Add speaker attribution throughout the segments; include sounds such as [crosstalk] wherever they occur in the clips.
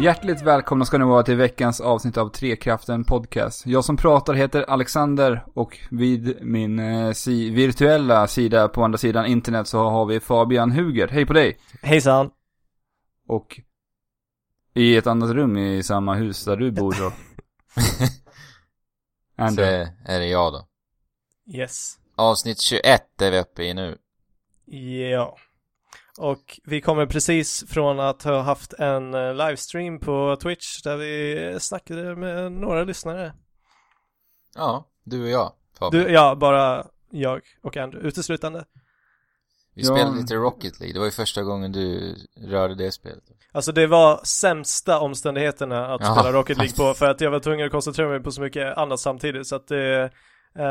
Speaker 1: Hjärtligt välkomna ska ni vara till veckans avsnitt av Trekraften Podcast. Jag som pratar heter Alexander och vid min eh, si virtuella sida på andra sidan internet så har vi Fabian Hugert. Hej på dig!
Speaker 2: Hejsan.
Speaker 1: Och i ett annat rum i samma hus där du bor då.
Speaker 3: [laughs]
Speaker 1: eh,
Speaker 3: Så
Speaker 1: Andrew.
Speaker 3: är är det jag då.
Speaker 2: Yes.
Speaker 3: Avsnitt 21 är vi uppe i nu.
Speaker 2: Ja. Och vi kommer precis från att ha haft en eh, livestream på Twitch där vi snackade med några lyssnare.
Speaker 3: Ja, du och jag. Fabian.
Speaker 2: Du, ja, bara jag och Andrew uteslutande.
Speaker 3: Vi
Speaker 1: Ja.
Speaker 3: spelade lite Rocket League. Det var ju första gången du rörde det spelet.
Speaker 2: Alltså det var sämsta omständigheterna att
Speaker 3: Ja.
Speaker 2: spela Rocket League på för att jag var tvungen att koncentrera mig på så mycket annat samtidigt så att det, eh,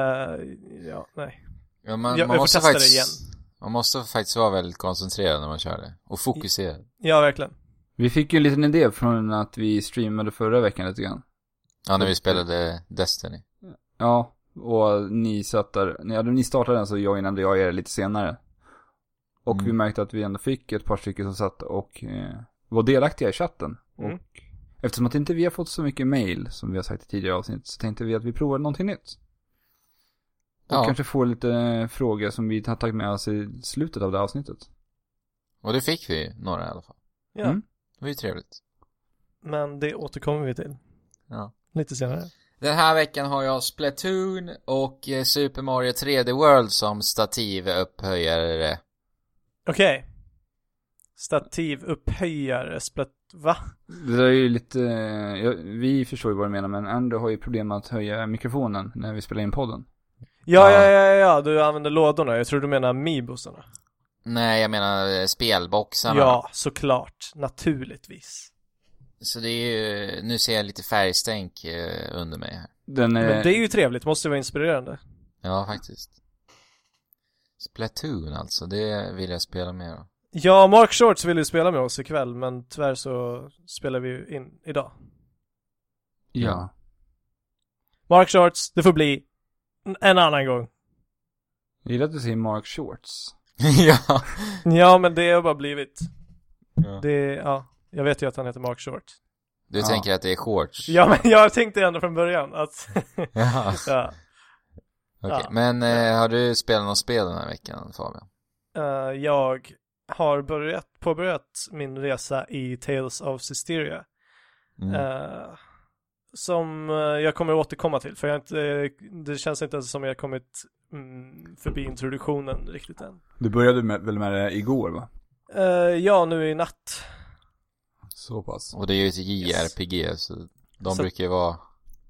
Speaker 2: ja, nej.
Speaker 3: Ja, man,
Speaker 2: Jag-
Speaker 3: man
Speaker 2: jag får
Speaker 3: måste
Speaker 2: testa det
Speaker 3: faktiskt, Man måste faktiskt vara väldigt koncentrerad när man kör det. Och fokuserad.
Speaker 2: Ja, verkligen.
Speaker 1: Vi fick ju en liten idé från att vi streamade förra veckan lite grann.
Speaker 3: Ja, när vi spelade Destiny.
Speaker 1: Ja, och ni satt där, ni, ja, ni startade den så joinade jag er lite senare. Och
Speaker 3: Mm.
Speaker 1: vi märkte att vi ändå fick ett par stycken som satt och eh, var delaktiga i chatten.
Speaker 2: Mm.
Speaker 1: Och eftersom att inte vi har fått så mycket mail som vi har sagt i tidigare avsnitt så tänkte vi att vi provar någonting nytt. Och
Speaker 3: Ja,
Speaker 1: kanske får lite eh, frågor som vi har tagit med oss i slutet av det här avsnittet.
Speaker 3: och det fick vi ju, några i alla fall.
Speaker 2: Ja,
Speaker 1: Mm.
Speaker 3: Det var ju trevligt.
Speaker 2: men det återkommer vi till
Speaker 3: Ja.
Speaker 2: lite senare.
Speaker 3: Den här veckan har jag Splatoon och eh, Super Mario 3D World som stativupphöjare.
Speaker 2: Okej. Stativupphöjare, splat... Va?
Speaker 1: Det där är ju lite, eh, ja, vi förstår ju vad du menar men Andrew har ju problem med att höja mikrofonen när vi spelar in podden.
Speaker 2: Ja, ja,
Speaker 3: Ja.
Speaker 2: ja, ja, du använder lådorna. Jag tror du menar amibosarna.
Speaker 3: Nej, jag menar eh, spelboxarna.
Speaker 2: Ja, såklart. Naturligtvis.
Speaker 3: Så det är ju, nu ser jag lite färgstänk eh, under mig här.
Speaker 1: Den är,
Speaker 2: Men det är ju trevligt, måste ju vara inspirerande.
Speaker 3: Ja,
Speaker 2: Mm.
Speaker 3: faktiskt. Splatoon alltså, det vill jag spela mer av. [laughs]
Speaker 2: Ja, Mark Shorts vill ju spela med oss ikväll, men tyvärr så spelar vi ju in idag.
Speaker 1: ja.
Speaker 2: Mark Shorts, det får bli en- en annan gång.
Speaker 1: Jag gillar att du säger Mark Shorts.
Speaker 3: ja.
Speaker 2: Ja, men det har bara blivit.
Speaker 3: ja.
Speaker 2: Det, ja. Jag vet ju att han heter Mark Short.
Speaker 3: Du
Speaker 1: Ja.
Speaker 3: tänker att det är shorts? [laughs]
Speaker 2: Ja, men jag tänkte ändå från början att... [laughs]
Speaker 3: Jaha,
Speaker 2: ja.
Speaker 3: okej.
Speaker 2: Ja.
Speaker 3: Men eh, har du spelat något spel den här veckan, Fabian?
Speaker 2: Eh, jag har börjat, påbörjat min resa i Tales of Systeria.
Speaker 3: Mm.
Speaker 2: eh, som eh, jag kommer återkomma till, för jag har inte, eh, det känns inte ens som jag har kommit mm, förbi introduktionen riktigt än.
Speaker 1: Du började med, väl med det igår va?
Speaker 2: Eh, ja, nu i natt.
Speaker 1: Så pass.
Speaker 3: Och det är ju ett JRPG, så de
Speaker 2: Så-
Speaker 3: brukar ju vara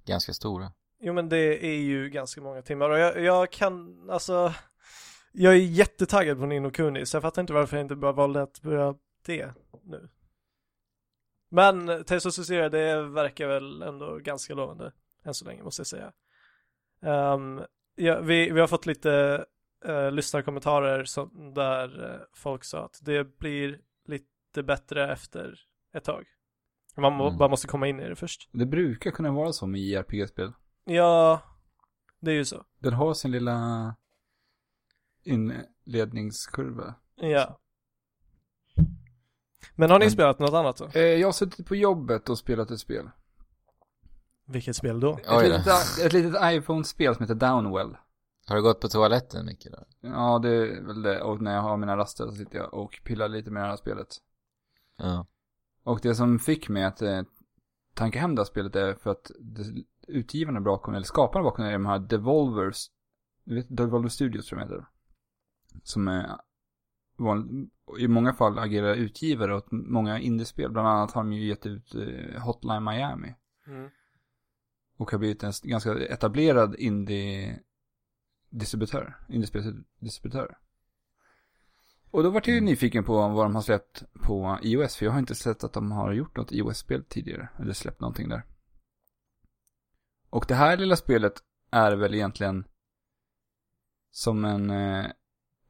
Speaker 3: ganska stora.
Speaker 2: Jo, men det är ju ganska många timmar och jag, jag kan, alltså, jag är jättetaggad på Nino Kuni, så jag fattar inte varför jag inte bara valde att börja det nu. Men Tales of Systeria, det verkar väl ändå ganska lovande än så länge, måste jag säga. Ehm, ja, vi, vi har fått lite uh, lyssnarkommentarer som, där eh, folk sa att det blir lite bättre efter ett tag. Man må,
Speaker 3: Mm.
Speaker 2: bara måste komma in i det först.
Speaker 1: Det brukar kunna vara så med JRPG-spel.
Speaker 2: Ja, det är ju så.
Speaker 1: Den har sin lilla inledningskurva.
Speaker 2: Ja. Men har ni
Speaker 3: Men-
Speaker 2: spelat något annat då?
Speaker 1: Eh, jag har suttit på jobbet och spelat ett spel.
Speaker 2: Vilket spel då?
Speaker 3: Oj
Speaker 1: Ett
Speaker 3: då.
Speaker 1: litet, ett litet iPhone-spel som heter Downwell.
Speaker 3: Har du gått på toaletten mycket då?
Speaker 1: Ja, det är väl det. Och när jag har mina raster så sitter jag och pillar lite med det här spelet.
Speaker 3: Ja.
Speaker 1: Och det som fick mig att eh, tanka hem det här spelet är för att det- utgivarna bakom, eller skaparna bakom är de här Devolvers, du vet Devolver Studios tror jag de heter. Som är, van- i många fall agerar utgivare åt många indiespel. Bland annat har de ju gett ut eh, Hotline Miami.
Speaker 2: Mm.
Speaker 1: Och har blivit en s- ganska etablerad indie-distributör. Indiespelsdistributör. Och då vart jag ju nyfiken på vad de har släppt på iOS. För jag har inte sett att de har gjort något iOS-spel tidigare. Eller släppt någonting där. Och det här lilla spelet är väl egentligen som en eh,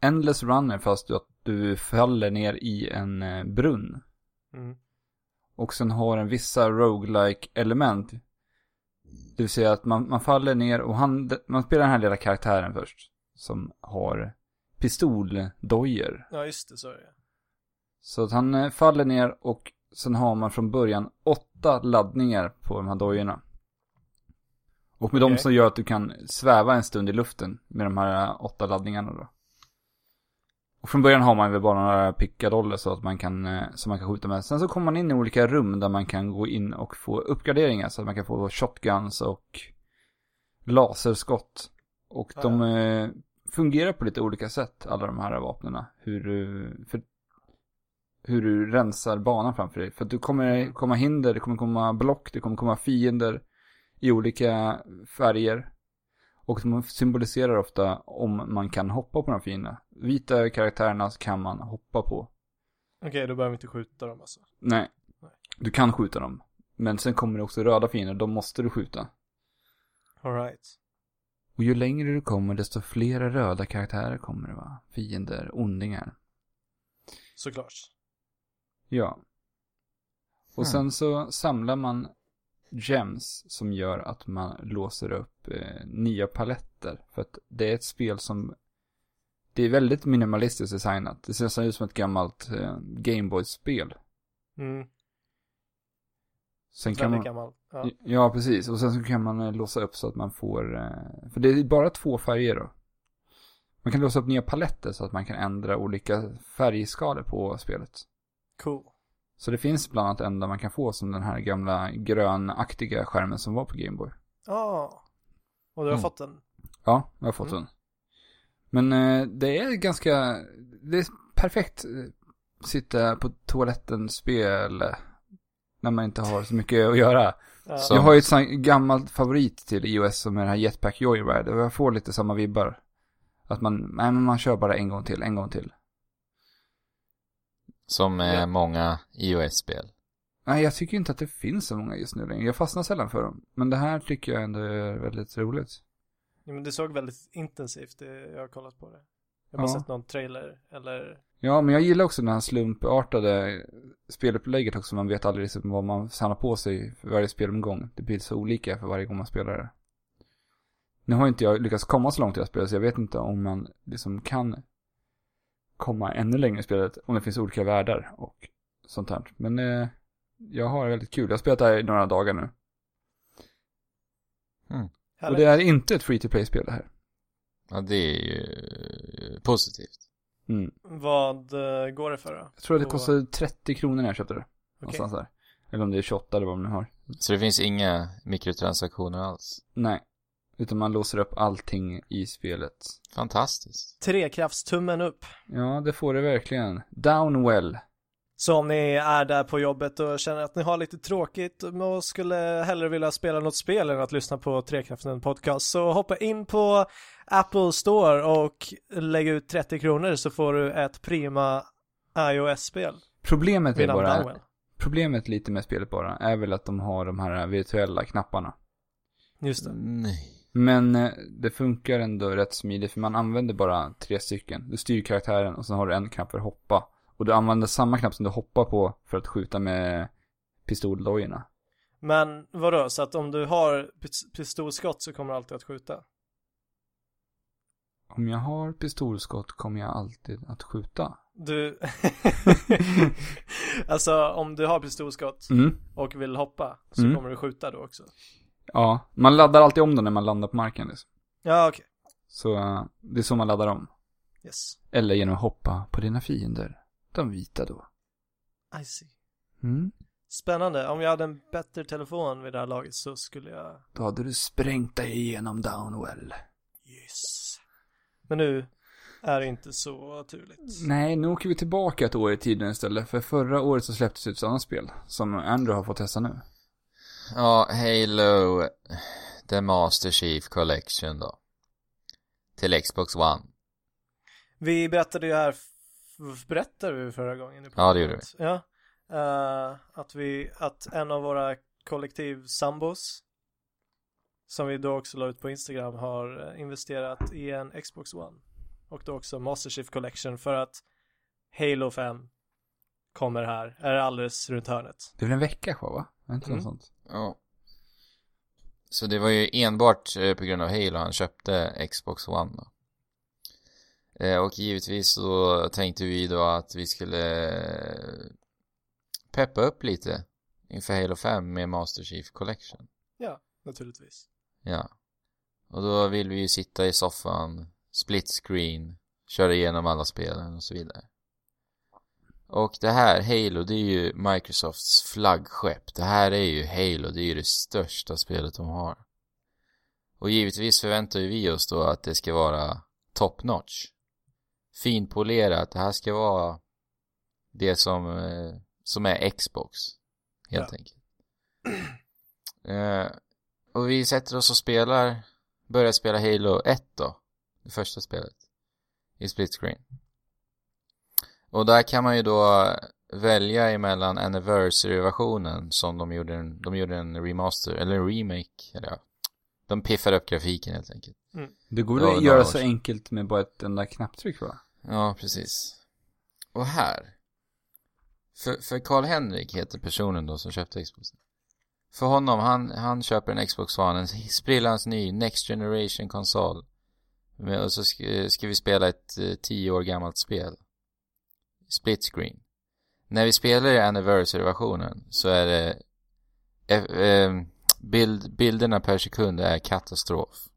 Speaker 1: endless runner fast du, att du faller ner i en eh, brunn.
Speaker 2: Mm.
Speaker 1: Och sen har den vissa roguelike element. Det vill säga att man, man faller ner och han, man spelar den här lilla karaktären först. Som har pistoldojer.
Speaker 2: Ja, just det, så är det.
Speaker 1: Så att han eh, faller ner och Sen har man från början åtta laddningar på de här dojorna. Och med dem
Speaker 2: Okej.
Speaker 1: så gör att du kan sväva en stund i luften med de här eh, åtta laddningarna då. Och från början har man väl bara några pickadoller så att man kan, eh, som man kan skjuta med. Sen så kommer man in i olika rum där man kan gå in och få uppgraderingar så att man kan få shotguns och laserskott. Och
Speaker 2: Ja,
Speaker 1: de eh, fungerar på lite olika sätt, alla de här vapnena. Hur du, för, hur du rensar banan framför dig. För att du
Speaker 2: Mm.
Speaker 1: kommer komma hinder, det kommer komma block, det kommer komma fiender i olika färger. Och de symboliserar ofta om man kan hoppa på de fina. Vita karaktärerna kan man hoppa på.
Speaker 2: Okej, då behöver vi inte skjuta dem alltså.
Speaker 1: Nej.
Speaker 2: Nej.
Speaker 1: Du kan skjuta dem. Men sen kommer det också röda fiender, de måste du skjuta.
Speaker 2: Alright.
Speaker 1: Och ju längre du kommer desto flera röda karaktärer kommer det vara. Fiender, ondingar.
Speaker 2: Såklart.
Speaker 1: Ja. Och
Speaker 3: Hmm.
Speaker 1: sen så samlar man gems som gör att man låser upp eh, nya paletter. För att det är ett spel som, det är väldigt minimalistiskt designat. Det ser nästan ut som ett gammalt eh, Gameboy-spel.
Speaker 2: Mm.
Speaker 1: Sen kan
Speaker 2: Väldigt
Speaker 1: man, Mm.
Speaker 2: gammal. Ja.
Speaker 1: ja. precis. Och sen så kan man eh, låsa upp så att man får, eh, för det är bara två färger då. Man kan låsa upp nya paletter så att man kan ändra olika färgskalor på spelet.
Speaker 2: Cool.
Speaker 1: Så det finns bland annat en där man kan få som den här gamla grönaktiga skärmen som var på Gameboy.
Speaker 2: Ja. Och du har
Speaker 1: Mm.
Speaker 2: fått den?
Speaker 1: Ja, jag har fått
Speaker 2: Mm.
Speaker 1: den. Men eh, det är ganska, det är perfekt eh, sitta på toaletten spel eh, när man inte har så mycket att göra.
Speaker 2: Ja.
Speaker 3: Så-
Speaker 1: Jag har ju ett sånt här gammalt favorit till iOS som är den här Jetpack Joyride och jag får lite samma vibbar. Att man, nej men man kör bara en gång till, en gång till.
Speaker 3: Som eh,
Speaker 2: Ja.
Speaker 3: många iOS-spel.
Speaker 1: Nej, jag tycker inte att det finns så många just nu längre. Jag fastnar sällan för dem. Men det här tycker jag ändå är väldigt roligt.
Speaker 2: Ja, men det såg väldigt intensivt, det, jag har kollat på det. Jag har bara
Speaker 1: Ja.
Speaker 2: sett någon trailer, eller...
Speaker 1: Ja, men jag gillar också den här slumpartade spelupplägget också. Man vet aldrig liksom vad man samlar på sig för varje spelomgång. Det blir så olika för varje gång man spelar det. Nu har inte jag lyckats komma så långt i det här spelet, så jag vet inte om man liksom kan komma ännu längre i spelet, om det finns olika världar och sånt här. Men eh, jag har väldigt kul. Jag har spelat det här i några dagar nu. Och det
Speaker 2: Härligt.
Speaker 1: är inte ett free-to-play-spel det här.
Speaker 3: Ja, det är ju eh, positivt.
Speaker 1: Mm.
Speaker 2: Vad eh, går det för då?
Speaker 1: Jag tror att det
Speaker 2: Och-
Speaker 1: kostade 30 kronor när jag köpte det.
Speaker 2: Okej.
Speaker 1: Någonstans där. Eller om det är 28 eller vad man nu har.
Speaker 3: Så det finns inga mikrotransaktioner alls.
Speaker 1: Nej. Utan man låser upp allting i spelet.
Speaker 3: Fantastiskt.
Speaker 2: Trekraftstummen upp.
Speaker 1: Ja, det får det verkligen. Downwell.
Speaker 2: Så om ni är där på jobbet och känner att ni har lite tråkigt och skulle hellre vilja spela något spel än att lyssna på Trekraften podcast så hoppa in på Apple Store och lägg ut 30 kronor så får du ett prima iOS-spel.
Speaker 1: Problemet är
Speaker 2: vid namn
Speaker 1: bara,
Speaker 2: Downwell.
Speaker 1: problemet lite med spelet bara, är väl att de har de här virtuella knapparna.
Speaker 2: Just det.
Speaker 3: Nej.
Speaker 1: Men eh, det funkar ändå rätt smidigt för man använder bara tre stycken. Du styr karaktären och sen har du en knapp för hoppa. Och du använder samma knapp som du hoppar på för att skjuta med pistoldojorna.
Speaker 2: Men vadå, så att om du har pis- pistolskott så kommer du alltid att skjuta?
Speaker 1: Om jag har pistolskott kommer jag alltid att skjuta.
Speaker 2: Du, [laughs] alltså om du har pistolskott
Speaker 1: Mm.
Speaker 2: och vill hoppa så
Speaker 1: Mm.
Speaker 2: kommer du skjuta då också?
Speaker 1: Ja, man laddar alltid om den när man landar på marken liksom.
Speaker 2: Ja, okej.
Speaker 1: Så eh, det är så man laddar om.
Speaker 2: Yes.
Speaker 1: Eller genom att hoppa på dina fiender. De vita då.
Speaker 2: I see.
Speaker 1: Mm.
Speaker 2: Spännande. Om jag hade en bättre telefon vid det här laget så skulle jag...
Speaker 1: Då hade du sprängt dig igenom Downwell.
Speaker 2: Yes. Men nu är det inte så turligt.
Speaker 1: Nej, nu åker vi tillbaka ett år i tiden istället. För förra året så släpptes ett annat spel. Som Andrew har fått testa nu.
Speaker 3: Ja, Halo The Master Chief Collection då. Till Xbox One.
Speaker 2: Vi berättade ju här... f- Berättade vi förra gången? i
Speaker 3: Ja, det gjorde
Speaker 2: programmet? Ja. Eh, att vi... Att en av våra kollektiv sambos som vi då också la ut på Instagram har eh, investerat i en Xbox One och då också Master Chief Collection för att Halo 5 kommer här, är alldeles runt hörnet.
Speaker 1: Det är väl en vecka kvar va? Är det Inte
Speaker 2: Mm.
Speaker 1: något sånt.
Speaker 3: Ja. Så det var ju enbart eh, på grund av Halo han köpte Xbox One då. Eh, Och givetvis så tänkte vi då att vi skulle eh, peppa upp lite inför Halo 5 med Master Chief Collection.
Speaker 2: Ja, naturligtvis.
Speaker 3: Ja. Och då vill vi ju sitta i soffan, split screen, köra igenom alla spelen och så vidare. Och det här, Halo, det är ju Microsofts flaggskepp. Det här är ju Halo, det är ju det största spelet de har. Och givetvis förväntar ju vi oss då att det ska vara top notch. Finpolerat, det här ska vara det som, eh, som är Xbox, helt
Speaker 2: Ja.
Speaker 3: enkelt. Eh, och vi sätter oss och spelar, börjar spela Halo 1 då, det första spelet, i split screen. Och där kan man ju då välja emellan anniversary-versionen som de gjorde en, de gjorde en remaster, eller en remake, eller ja. De piffade upp grafiken helt enkelt.
Speaker 1: Det går
Speaker 3: Ja,
Speaker 1: väl
Speaker 3: det
Speaker 1: att
Speaker 3: har
Speaker 1: göra
Speaker 3: varit.
Speaker 1: så enkelt med bara ett enda knapptryck va?
Speaker 3: Ja, precis. Och här. För, för Karl-Henrik heter personen då som köpte Xbox. För honom, han, han köper en Xbox One, en sprillans ny Next Generation konsol. Men, och så ska, ska vi spela ett eh, tio år gammalt spel. Split screen. När vi spelar i anniversary-versionen så är det... eh, eh, bild, bilderna per sekund är katastrof.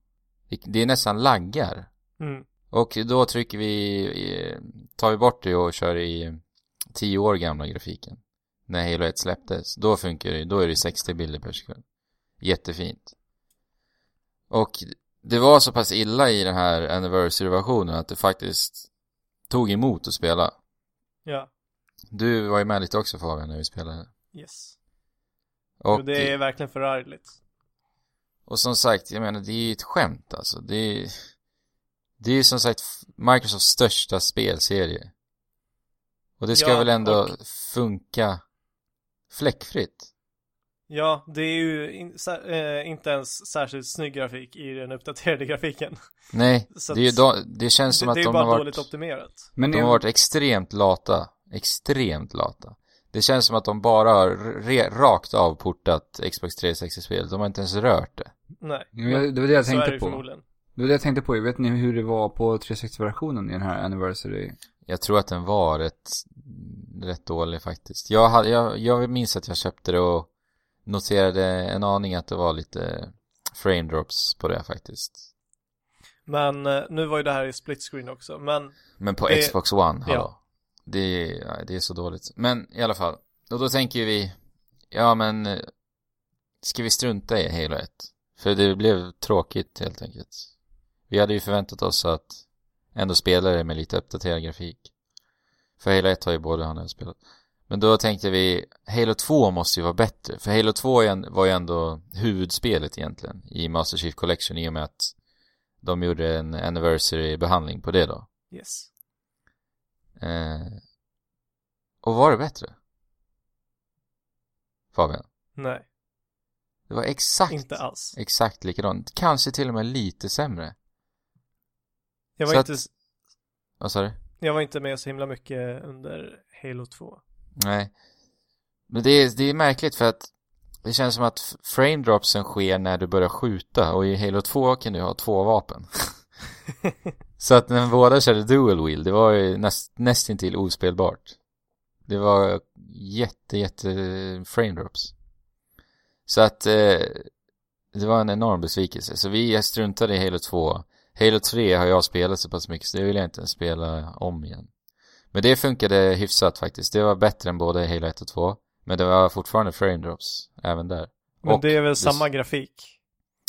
Speaker 3: Det, det är nästan laggar.
Speaker 2: Mm.
Speaker 3: Och då trycker vi, eh, tar vi bort det och kör i 10 år gamla grafiken. När Halo 1 släpptes, då funkar det, då är det 60 bilder per sekund. Jättefint. Och det var så pass illa i den här anniversary-versionen att det faktiskt tog emot att spela.
Speaker 2: Ja,
Speaker 3: Du var ju med lite också Fabian när vi spelade.
Speaker 2: yes.
Speaker 3: Och,
Speaker 2: Och det är verkligen förargligt.
Speaker 3: och som sagt, jag menar det är ju ett skämt alltså. Det är, det är ju som sagt Microsofts största spelserie. Och det ska
Speaker 2: Ja,
Speaker 3: väl ändå
Speaker 2: och-
Speaker 3: funka fläckfritt?
Speaker 2: Ja, det är ju in, sä- eh, inte ens särskilt snygg grafik i den uppdaterade grafiken.
Speaker 3: Nej,
Speaker 2: Så
Speaker 3: det, är ju
Speaker 2: att-
Speaker 3: då, det känns som
Speaker 2: det
Speaker 3: att
Speaker 2: det är ju
Speaker 3: de
Speaker 2: bara
Speaker 3: har varit...
Speaker 2: dåligt optimerat.
Speaker 1: Men
Speaker 3: De har varit extremt lata. Extremt lata. Det känns som att de bara har re- rakt av portat Xbox 360-spel. De har inte ens rört det.
Speaker 2: Nej,
Speaker 3: Mm,
Speaker 1: Ja, men det var det jag
Speaker 2: så är
Speaker 1: tänkte
Speaker 2: det ju
Speaker 1: på.
Speaker 2: förmodligen.
Speaker 1: Det var det jag tänkte på. Vet ni hur det var på 360-versionen i den här anniversary?
Speaker 3: Jag tror att den var rätt, rätt dålig faktiskt. Jag, hade, jag, jag minns att jag köpte det och noterade en aning att det var lite frame drops på det faktiskt.
Speaker 2: Men eh, nu var ju det här i split screen också. Men
Speaker 3: Men på
Speaker 2: Det-
Speaker 3: Xbox One, hallå.
Speaker 2: ja.
Speaker 3: Det, ja, det är så dåligt. Men i alla fall, och då tänker ju vi, ja men eh, ska vi strunta i Halo 1? För det blev tråkigt helt enkelt. Vi hade ju förväntat oss att ändå spela det med lite uppdaterad grafik. För Halo 1 har ju både han och jag spelat. Men då tänkte vi, Halo 2 måste ju vara bättre. För Halo 2 igen- var ju ändå huvudspelet egentligen i Master Chief Collection i och med att de gjorde en anniversary-behandling på det då.
Speaker 2: yes.
Speaker 3: Eh, och var det bättre? Fabian,
Speaker 2: Nej,
Speaker 3: det var exakt,
Speaker 2: inte alls.
Speaker 3: exakt likadant. Kanske till och med lite sämre.
Speaker 2: Jag var,
Speaker 3: så att-
Speaker 2: inte, s-
Speaker 3: Vad sa du?
Speaker 2: jag var inte med så himla mycket under Halo 2.
Speaker 3: Nej. Men det är, det är märkligt för att det känns som att f- frame dropsen sker när du börjar skjuta och i Halo 2 kan du ha två vapen. Så att när båda körde dual wheel, det var ju näst, nästintill ospelbart. Det var jätte, jätte frame drops. Så att eh, det var en enorm besvikelse. Så vi struntade i Halo 2. Halo 3 har jag spelat så pass mycket så det vill jag inte ens spela om igen. Men det funkade hyfsat faktiskt. Det var bättre än både Halo 1 och 2. Men det var fortfarande frame drops även där.
Speaker 2: Men
Speaker 3: Och
Speaker 2: det är väl
Speaker 3: det-
Speaker 2: samma grafik?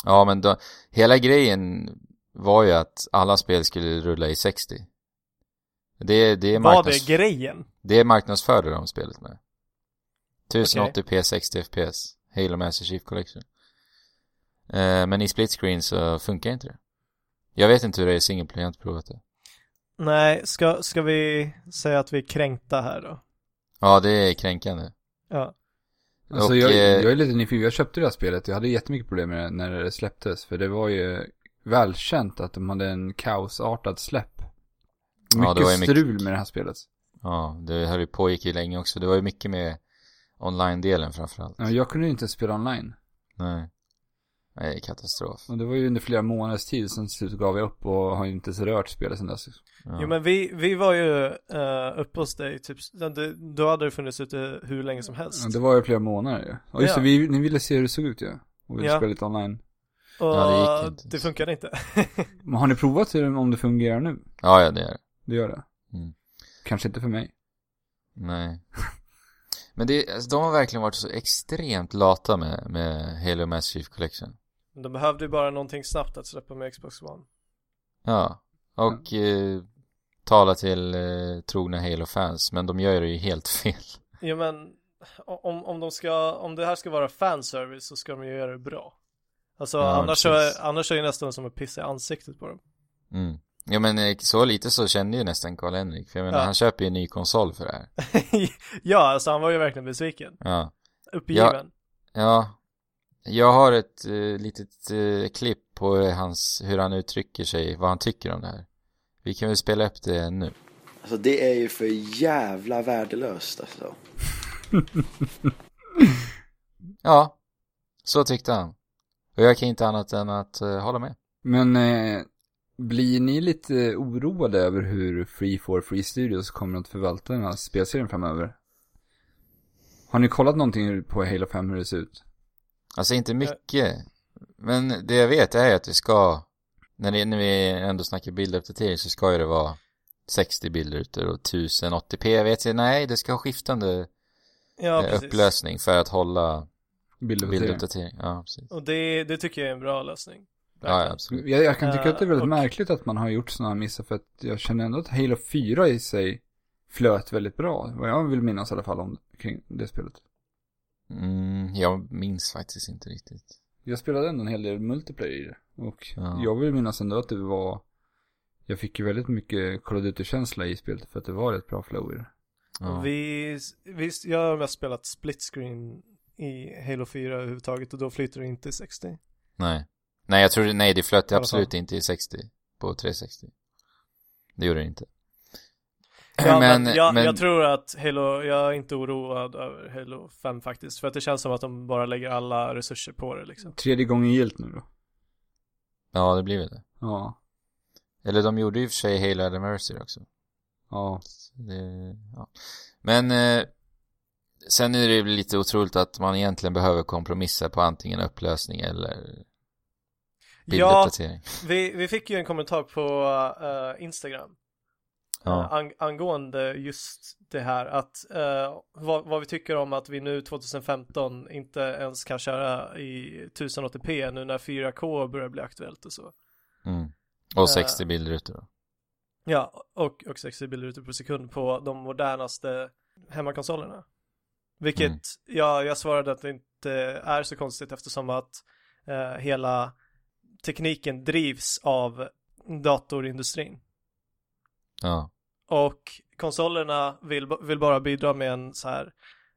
Speaker 3: Ja, men då, hela grejen var ju att alla spel skulle rulla i 60. Det, det, är,
Speaker 2: Var
Speaker 3: marknads,
Speaker 2: det
Speaker 3: det,
Speaker 2: grejen?
Speaker 3: marknadsförde de spelet med. 1080p 60 FPS, Halo Master Chief Collection. Eh, men i split screen så funkar inte det. Jag vet inte hur det är i single player, jag har inte provat det.
Speaker 2: Nej, ska, ska vi säga att vi är kränkta här då?
Speaker 3: Ja, det är kränkande.
Speaker 2: Ja.
Speaker 1: Alltså
Speaker 3: Och,
Speaker 1: jag,
Speaker 3: eh,
Speaker 1: jag är lite nyfiken. Jag köpte det här spelet. Jag hade jättemycket problem med det när det släpptes. För det var ju välkänt att de hade en kaosartad släpp.
Speaker 3: Ja,
Speaker 1: Mycket
Speaker 3: det var ju mycket-
Speaker 1: strul med det här spelet.
Speaker 3: Ja, det höll ju pågick ju länge också. Det var ju mycket med online-delen framförallt.
Speaker 1: Ja, Jag kunde ju inte spela online.
Speaker 3: Nej. Nej, katastrof.
Speaker 1: Och det var ju under flera månaders tid, sen till slut gav jag upp och har ju inte ens rört spelet sen dess.
Speaker 3: Ja.
Speaker 2: Jo men vi, vi var ju uh, uppe hos dig typ, du, då hade det funnits ute hur länge som helst.
Speaker 1: Ja, det var ju flera månader ju. Och just
Speaker 2: Ja.
Speaker 1: det, vi, ni ville se hur det såg ut ju. Och ville
Speaker 2: Ja.
Speaker 1: spela lite online.
Speaker 2: och
Speaker 3: Ja, det gick inte.
Speaker 2: det funkade inte.
Speaker 1: Men har ni provat hur, det- om det fungerar nu?
Speaker 3: ja, ja, det är det.
Speaker 1: Det gör det.
Speaker 3: Mm.
Speaker 1: Kanske inte för mig.
Speaker 3: Nej. Men det, alltså, de har verkligen varit så extremt lata med, med Halo Mass Chief Collection.
Speaker 2: De behövde ju bara någonting snabbt att släppa med Xbox One.
Speaker 3: Ja. Och eh, tala till eh, trogna Halo-fans, men de gör det ju helt [laughs] fel.
Speaker 2: Jo men om, om de ska, om det här ska vara fanservice så ska de ju göra det bra. Alltså
Speaker 3: Ja,
Speaker 2: annars, så,
Speaker 3: precis.
Speaker 2: annars är det nästan som att pissa i ansiktet på dem.
Speaker 3: Mm. Ja men eh, så lite så kände ju nästan Karl-Henrik, för jag menar
Speaker 2: Ja.
Speaker 3: han köper ju en ny konsol för det här.
Speaker 2: ja, alltså han var ju verkligen besviken.
Speaker 3: Ja.
Speaker 2: Uppgiven.
Speaker 3: Ja, jag har ett eh, litet eh, klipp på eh, hans, hur han uttrycker sig, vad han tycker om det här. Vi kan väl spela upp det nu.
Speaker 4: Alltså det är ju för jävla värdelöst alltså.
Speaker 3: Ja, så tyckte han. Och jag kan inte annat än att eh, hålla med.
Speaker 1: Men eh, blir ni lite oroade över hur Free for Free Studios kommer att förvalta den här spelserien framöver? Har ni kollat någonting på Halo 5 hur det ser ut?
Speaker 3: Alltså inte mycket, men det jag vet är att vi ska, när, det, när vi ändå snackar bilduppdatering så ska ju det vara 60 bilder ute och 1080p. Jag vet ju, nej det ska ha skiftande
Speaker 2: Ja,
Speaker 3: eh,
Speaker 2: precis.
Speaker 3: upplösning för att hålla
Speaker 1: Bilduppdatering.
Speaker 3: bilduppdatering. Ja, precis.
Speaker 2: Och det, det tycker jag är en bra lösning.
Speaker 3: Ja, ja, absolut.
Speaker 1: Jag, jag kan tycka att det är väldigt
Speaker 2: Eh, och-
Speaker 1: märkligt att man har gjort sådana missar för att jag känner ändå att Halo 4 i sig flöt väldigt bra. Vad jag vill minnas i alla fall om kring det spelet.
Speaker 3: Mm, jag minns faktiskt inte riktigt.
Speaker 1: Jag spelade ändå en hel del multiplayer i det. Och
Speaker 3: Ja.
Speaker 1: jag vill minnas ändå att det var... Jag fick ju väldigt mycket Call of Duty-känsla i spelet för att det var ett bra flow i det.
Speaker 3: Ja.
Speaker 2: Och Vi, vi, jag har mest spelat split screen i Halo 4 överhuvudtaget och då flyter det inte i
Speaker 3: [clears throat]
Speaker 2: 60.
Speaker 3: Nej. Nej, jag tror, nej, det flöt
Speaker 2: alla
Speaker 3: absolut inte i 60 på 360. Det gjorde det inte.
Speaker 2: Ja, men,
Speaker 3: Men-
Speaker 2: jag,
Speaker 3: men-
Speaker 2: jag tror att Halo, jag är inte oroad över Halo 5 faktiskt. För att det känns som att de bara lägger alla resurser på det liksom.
Speaker 1: Tredje gången gilt nu då.
Speaker 3: Ja, det blev ju det.
Speaker 1: Ja.
Speaker 3: Eller de gjorde ju i och för sig Halo Adam Mercy också.
Speaker 1: Ja.
Speaker 3: Så Det, ja. Men eh, sen är det ju lite otroligt att man egentligen behöver kompromissa på antingen upplösning eller
Speaker 2: Ja,
Speaker 3: bilduppdatering. Ja.
Speaker 2: vi, vi fick ju en kommentar på eh, Instagram. eh,
Speaker 3: Ja.
Speaker 2: Ang, angående just det här att eh, vad, vad vi tycker om att vi nu 2015 inte ens kan köra i 1080p nu när 4K börjar bli aktuellt och så.
Speaker 3: Mm.
Speaker 2: Eh.
Speaker 3: Och 60 bilder ute då.
Speaker 2: Ja, och, och 60 bilder ute per sekund på de modernaste hemmakonsolerna. Vilket
Speaker 3: Mm.
Speaker 2: jag, jag svarade att det inte är så konstigt eftersom att eh, hela tekniken drivs av datorindustrin.
Speaker 3: Ja.
Speaker 2: Och konsolerna vill, vill bara bidra med en så här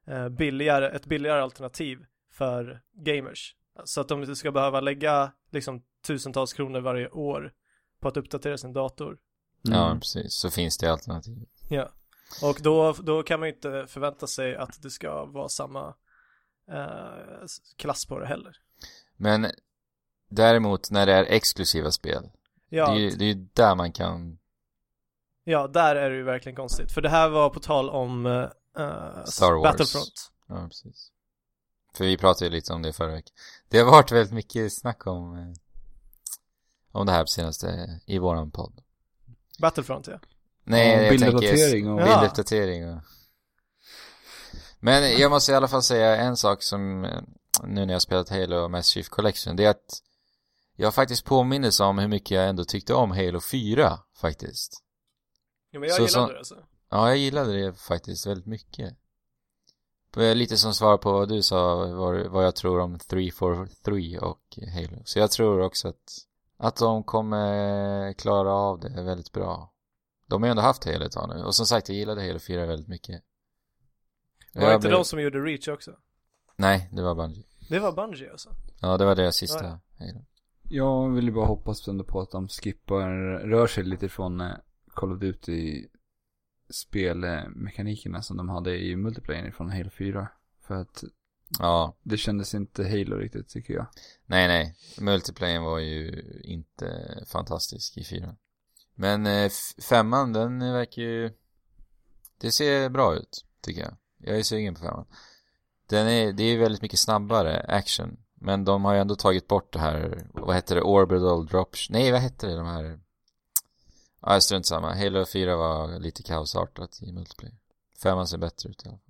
Speaker 2: eh, billigare, ett billigare alternativ för gamers. Så att de inte ska behöva lägga liksom tusentals kronor varje år på att uppdatera sin dator.
Speaker 3: ja,
Speaker 1: Mm.
Speaker 3: precis. Så finns det alternativ.
Speaker 2: Ja, och då, då kan man ju inte förvänta sig att det ska vara samma eh, s- klass på det heller.
Speaker 3: Men däremot när det är exklusiva spel,
Speaker 2: Ja,
Speaker 3: det, är ju, det är ju där man kan
Speaker 2: ja, där är det ju verkligen konstigt. För det här var på tal om eh,
Speaker 3: Star Wars.
Speaker 2: Battlefront.
Speaker 3: Ja, precis. För vi pratade ju lite om det förra veckan. Det har varit väldigt mycket snack om, eh, om det här på senaste, i våran podd.
Speaker 2: Battlefront, ja.
Speaker 3: Nej,
Speaker 1: Och
Speaker 3: jag tänker
Speaker 1: bilduppdatering och-
Speaker 2: Ja.
Speaker 3: bilduppdatering och... Men jag måste i alla fall säga en sak som, eh, nu när jag har spelat Halo och Mass Chief Collection, det är att jag har faktiskt påminnelse om hur mycket jag ändå tyckte om Halo 4, faktiskt.
Speaker 2: Jo, men jag
Speaker 3: Så-
Speaker 2: gillade
Speaker 3: så-
Speaker 2: det alltså.
Speaker 3: Ja, jag gillade det faktiskt väldigt mycket. Det är Lite som svar på vad du sa, vad, vad jag tror om 343 och Halo. Så jag tror också att, att de kommer klara av det väldigt bra. De har ju ändå haft Halo ett tag nu. Och som sagt, jag gillade Halo 4 väldigt mycket.
Speaker 2: Det var
Speaker 3: Jag
Speaker 2: inte
Speaker 3: blev-
Speaker 2: de som gjorde Reach också.
Speaker 3: Nej, det var Bungie.
Speaker 2: Det var Bungie alltså.
Speaker 3: Ja, det var deras sista
Speaker 2: Ja.
Speaker 3: Halo.
Speaker 1: Jag vill ju bara hoppas ändå på att de skippar, rör sig lite från eh, Call of Duty spelmekanikerna som de hade i multiplayer från Halo 4. För att
Speaker 3: Ja,
Speaker 1: Det kändes inte Halo riktigt tycker jag.
Speaker 3: nej nej. Multiplayen var ju inte fantastisk i fyran. Men eh, f- femman, den verkar ju... Det ser bra ut, tycker jag. Jag är sugen på femman. Den är, det är ju väldigt mycket snabbare action. Men de har ju ändå tagit bort det här, vad heter det, orbital drops. Nej, vad heter det, de här... Ja, strunt samma. Halo 4 var lite kaosartat i multiplayer. Femman ser bättre ut i alla fall.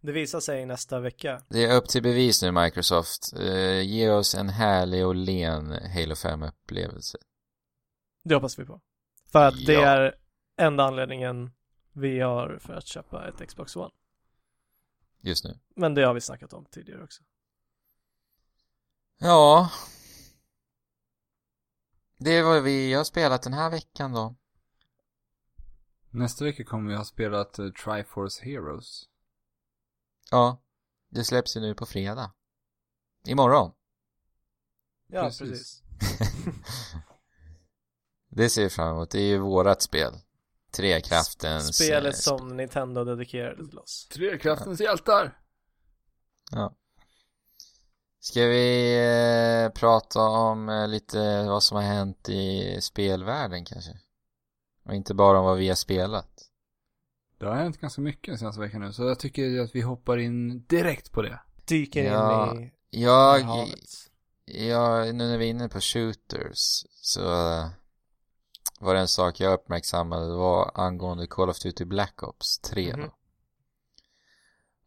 Speaker 2: Det visar sig nästa vecka.
Speaker 3: Det är upp till bevis nu Microsoft. Eh, ge oss en härlig och len Halo 5-upplevelse.
Speaker 2: Det hoppas vi på. För att det
Speaker 3: Ja.
Speaker 2: är enda anledningen vi har för att köpa ett Xbox One.
Speaker 3: Just nu.
Speaker 2: Men det har vi snackat om tidigare också.
Speaker 3: Ja. Det var vi har spelat den här veckan då.
Speaker 1: Nästa vecka kommer vi ha spelat eh, Triforce Heroes.
Speaker 3: Ja. Det släpps ju nu på fredag. Imorgon.
Speaker 2: Ja,
Speaker 1: Precis.
Speaker 2: precis.
Speaker 3: Det ser vi fram emot. Det är ju vårat spel. Trekraftens...
Speaker 2: Spelet
Speaker 3: eh,
Speaker 2: som Nintendo dedikerade till oss.
Speaker 1: Trekraftens hjältar!
Speaker 3: Ja. Ska vi eh, prata om eh, lite vad som har hänt i spelvärlden kanske? Och inte bara om vad vi har spelat.
Speaker 1: Det har hänt ganska mycket den senaste veckan nu, så jag tycker att vi hoppar in direkt på det.
Speaker 2: Dyker
Speaker 3: Ja,
Speaker 2: in i
Speaker 3: Jag,
Speaker 2: havet.
Speaker 3: jag, nu när vi är inne på shooters så eh, var det en sak jag uppmärksammade det var angående Call of Duty Black Ops 3
Speaker 2: Mhm.
Speaker 3: då.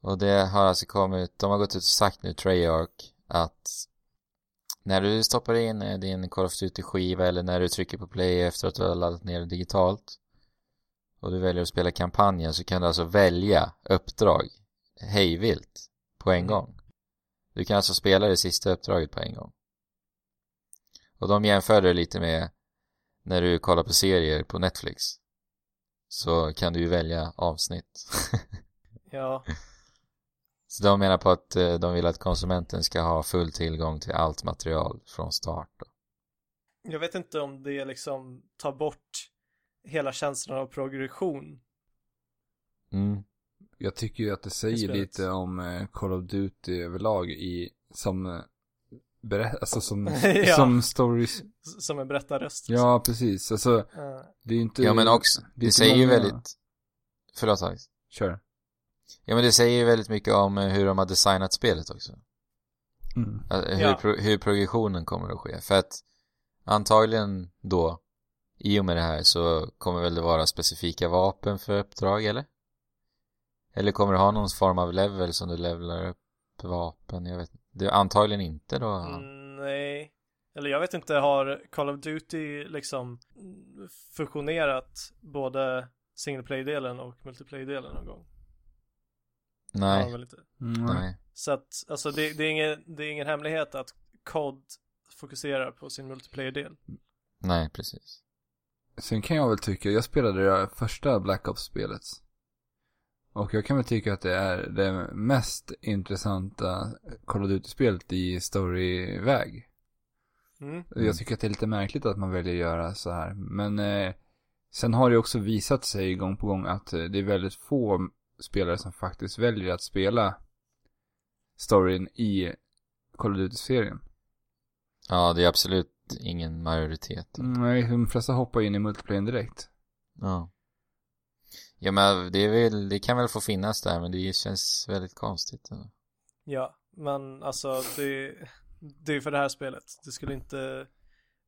Speaker 3: Och det har alltså kommit, de har gått ut och sagt nu Treyarch att när du stoppar in eh, din Call of Duty skiva eller när du trycker på play efter att du har laddat ner det digitalt och du väljer att spela kampanjen så kan du alltså välja uppdrag hejvilt på en gång. Du kan alltså spela det sista uppdraget på en gång. Och de jämför det lite med när du kollar på serier på Netflix så kan du ju välja avsnitt. [laughs]
Speaker 2: Ja,
Speaker 3: så de menar på att eh, de vill att konsumenten ska ha full tillgång till allt material från start. Då.
Speaker 2: jag vet inte om det liksom tar bort hela känslan av progression.
Speaker 3: Mm.
Speaker 1: Jag tycker ju att det säger
Speaker 2: spelet.
Speaker 1: lite om eh, Call of Duty överlag i, som, eh, berä- alltså som,
Speaker 2: [laughs] Ja.
Speaker 1: som stories.
Speaker 2: S- Som en berättarröst. liksom.
Speaker 1: Ja, precis. Alltså,
Speaker 2: Eh,
Speaker 1: det är ju inte...
Speaker 3: Ja men också,
Speaker 1: är
Speaker 3: det
Speaker 1: inte
Speaker 3: säger ju
Speaker 1: många-
Speaker 3: väldigt... Förlåt Alex.
Speaker 1: Kör.
Speaker 3: Ja men det säger ju väldigt mycket om eh, hur de har designat spelet också.
Speaker 1: Mm.
Speaker 3: Alltså, hur,
Speaker 2: Ja.
Speaker 3: pro, hur progressionen kommer att ske. För att antagligen då, i och med det här, så kommer väl det vara specifika vapen för uppdrag, eller? Eller kommer du ha någon form av level som du levlar upp vapen? Jag vet inte. Det, antagligen inte då.
Speaker 2: Mm, nej. Eller jag vet inte, har Call of Duty liksom mm, fusionerat både single play delen och multiplayer delen någon gång? Har de
Speaker 3: Nej,
Speaker 2: väl inte.
Speaker 1: Mm.
Speaker 3: nej.
Speaker 2: Så att, alltså det, det, är ingen, det är ingen hemlighet att COD fokuserar på sin multiplayer del
Speaker 3: Nej, precis.
Speaker 1: Sen kan jag väl tycka, jag spelade det här första Black Ops-spelet. Och jag kan väl tycka att det är det mest intressanta Call of Duty-spelet i storyväg.
Speaker 2: Mm.
Speaker 3: Mm.
Speaker 1: Jag tycker att det är lite märkligt att man väljer att göra så här. Men eh, sen har det också visat sig gång på gång att eh, det är väldigt få spelare som faktiskt väljer att spela storyn i Call of Duty-serien.
Speaker 3: Ja, det är absolut ingen majoritet.
Speaker 2: Mm.
Speaker 1: Nej, de flesta hoppar in i multiplayern direkt.
Speaker 3: Ja. Ja, men det, är väl, det kan väl få finnas där, men det känns väldigt konstigt. Ändå.
Speaker 2: Ja, men alltså det, det är för det här spelet. Det skulle inte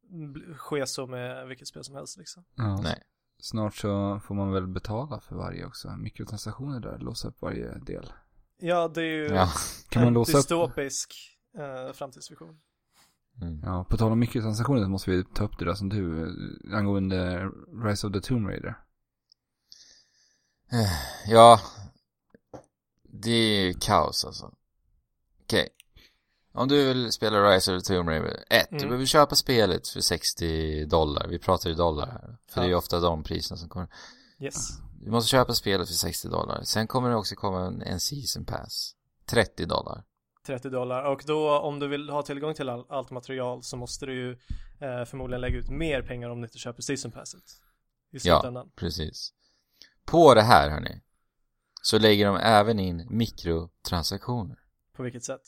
Speaker 2: bli- ske så med vilket spel som helst liksom.
Speaker 1: Ja.
Speaker 3: Nej.
Speaker 1: Snart så får man väl betala för varje också. Mikrotransaktioner där, låsa upp varje del.
Speaker 2: Ja, det är ju
Speaker 3: Ja.
Speaker 1: Kan man
Speaker 2: en
Speaker 1: låsa upp?
Speaker 2: dystopisk eh, framtidsvision.
Speaker 3: Mm.
Speaker 1: Ja, på tal om mikrotransaktioner så måste vi ta upp det där som du, eh, angående Rise of the Tomb Raider.
Speaker 3: Ja, det är ju kaos alltså. Okej. Om du vill spela Rise of the Tomb Raider 1, du
Speaker 2: Mm.
Speaker 3: behöver köpa spelet för 60 dollar. Vi pratar ju dollar här. För det är ju
Speaker 2: Ja.
Speaker 3: ofta de priserna som kommer.
Speaker 2: Yes.
Speaker 3: Du måste köpa spelet för 60 dollar. Sen kommer det också komma en, en season pass. 30 dollar.
Speaker 2: 30 dollar och då om du vill ha tillgång till all, allt material så måste du ju eh, förmodligen lägga ut mer pengar om du inte köper season passet i slutändan.
Speaker 3: Precis. På det här hörni, så lägger de även in mikrotransaktioner.
Speaker 2: På vilket sätt?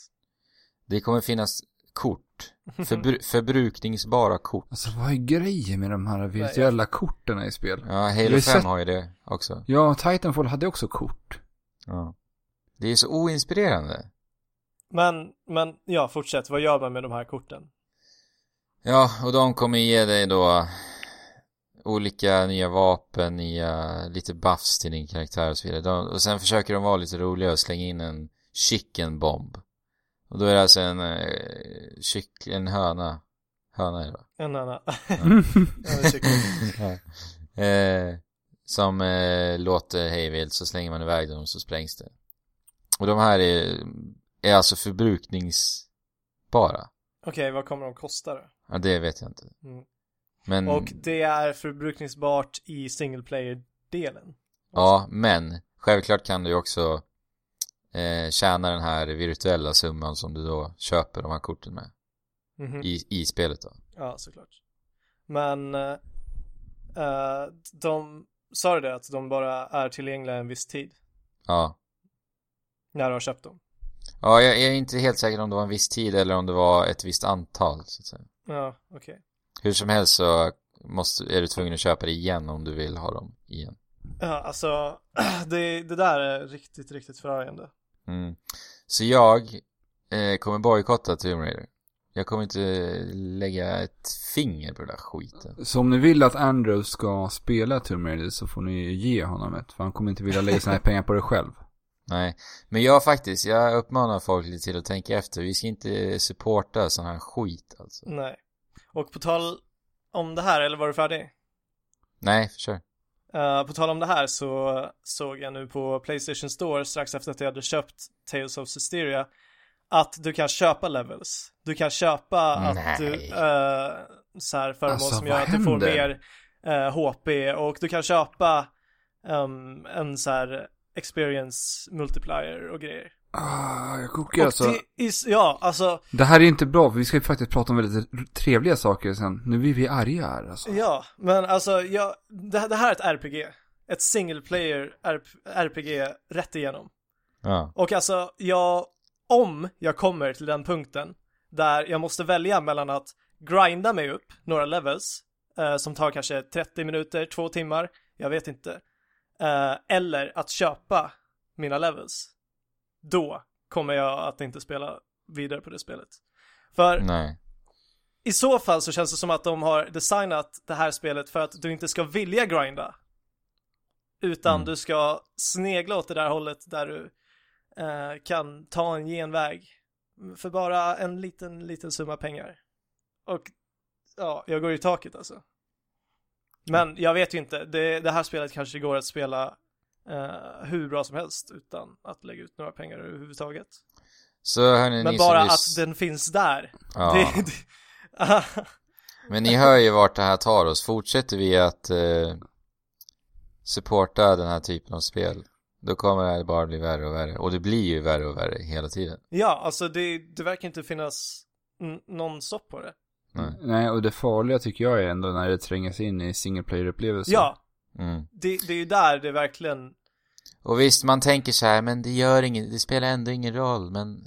Speaker 3: Det kommer finnas
Speaker 2: [laughs]
Speaker 3: kort, förbru- förbrukningsbara kort.
Speaker 1: Alltså vad är grejen med de här virtuella korten i spel?
Speaker 3: Ja,
Speaker 1: Jag har
Speaker 3: Halo
Speaker 1: ju
Speaker 3: 5
Speaker 1: sett-
Speaker 3: har ju det också.
Speaker 1: Ja, Titanfall hade också kort.
Speaker 3: Ja. Det är så oinspirerande.
Speaker 2: Men, men ja, fortsätt. Vad gör man med de här korten?
Speaker 3: Ja, och de kommer ge dig då olika nya vapen, nya lite buffs till din karaktär och så vidare. De, och sen försöker de vara lite roliga och slänga in en chicken bomb. Och då är det alltså en eh, kyckling, en höna. Höna är det va?
Speaker 2: En
Speaker 1: Mm.
Speaker 2: annan. [laughs]
Speaker 3: eh, som eh, låter hejvilt så slänger man iväg dem så sprängs det. Och de här är, är alltså förbrukningsbara.
Speaker 2: Okej, vad kommer de kosta då?
Speaker 3: Ja, det vet jag inte.
Speaker 2: Mm.
Speaker 3: Men,
Speaker 2: Och det är förbrukningsbart i single player-delen.
Speaker 3: ja, men självklart kan du ju också eh, tjäna den här virtuella summan som du då köper de här korten med
Speaker 2: Mhm.
Speaker 3: i, i spelet då.
Speaker 2: Ja, såklart. Men eh, eh, de sa du det att de bara är tillgängliga en viss tid
Speaker 3: Ja.
Speaker 2: när du har köpt dem?
Speaker 3: Ja, jag är inte helt säker om det var en viss tid eller om det var ett visst antal. Så att säga.
Speaker 2: Ja, okej.
Speaker 3: Hur som helst så måste, är du tvungen att köpa det igen om du vill ha dem igen.
Speaker 2: Ja, alltså [clears throat] det, det där är riktigt, riktigt förargande.
Speaker 3: Mm. Så jag eh, kommer bojkotta Tomb Raider. Jag kommer inte lägga ett finger på den där skiten.
Speaker 1: Så om ni vill att Andrew ska spela Tomb Raider så får ni ge honom ett. För han kommer inte vilja lägga sina
Speaker 2: [laughs]
Speaker 1: här pengar på det själv.
Speaker 3: Nej, men jag faktiskt, jag uppmanar folk lite till att tänka efter. Vi ska inte supporta sån här skit alltså.
Speaker 2: Nej. Och på tal om det här, eller var du färdig?
Speaker 3: Nej, kör.
Speaker 2: Eh, på tal om det här så såg jag nu på Playstation Store strax efter att jag hade köpt Tales of Systeria att du kan köpa levels. Du kan köpa att du,
Speaker 3: Nej.
Speaker 2: eh, så här föremål
Speaker 1: Alltså,
Speaker 2: som gör
Speaker 1: vad
Speaker 2: att du får
Speaker 1: händer?
Speaker 2: mer eh, HP och du kan köpa ehm, en så här experience multiplier och grejer.
Speaker 1: Ah, jag kokar
Speaker 2: och
Speaker 1: alltså. Det...
Speaker 2: det är, s- ja, alltså,
Speaker 1: här är inte bra, för vi ska ju faktiskt prata om väldigt r- trevliga saker sen. Nu blir vi arga här alltså.
Speaker 2: ja, men alltså, ja, det, det här är ett RPG. Ett single player RP- RPG rätt igenom.
Speaker 3: Ja.
Speaker 2: Och alltså, jag, om jag kommer till den punkten där jag måste välja mellan att grinda mig upp några levels eh, som tar kanske 30 minuter, två timmar, jag vet inte, eh, eller att köpa mina levels, då kommer jag att inte spela vidare på det spelet. För
Speaker 3: Nej.
Speaker 2: i så fall så känns det som att de har designat det här spelet för att du inte ska vilja grinda. Utan
Speaker 3: Mm.
Speaker 2: du ska snegla åt det där hållet där du eh, kan ta en genväg. För bara en liten, liten summa pengar. Och ja, jag går i taket
Speaker 3: Mm.
Speaker 2: alltså. Men jag vet ju inte, det, det här spelet kanske går att spela eh, hur bra som helst utan att lägga ut några pengar överhuvudtaget.
Speaker 3: Så hörni,
Speaker 2: Men
Speaker 3: ni
Speaker 2: bara
Speaker 3: som
Speaker 2: att
Speaker 3: lys-
Speaker 2: den finns där.
Speaker 3: Ja.
Speaker 2: Det, [laughs] det,
Speaker 3: Men ni hör ju vart det här tar oss. Fortsätter vi att eh, supporta den här typen av spel, då kommer det här bara bli värre och värre. Och det blir ju värre och värre hela tiden.
Speaker 2: Ja, alltså det, det verkar inte finnas n- någon stopp på det.
Speaker 3: Nej.
Speaker 1: Nej, och det farliga tycker jag är ändå när det tränger sig in i single player-upplevelser.
Speaker 2: Ja,
Speaker 3: Mm.
Speaker 2: det, det är ju där det verkligen...
Speaker 3: Och visst, man tänker så här, men det gör inget, det spelar ändå ingen roll, men...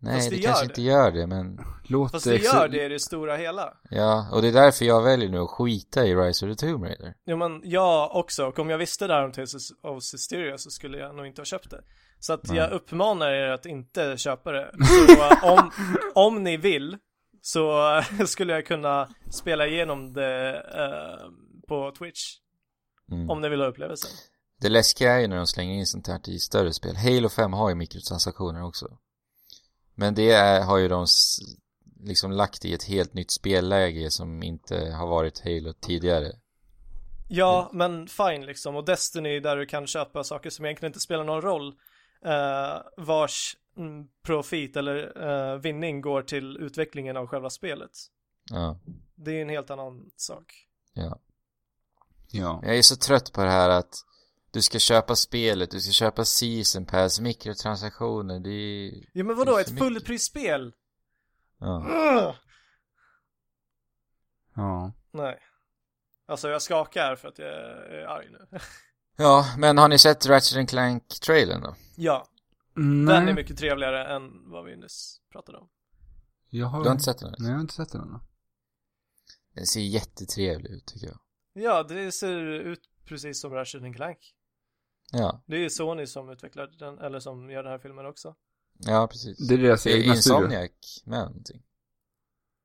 Speaker 3: Nej,
Speaker 2: Fast
Speaker 3: det,
Speaker 2: det
Speaker 3: kanske
Speaker 2: gör
Speaker 3: inte
Speaker 2: det.
Speaker 3: gör det, men...
Speaker 1: Låt
Speaker 2: Fast det
Speaker 1: ex-
Speaker 2: gör det i det stora hela.
Speaker 3: Ja, och det är därför jag väljer nu att skita i Rise of the Tomb Raider.
Speaker 2: Ja, men jag också. Och om jag visste det här om Tales of Systeria så skulle jag nog inte ha köpt det. Så att jag uppmanar er att inte köpa det. Så eh, om, om ni vill så [laughs] eh, skulle jag kunna spela igenom det eh, på Twitch.
Speaker 3: Mm.
Speaker 2: Om ni vill ha upplevelsen.
Speaker 3: Det läskiga är ju när de slänger in sånt här i större spel. Halo 5 har ju mikrotransaktioner också. Men det är, har ju de s- liksom lagt i ett helt nytt spelläge som inte har varit Halo tidigare.
Speaker 2: Ja, men fine liksom. Och Destiny där du kan köpa saker som egentligen inte spelar någon roll. Eh, vars mm, profit eller eh, vinning går till utvecklingen av själva spelet.
Speaker 3: Ja.
Speaker 2: Det är en helt annan sak.
Speaker 1: Ja.
Speaker 3: Jag är så trött på det här att du ska köpa spelet, du ska köpa season pass, mikrotransaktioner, det är...
Speaker 2: Ja, men
Speaker 3: Det
Speaker 2: vadå?
Speaker 3: är för
Speaker 2: Ett [clears throat]
Speaker 3: mycket.
Speaker 2: fullprisspel?
Speaker 3: Ja.
Speaker 2: Ugh!
Speaker 1: Ja.
Speaker 2: Nej. Alltså jag skakar för att jag är arg nu. [laughs]
Speaker 3: Ja, men har ni sett Ratchet and Clank-trailern då?
Speaker 2: Ja,
Speaker 1: Nej,
Speaker 2: den är mycket trevligare än vad vi nyss pratade om.
Speaker 1: jag har,
Speaker 3: Du har inte sett den?
Speaker 1: Nej, jag har inte sett den ännu.
Speaker 3: Den ser jättetrevlig ut tycker jag.
Speaker 2: Ja, det ser ut precis som Ratchet Clank.
Speaker 3: Ja,
Speaker 2: Det är ju Sony som utvecklade den, eller som gör den här filmen också.
Speaker 3: ja precis.
Speaker 1: Det är deras
Speaker 3: Det är
Speaker 1: egna studio.
Speaker 3: Insomniac med någonting.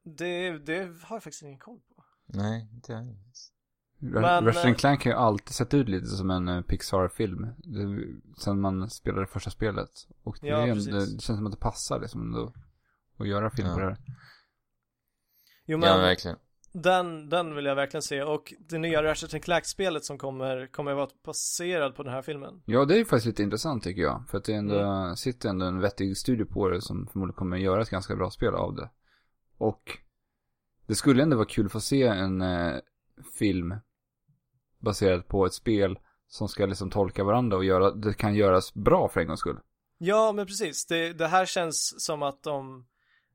Speaker 2: Det, det har jag faktiskt ingen koll på.
Speaker 3: Nej, inte alls.
Speaker 2: Men,
Speaker 1: Ra- Ratchet
Speaker 2: eh,
Speaker 1: and Clank har ju alltid sett ut lite som en eh, Pixar-film. Det- Sen man spelade första spelet. Och det,
Speaker 2: Ja,
Speaker 1: är en,
Speaker 2: precis.
Speaker 1: det, det känns som att det passar liksom ändå. Att göra film
Speaker 3: Ja.
Speaker 1: på det här.
Speaker 2: Jo
Speaker 3: Ja,
Speaker 2: men,
Speaker 3: verkligen.
Speaker 2: den, den vill jag verkligen se och det nya Ratchet Clank-spelet som kommer, kommer att vara baserad på den här filmen.
Speaker 1: Ja, det är ju faktiskt lite intressant tycker jag. För att det ändå,
Speaker 2: Mm.
Speaker 1: sitter ändå en vettig studio på det som förmodligen kommer göra ett ganska bra spel av det. Och det skulle ändå vara kul att få se en eh, film baserad på ett spel som ska liksom tolka varandra och göra, det kan göras bra för en gångs skull.
Speaker 2: Ja, men precis. Det, det här känns som att de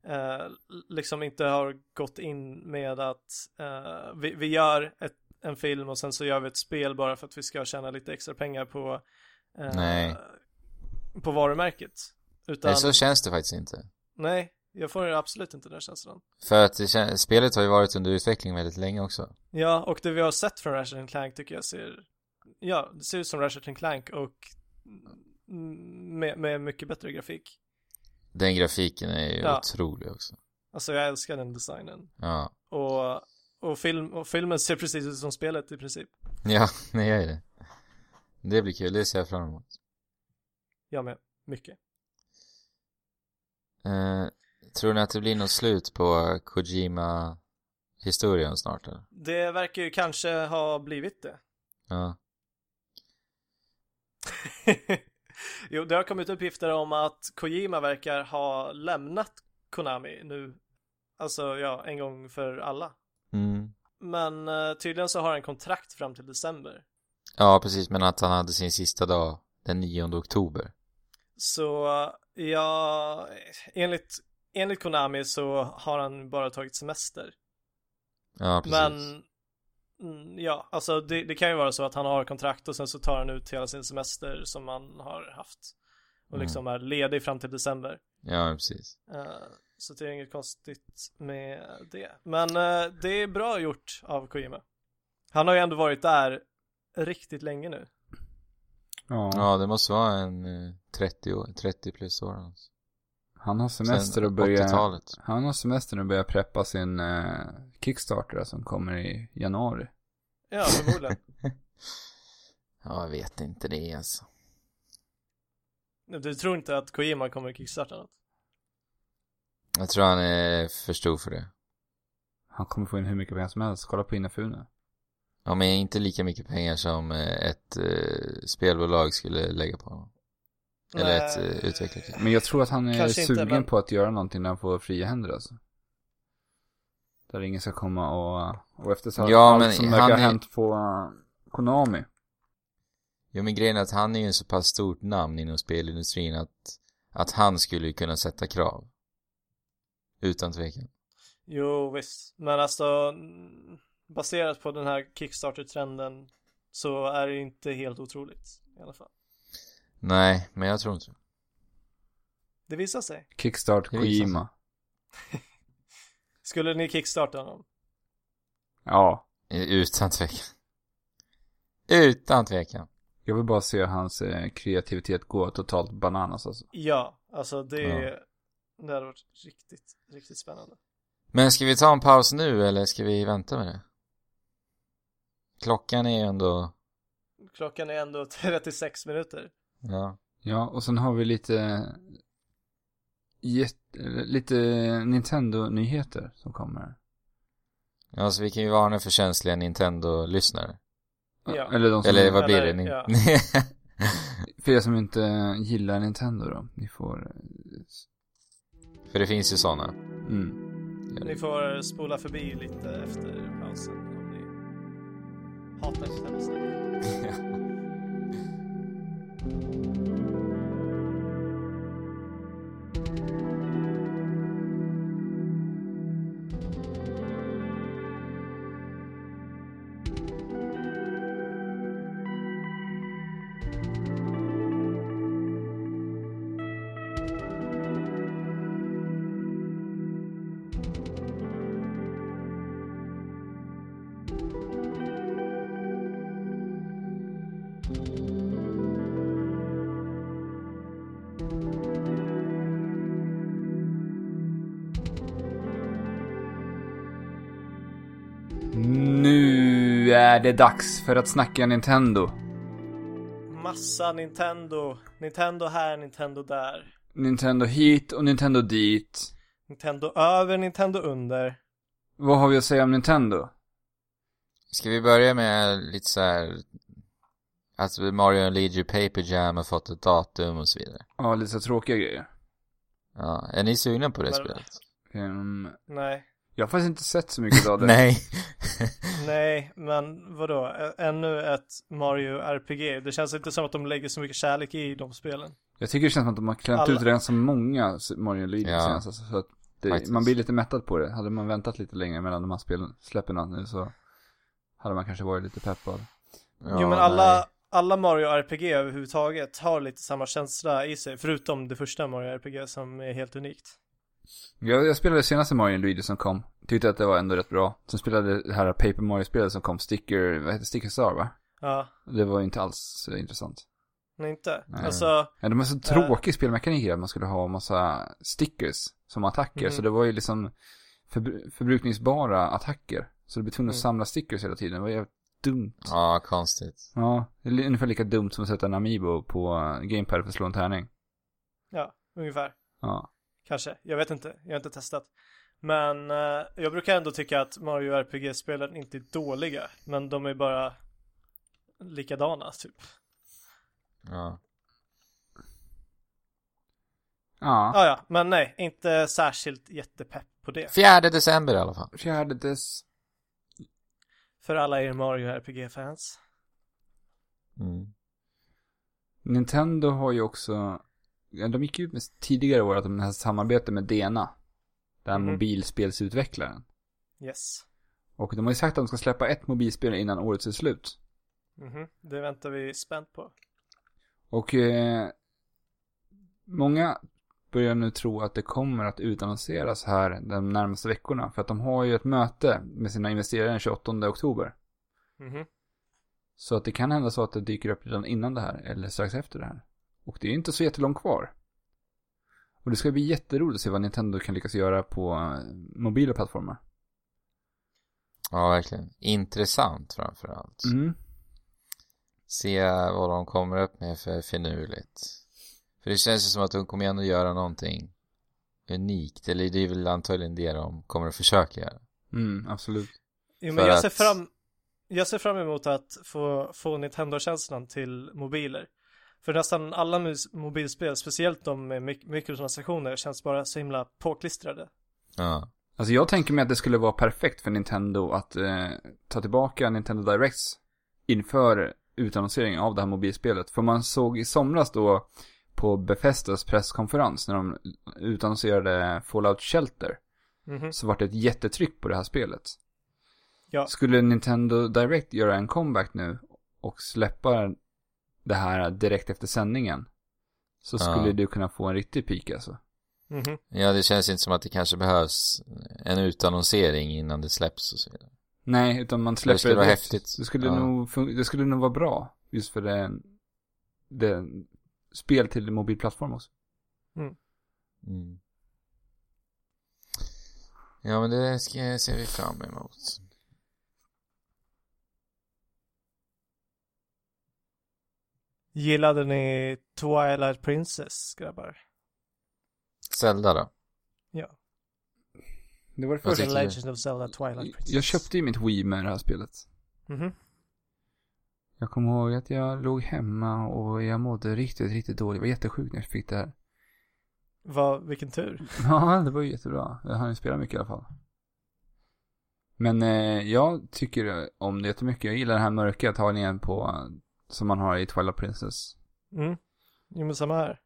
Speaker 2: eh, liksom inte har gått in med att eh, vi, vi gör ett, en film och sen så gör vi ett spel bara för att vi ska tjäna lite extra pengar på, eh,
Speaker 3: Nej.
Speaker 2: på varumärket. Utan,
Speaker 3: Nej, så känns det faktiskt inte.
Speaker 2: nej, jag får absolut inte den känslan.
Speaker 3: För att det kän- spelet har ju varit under utveckling väldigt länge också.
Speaker 2: Ja, och det vi har sett från Ratchet Clank tycker jag ser, ja, det ser ut som Ratchet Clank och mm, med, med mycket bättre grafik.
Speaker 3: Den grafiken är ju
Speaker 2: Ja.
Speaker 3: otrolig också.
Speaker 2: Alltså jag älskar den designen.
Speaker 3: Ja,
Speaker 2: Och, och, film, och filmen ser precis ut som spelet i princip.
Speaker 3: ja, [laughs] det gör ju det. Det blir kul, det ser jag fram emot.
Speaker 2: Jag med, mycket.
Speaker 3: Eh, tror ni att det blir något slut på Kojima-historien snart eller?
Speaker 2: Det verkar ju kanske ha blivit det. [laughs]
Speaker 3: Ja.
Speaker 2: jo, det har kommit uppgifter om att Kojima verkar ha lämnat Konami nu. Alltså, ja, en gång för alla.
Speaker 3: Mm.
Speaker 2: Men eh, tydligen så har han kontrakt fram till december.
Speaker 3: Ja, precis, men att han hade sin sista dag den 9 oktober.
Speaker 2: Så ja, enligt, enligt Konami så har han bara tagit semester.
Speaker 3: Ja, precis.
Speaker 2: Men mm, ja, alltså det, det kan ju vara så att han har kontrakt och sen så tar han ut hela sin semester som han har haft. Och
Speaker 3: Mm.
Speaker 2: liksom är ledig fram till december.
Speaker 3: Ja, precis.
Speaker 2: Eh, så det är inget konstigt med det. Men eh, det är bra gjort av Kojima. Han har ju ändå varit där riktigt länge nu.
Speaker 1: Ja.
Speaker 3: Ja, det måste vara en eh, 30, år, 30 plus år. Alltså.
Speaker 1: Han har semester och börjar,
Speaker 3: 80-talet.
Speaker 1: han har semester och börjar preppa sin eh, Kickstarter som kommer i januari.
Speaker 2: Ja,
Speaker 3: [laughs]
Speaker 2: förmodligen.
Speaker 3: Ja, jag vet inte det alltså.
Speaker 2: du tror inte att Kojima kommer kickstarta något?
Speaker 3: Jag tror han är för stor för det.
Speaker 1: Han kommer få in hur mycket pengar som helst. Kolla på Inafune.
Speaker 3: Ja, men inte lika mycket pengar som eh, ett eh, spelbolag skulle lägga på honom. Eller ett
Speaker 2: Nej.
Speaker 3: eh, utvecklarteam.
Speaker 1: Men jag tror att han är
Speaker 2: Kanske inte,
Speaker 1: sugen
Speaker 2: men-
Speaker 1: på att göra någonting när han får fria händer alltså. Där ingen ska komma och, och efter så
Speaker 3: Ja, men
Speaker 1: allt som verkar
Speaker 3: han
Speaker 1: ha
Speaker 3: är-
Speaker 1: hänt på eh, Konami.
Speaker 3: Jo, men grejen är att han är ju en så pass stort namn inom spelindustrin att, att han skulle ju kunna sätta krav. Utan tvekan.
Speaker 2: Jo, visst. Men alltså, mm, baserat på den här Kickstarter-trenden så är det inte helt otroligt i alla fall.
Speaker 3: Nej, men jag tror inte det.
Speaker 2: Det visar sig.
Speaker 1: Kickstart
Speaker 3: Det visar sig.
Speaker 1: Kojima.
Speaker 2: Skulle ni kickstarta honom?
Speaker 1: Ja.
Speaker 3: Eh, Utan tvekan. Utan tvekan.
Speaker 1: Jag vill bara se hans eh, kreativitet gå totalt bananas alltså.
Speaker 2: Ja, alltså det,
Speaker 3: Ja.
Speaker 2: det hade varit riktigt, riktigt spännande.
Speaker 3: Men ska vi ta en paus nu eller ska vi vänta med det? Klockan är ju ändå...
Speaker 2: Klockan är ändå [laughs] 36 minuter.
Speaker 3: Ja.
Speaker 1: Ja, och sen har vi lite... jätte- lite Nintendo-nyheter som kommer.
Speaker 3: Ja, så vi kan ju varna för känsliga Nintendo-lyssnare.
Speaker 2: Ja.
Speaker 1: Eller de som,
Speaker 3: Eller vad blir
Speaker 2: Alltså, Eller,
Speaker 3: det? Ni...
Speaker 2: ja.
Speaker 1: för er som inte gillar Nintendo då. Ni får...
Speaker 3: [laughs] för det finns ju sådana.
Speaker 1: eh, Mm.
Speaker 2: Ni får spola förbi lite efter pausen om ni hatar Nintendo.
Speaker 1: Nu är det dags för att snacka Nintendo.
Speaker 2: Massa Nintendo. Nintendo här, Nintendo där.
Speaker 1: Nintendo hit och Nintendo dit.
Speaker 2: Nintendo över, Nintendo under.
Speaker 1: Vad har vi att säga om Nintendo?
Speaker 3: Ska vi börja med lite så här att Mario och Luigi Paper Jam har fått ett datum och så vidare.
Speaker 1: Ja, lite så tråkiga grejer.
Speaker 3: Ja, är ni sugna på det
Speaker 2: Men-
Speaker 3: spelet?
Speaker 1: Ehm,
Speaker 2: Nej.
Speaker 1: jag har faktiskt inte sett så mycket
Speaker 3: [laughs]
Speaker 1: av det.
Speaker 3: Nej.
Speaker 2: Nej, men vadå? Ä- Ännu ett Mario RPG. Det känns inte som att de lägger så mycket kärlek i de spelen.
Speaker 1: Jag tycker det känns som att de har klämt
Speaker 2: Alla-
Speaker 1: ut redan så många Mario Luigi
Speaker 3: Ja.
Speaker 1: senast. Alltså, så att det,
Speaker 3: Faktiskt.
Speaker 1: man blir lite mättad på det. Hade man väntat lite längre mellan de här spelen, släppen nu så hade man kanske varit lite peppad.
Speaker 3: Ja,
Speaker 2: jo, men alla,
Speaker 3: nej.
Speaker 2: alla Mario RPG överhuvudtaget har lite samma känsla i sig. Förutom det första Mario RPG som är helt unikt.
Speaker 1: Jag, jag spelade senaste Mario Luigi som kom. Tyckte att det var ändå rätt bra. Sen spelade det här Paper Mario-spelet som kom, Sticker, vad heter det? Sticker Star va?
Speaker 2: Ja,
Speaker 1: Det var ju inte alls eh, intressant.
Speaker 2: men inte.
Speaker 1: Nej.
Speaker 2: Alltså,
Speaker 1: Ja, de är så tråkig spelmekanik här, att man skulle ha massa stickers som attacker.
Speaker 2: Mm.
Speaker 1: Så det var ju liksom förbru- förbrukningsbara attacker. Så du blev tvungen att
Speaker 2: Mm.
Speaker 1: samla stickers hela tiden. Det var jävligt dumt.
Speaker 3: Ja, konstigt.
Speaker 1: Ja, det är li- ungefär lika dumt som att sätta en Amiibo på eh, Gamepad för att slå en tärning.
Speaker 2: ja, ungefär.
Speaker 1: Ja.
Speaker 2: Kanske, jag vet inte, jag har inte testat. Men eh, jag brukar ändå tycka att Mario RPG-spelen inte är dåliga, men de är bara likadana typ.
Speaker 3: Ja.
Speaker 1: Ja.
Speaker 2: Ah, ja, men nej, inte särskilt jättepepp på det.
Speaker 3: Fjärde december i alla fall.
Speaker 1: Fjärde dess...
Speaker 2: För alla er Mario RPG-fans.
Speaker 3: Mm.
Speaker 1: Nintendo har ju också... ja, De gick ju ut med tidigare år att de har samarbete med Dena. Den här
Speaker 2: Mhm.
Speaker 1: mobilspelsutvecklaren.
Speaker 2: Yes.
Speaker 1: Och de har ju sagt att de ska släppa ett mobilspel innan årets är slut.
Speaker 2: Mhm, Det väntar vi spänt på.
Speaker 1: Och eh, många börjar nu tro att det kommer att utannonseras här de närmaste veckorna. För att de har ju ett möte med sina investerare den 28 oktober.
Speaker 2: Mhm.
Speaker 1: Så att det kan hända så att det dyker upp redan innan det här eller strax efter det här. Och det är inte så jättelångt kvar. Och det ska bli jätteroligt att se vad Nintendo kan lyckas göra på eh, mobila plattformar.
Speaker 3: Ja, verkligen. Intressant framför allt.
Speaker 1: Mm.
Speaker 3: Se vad de kommer upp med för finurligt. För det känns ju som att de kommer ändå göra någonting unikt. Eller det är väl antagligen det de kommer att försöka göra.
Speaker 1: Mm, absolut.
Speaker 2: Jo,
Speaker 3: För
Speaker 2: men jag ser,
Speaker 3: att-
Speaker 2: fram, jag ser fram emot att få, få Nintendo-känslan till mobiler. För nästan alla mus- mobilspel, speciellt de med mik- mikrotransaktioner, känns bara så himla påklistrade.
Speaker 3: Ja.
Speaker 1: Alltså jag tänker mig att det skulle vara perfekt för Nintendo att eh, ta tillbaka Nintendo Directs inför utannonseringen av det här mobilspelet. För man såg i somras då på Bethesdas presskonferens när de utannonserade Fallout Shelter.
Speaker 2: Mhm.
Speaker 1: så vart det ett jättetryck på det här spelet.
Speaker 2: Ja.
Speaker 1: Skulle Nintendo Direct göra en comeback nu och släppa det här direkt efter sändningen så
Speaker 3: Ja.
Speaker 1: skulle du kunna få en riktig peak alltså.
Speaker 2: Mhm.
Speaker 3: ja, det känns inte som att det kanske behövs en utannonsering innan det släpps och så vidare.
Speaker 1: Nej, utan man släpper
Speaker 3: skulle vara
Speaker 1: direkt.
Speaker 3: häftigt.
Speaker 1: Det skulle,
Speaker 3: Ja.
Speaker 1: nog fun- det skulle nog vara bra just för den, den spel till mobilplattform också.
Speaker 3: Mm. Ja, men det ska, ser vi fram emot.
Speaker 2: Gillade ni Twilight Princess, grabbar?
Speaker 3: Zelda då?
Speaker 2: Ja.
Speaker 1: Det var det
Speaker 3: Vad
Speaker 1: första.
Speaker 2: The
Speaker 3: tycker du?
Speaker 2: Legend of Zelda Twilight Princess.
Speaker 1: Jag köpte ju mitt Wii med det här spelet.
Speaker 2: Mhm.
Speaker 1: Jag kommer ihåg att jag låg hemma och jag mådde riktigt, riktigt dåligt. Jag var jättesjuk när jag fick det här.
Speaker 2: Vad, vilken tur.
Speaker 1: [laughs] Ja, det var ju jättebra. Jag hann ju spela mycket i alla fall. Men eh, jag tycker om det jättemycket. Jag gillar den här mörka tagningen på eh, som man har i Twilight Princess.
Speaker 2: Mm. Jo, men samma här.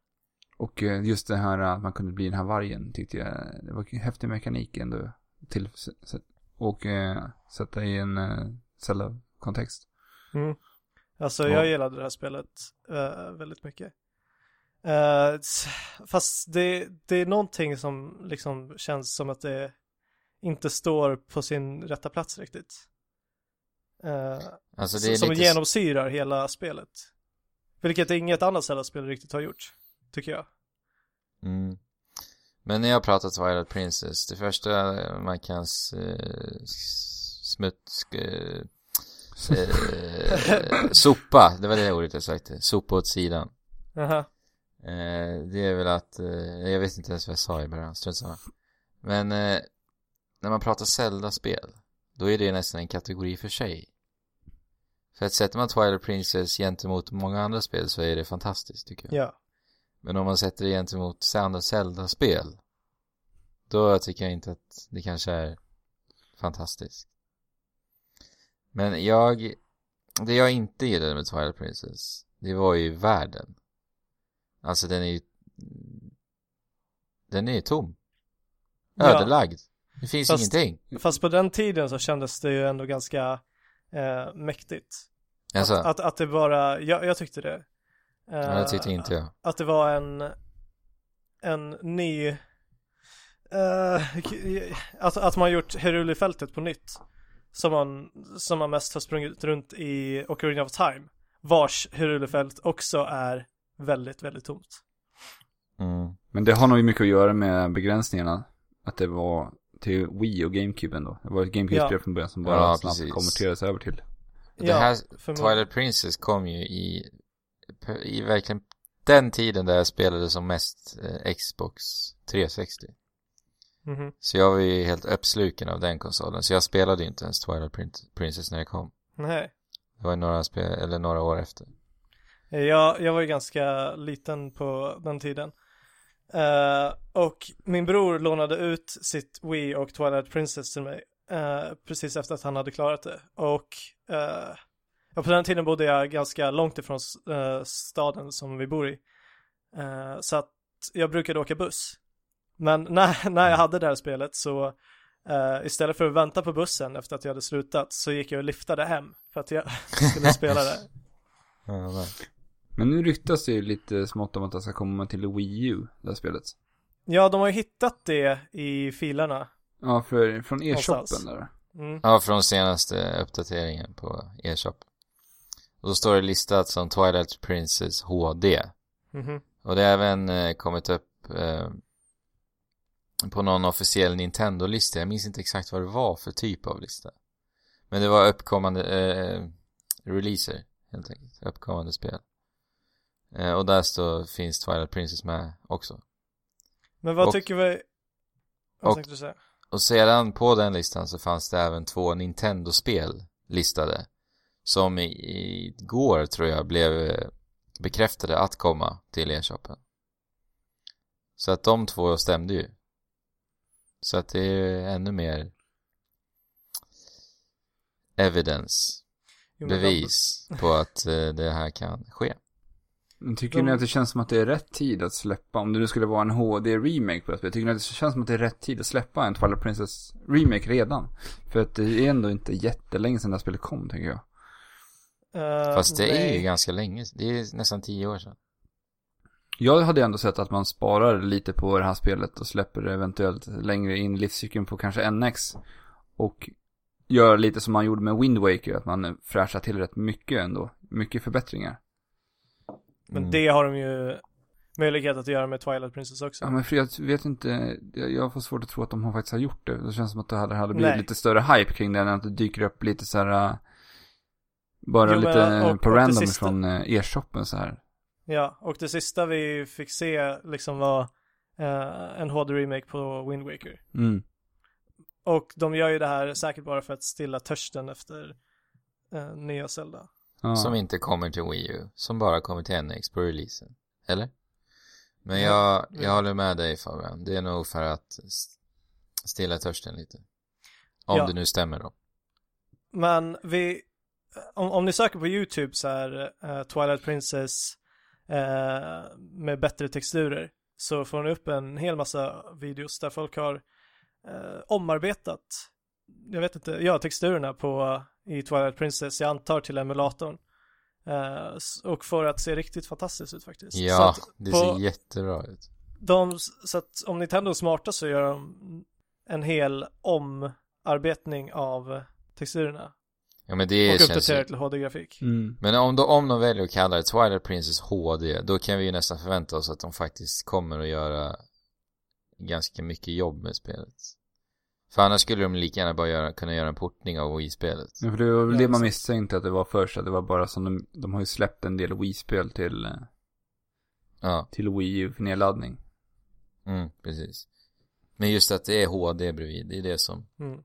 Speaker 1: Och eh, just det här att man kunde bli den här vargen tyckte jag. Det var en häftig mekanik ändå. Till, och eh, sätta i en eh, Zelda-kontext.
Speaker 2: Mm. Alltså
Speaker 1: Ja.
Speaker 2: jag gillade det här spelet eh, väldigt mycket. Eh, s- fast det, det är någonting som liksom känns som att det inte står på sin rätta plats riktigt. Eh,
Speaker 3: Alltså det är
Speaker 2: som
Speaker 3: lite...
Speaker 2: genomsyrar hela spelet. Vilket inget annat Zelda-spel riktigt har gjort, tycker jag.
Speaker 3: Mm. Men när jag pratar Twilight Princess, det första man kan s- eh, s- smuts... eh, Eh, sopa, det var det ordet jag sökte. Sopa åt sidan.
Speaker 2: Jaha.
Speaker 3: Eh, det är väl att, eh, jag vet inte ens vad jag sa i början, strunt samma. Men eh, när man pratar Zelda-spel, då är det nästan en kategori för sig. För att sätter man Twilight Princess gentemot många andra spel så är det fantastiskt tycker jag.
Speaker 2: Ja.
Speaker 3: Men om man sätter det gentemot andra Zelda-spel, då tycker jag inte att det kanske är fantastiskt. Men jag, det jag inte gillade med Twilight Princess, det var ju världen. Alltså den är ju, den är ju tom.
Speaker 2: Ja.
Speaker 3: Ödelagd. Det finns
Speaker 2: Fast-
Speaker 3: ingenting.
Speaker 2: Fast på den tiden så kändes det ju ändå ganska eh, mäktigt.
Speaker 3: Alltså,
Speaker 2: Att, att, att det bara, jag, jag tyckte det. Eh,
Speaker 3: ja, det tyckte inte jag.
Speaker 2: Att det var en, en ny, eh, k- att, att man gjort Herulifältet på nytt. Som man, som man mest har sprungit runt i Ocarina of Time. Vars Herulifält också är väldigt, väldigt tomt.
Speaker 3: Mm.
Speaker 1: Men det har nog mycket att göra med begränsningarna. Att det var till Wii och GameCube ändå. Det var ett GameCube-spel
Speaker 2: Ja.
Speaker 1: från början som bara
Speaker 3: Ja,
Speaker 1: snabbt
Speaker 3: precis.
Speaker 1: konverterades över till.
Speaker 3: Det här
Speaker 2: förmodligen.
Speaker 3: Twilight Princess kom ju i, i verkligen den tiden där jag spelade som mest eh, Xbox 360.
Speaker 2: Mhm.
Speaker 3: Så jag var ju helt uppsluken av den konsolen. Så jag spelade ju inte ens Twilight Prin- Princess när det kom.
Speaker 2: Nej.
Speaker 3: Det var ju några, spel, eller några år efter.
Speaker 2: Eh, Jag, jag var ju ganska liten på den tiden. Eh, och min bror lånade ut sitt Wii och Twilight Princess till mig eh, precis efter att han hade klarat det. Och eh, ja, på den tiden bodde jag ganska långt ifrån eh, staden som vi bor i. Eh, så att jag brukade åka buss. Men [laughs] när, när jag hade det här spelet så eh, istället för att vänta på bussen efter att jag hade slutat så gick jag och lyftade hem för att jag [laughs] skulle spela det.
Speaker 3: Ja, men-
Speaker 1: Men nu ryktas det ju lite smått om att det ska komma till Wii U, det här spelet.
Speaker 2: Ja, de har ju hittat det i filerna.
Speaker 1: Ja, för, från e-shoppen
Speaker 2: Någonstans.
Speaker 1: där.
Speaker 2: Mm.
Speaker 3: ja, från senaste uppdateringen på e-shop. Och då står det listat som Twilight Princess HD.
Speaker 2: Mhm.
Speaker 3: Och det har även eh, kommit upp eh, på någon officiell Nintendo-lista. Jag minns inte exakt vad det var för typ av lista. Men det var uppkommande eh, releaser, helt enkelt. Uppkommande spel. Eh, och där står, finns Twilight Princess med också.
Speaker 2: Men vad
Speaker 3: Och-
Speaker 2: tycker vi? Vad
Speaker 3: och-
Speaker 2: tänkte du säga?
Speaker 3: Och sedan på den listan så fanns det även två Nintendo-spel listade. Som i- igår tror jag blev eh, bekräftade att komma till e-shoppen. Så att de två stämde ju. Så att det är ju ännu mer evidence,
Speaker 2: Jo, men
Speaker 3: bevis på att eh, det här kan ske.
Speaker 1: Men tycker
Speaker 2: De-
Speaker 1: ni att det känns som att det är rätt tid att släppa, om det nu skulle vara en HD-remake på det här spelet, tycker ni att det känns som att det är rätt tid att släppa en Twilight Princess-remake redan? För att det är ändå inte jättelänge sedan det här spelet kom, tänker jag.
Speaker 2: Eh,
Speaker 3: Fast det är ju
Speaker 2: nej.
Speaker 3: ganska länge, det är nästan tio år sedan.
Speaker 1: Jag hade ändå sett att man sparar lite på det här spelet och släpper det eventuellt längre in i livscykeln på kanske NX. Och gör lite som man gjorde med Wind Waker, att man fräschar till rätt mycket ändå. Mycket förbättringar.
Speaker 2: Men
Speaker 3: Mm.
Speaker 2: det har de ju möjlighet att göra med Twilight Princess också.
Speaker 1: Ja men för jag vet inte, jag jag får svårt att tro att de har faktiskt har gjort det. Det känns som att det hade, hade blivit
Speaker 2: Nej.
Speaker 1: lite större hype kring det än att det dyker upp lite så här. äh, Bara
Speaker 2: Jo, men,
Speaker 1: lite
Speaker 2: och- och
Speaker 1: på
Speaker 2: det
Speaker 1: random
Speaker 2: sista-
Speaker 1: från eh, e-shoppen så här.
Speaker 2: Ja, och det sista vi fick se liksom var eh, en HD-remake på Wind Waker.
Speaker 1: Mm.
Speaker 2: Och de gör ju det här säkert bara för att stilla törsten efter eh, nya Zelda.
Speaker 1: Ja.
Speaker 3: Som inte kommer till Wii U, som bara kommer till NX på releasen. Eller? Men jag, jag håller med dig Fabian, det är nog för att s- stilla törsten lite. Om
Speaker 2: Ja.
Speaker 3: det nu stämmer då.
Speaker 2: Men vi, om, om ni söker på YouTube så här eh, Twilight Princess eh, med bättre texturer så får ni upp en hel massa videos där folk har eh, omarbetat, jag vet inte, ja texturerna på i Twilight Princess, jag antar till emulatorn. Eh, s- och får att se riktigt fantastiskt ut faktiskt. Så
Speaker 3: Ja,
Speaker 2: att
Speaker 3: det
Speaker 2: på-
Speaker 3: ser jättebra ut.
Speaker 2: de, så att om Nintendo är smarta så gör de en hel omarbetning av texturerna.
Speaker 3: Ja men
Speaker 2: Och
Speaker 3: det känns
Speaker 2: uppdaterar
Speaker 3: ju...
Speaker 2: till HD-grafik.
Speaker 1: Mm.
Speaker 3: Men om, då, om de väljer att kalla det Twilight Princess HD, då kan vi ju nästan förvänta oss att de faktiskt kommer att göra ganska mycket jobb med spelet. För annars skulle de lika gärna bara göra, kunna göra en portning av Wii-spelet.
Speaker 1: Ja, för det var väl
Speaker 2: Ja,
Speaker 1: det man
Speaker 2: just-
Speaker 1: misstänkte att det var först, att det var bara som de, de har ju släppt en del Wii-spel till, eh,
Speaker 3: Ja,
Speaker 1: till Wii U för nedladdning.
Speaker 3: mm, precis. Men just att det är HD bredvid, det är det som...
Speaker 2: Nej,
Speaker 3: Mm.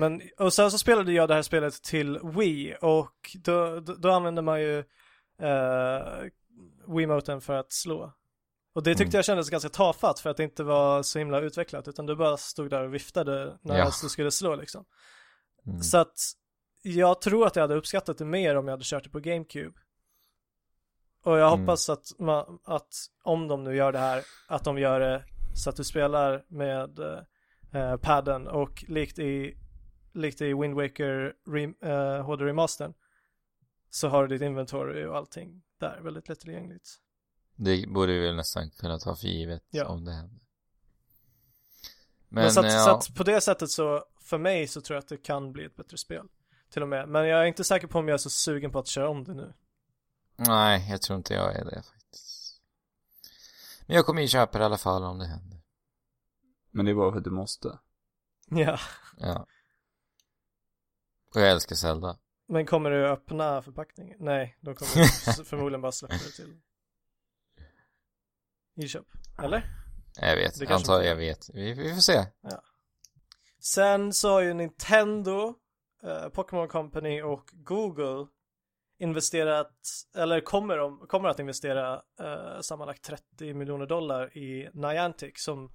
Speaker 2: men, och sen så spelade jag det här spelet till Wii och då, då, då använde man ju eh, Wiimoten för att slå. Och det tyckte
Speaker 3: Mm.
Speaker 2: jag kändes ganska tafatt för att det inte var så himla utvecklat utan du bara stod där och viftade när
Speaker 3: Ja.
Speaker 2: du skulle slå liksom.
Speaker 3: Mm.
Speaker 2: Så att jag tror att jag hade uppskattat det mer om jag hade kört det på GameCube. Och jag
Speaker 3: Mm.
Speaker 2: hoppas att, ma- att om de nu gör det här, att de gör det så att du spelar med eh, padden och likt i, likt i Wind Waker rem, eh, HD Remastern så har du ditt inventory och allting där väldigt lättillgängligt.
Speaker 3: Det borde vi väl nästan kunna ta för givet
Speaker 2: Ja.
Speaker 3: om det händer.
Speaker 2: Men,
Speaker 3: Men,
Speaker 2: så, att,
Speaker 3: eh,
Speaker 2: så
Speaker 3: ja,
Speaker 2: att på det sättet så, för mig så tror jag att det kan bli ett bättre spel. Till och med. Men jag är inte säker på om jag är så sugen på att köra om det nu. [laughs]
Speaker 3: nej, jag tror inte jag är det faktiskt. Men jag kommer ju köpa det i alla fall om det händer.
Speaker 1: Men det är bara för att du måste.
Speaker 2: Ja.
Speaker 3: Ja. Och jag älskar Zelda.
Speaker 2: Men kommer du öppna förpackningen? Nej, då kommer du s- förmodligen bara släppa det till e-shop. Eller?
Speaker 3: Jag vet,
Speaker 2: Det
Speaker 3: jag
Speaker 2: kanske
Speaker 3: antar
Speaker 2: inte-
Speaker 3: jag vet. Vi, vi
Speaker 2: [laughs]
Speaker 3: får se.
Speaker 2: Sen så har ju Nintendo, eh, Pokémon Company och Google investerat, eller kommer, de, kommer att investera eh, sammanlagt 30 miljoner dollar i Niantic som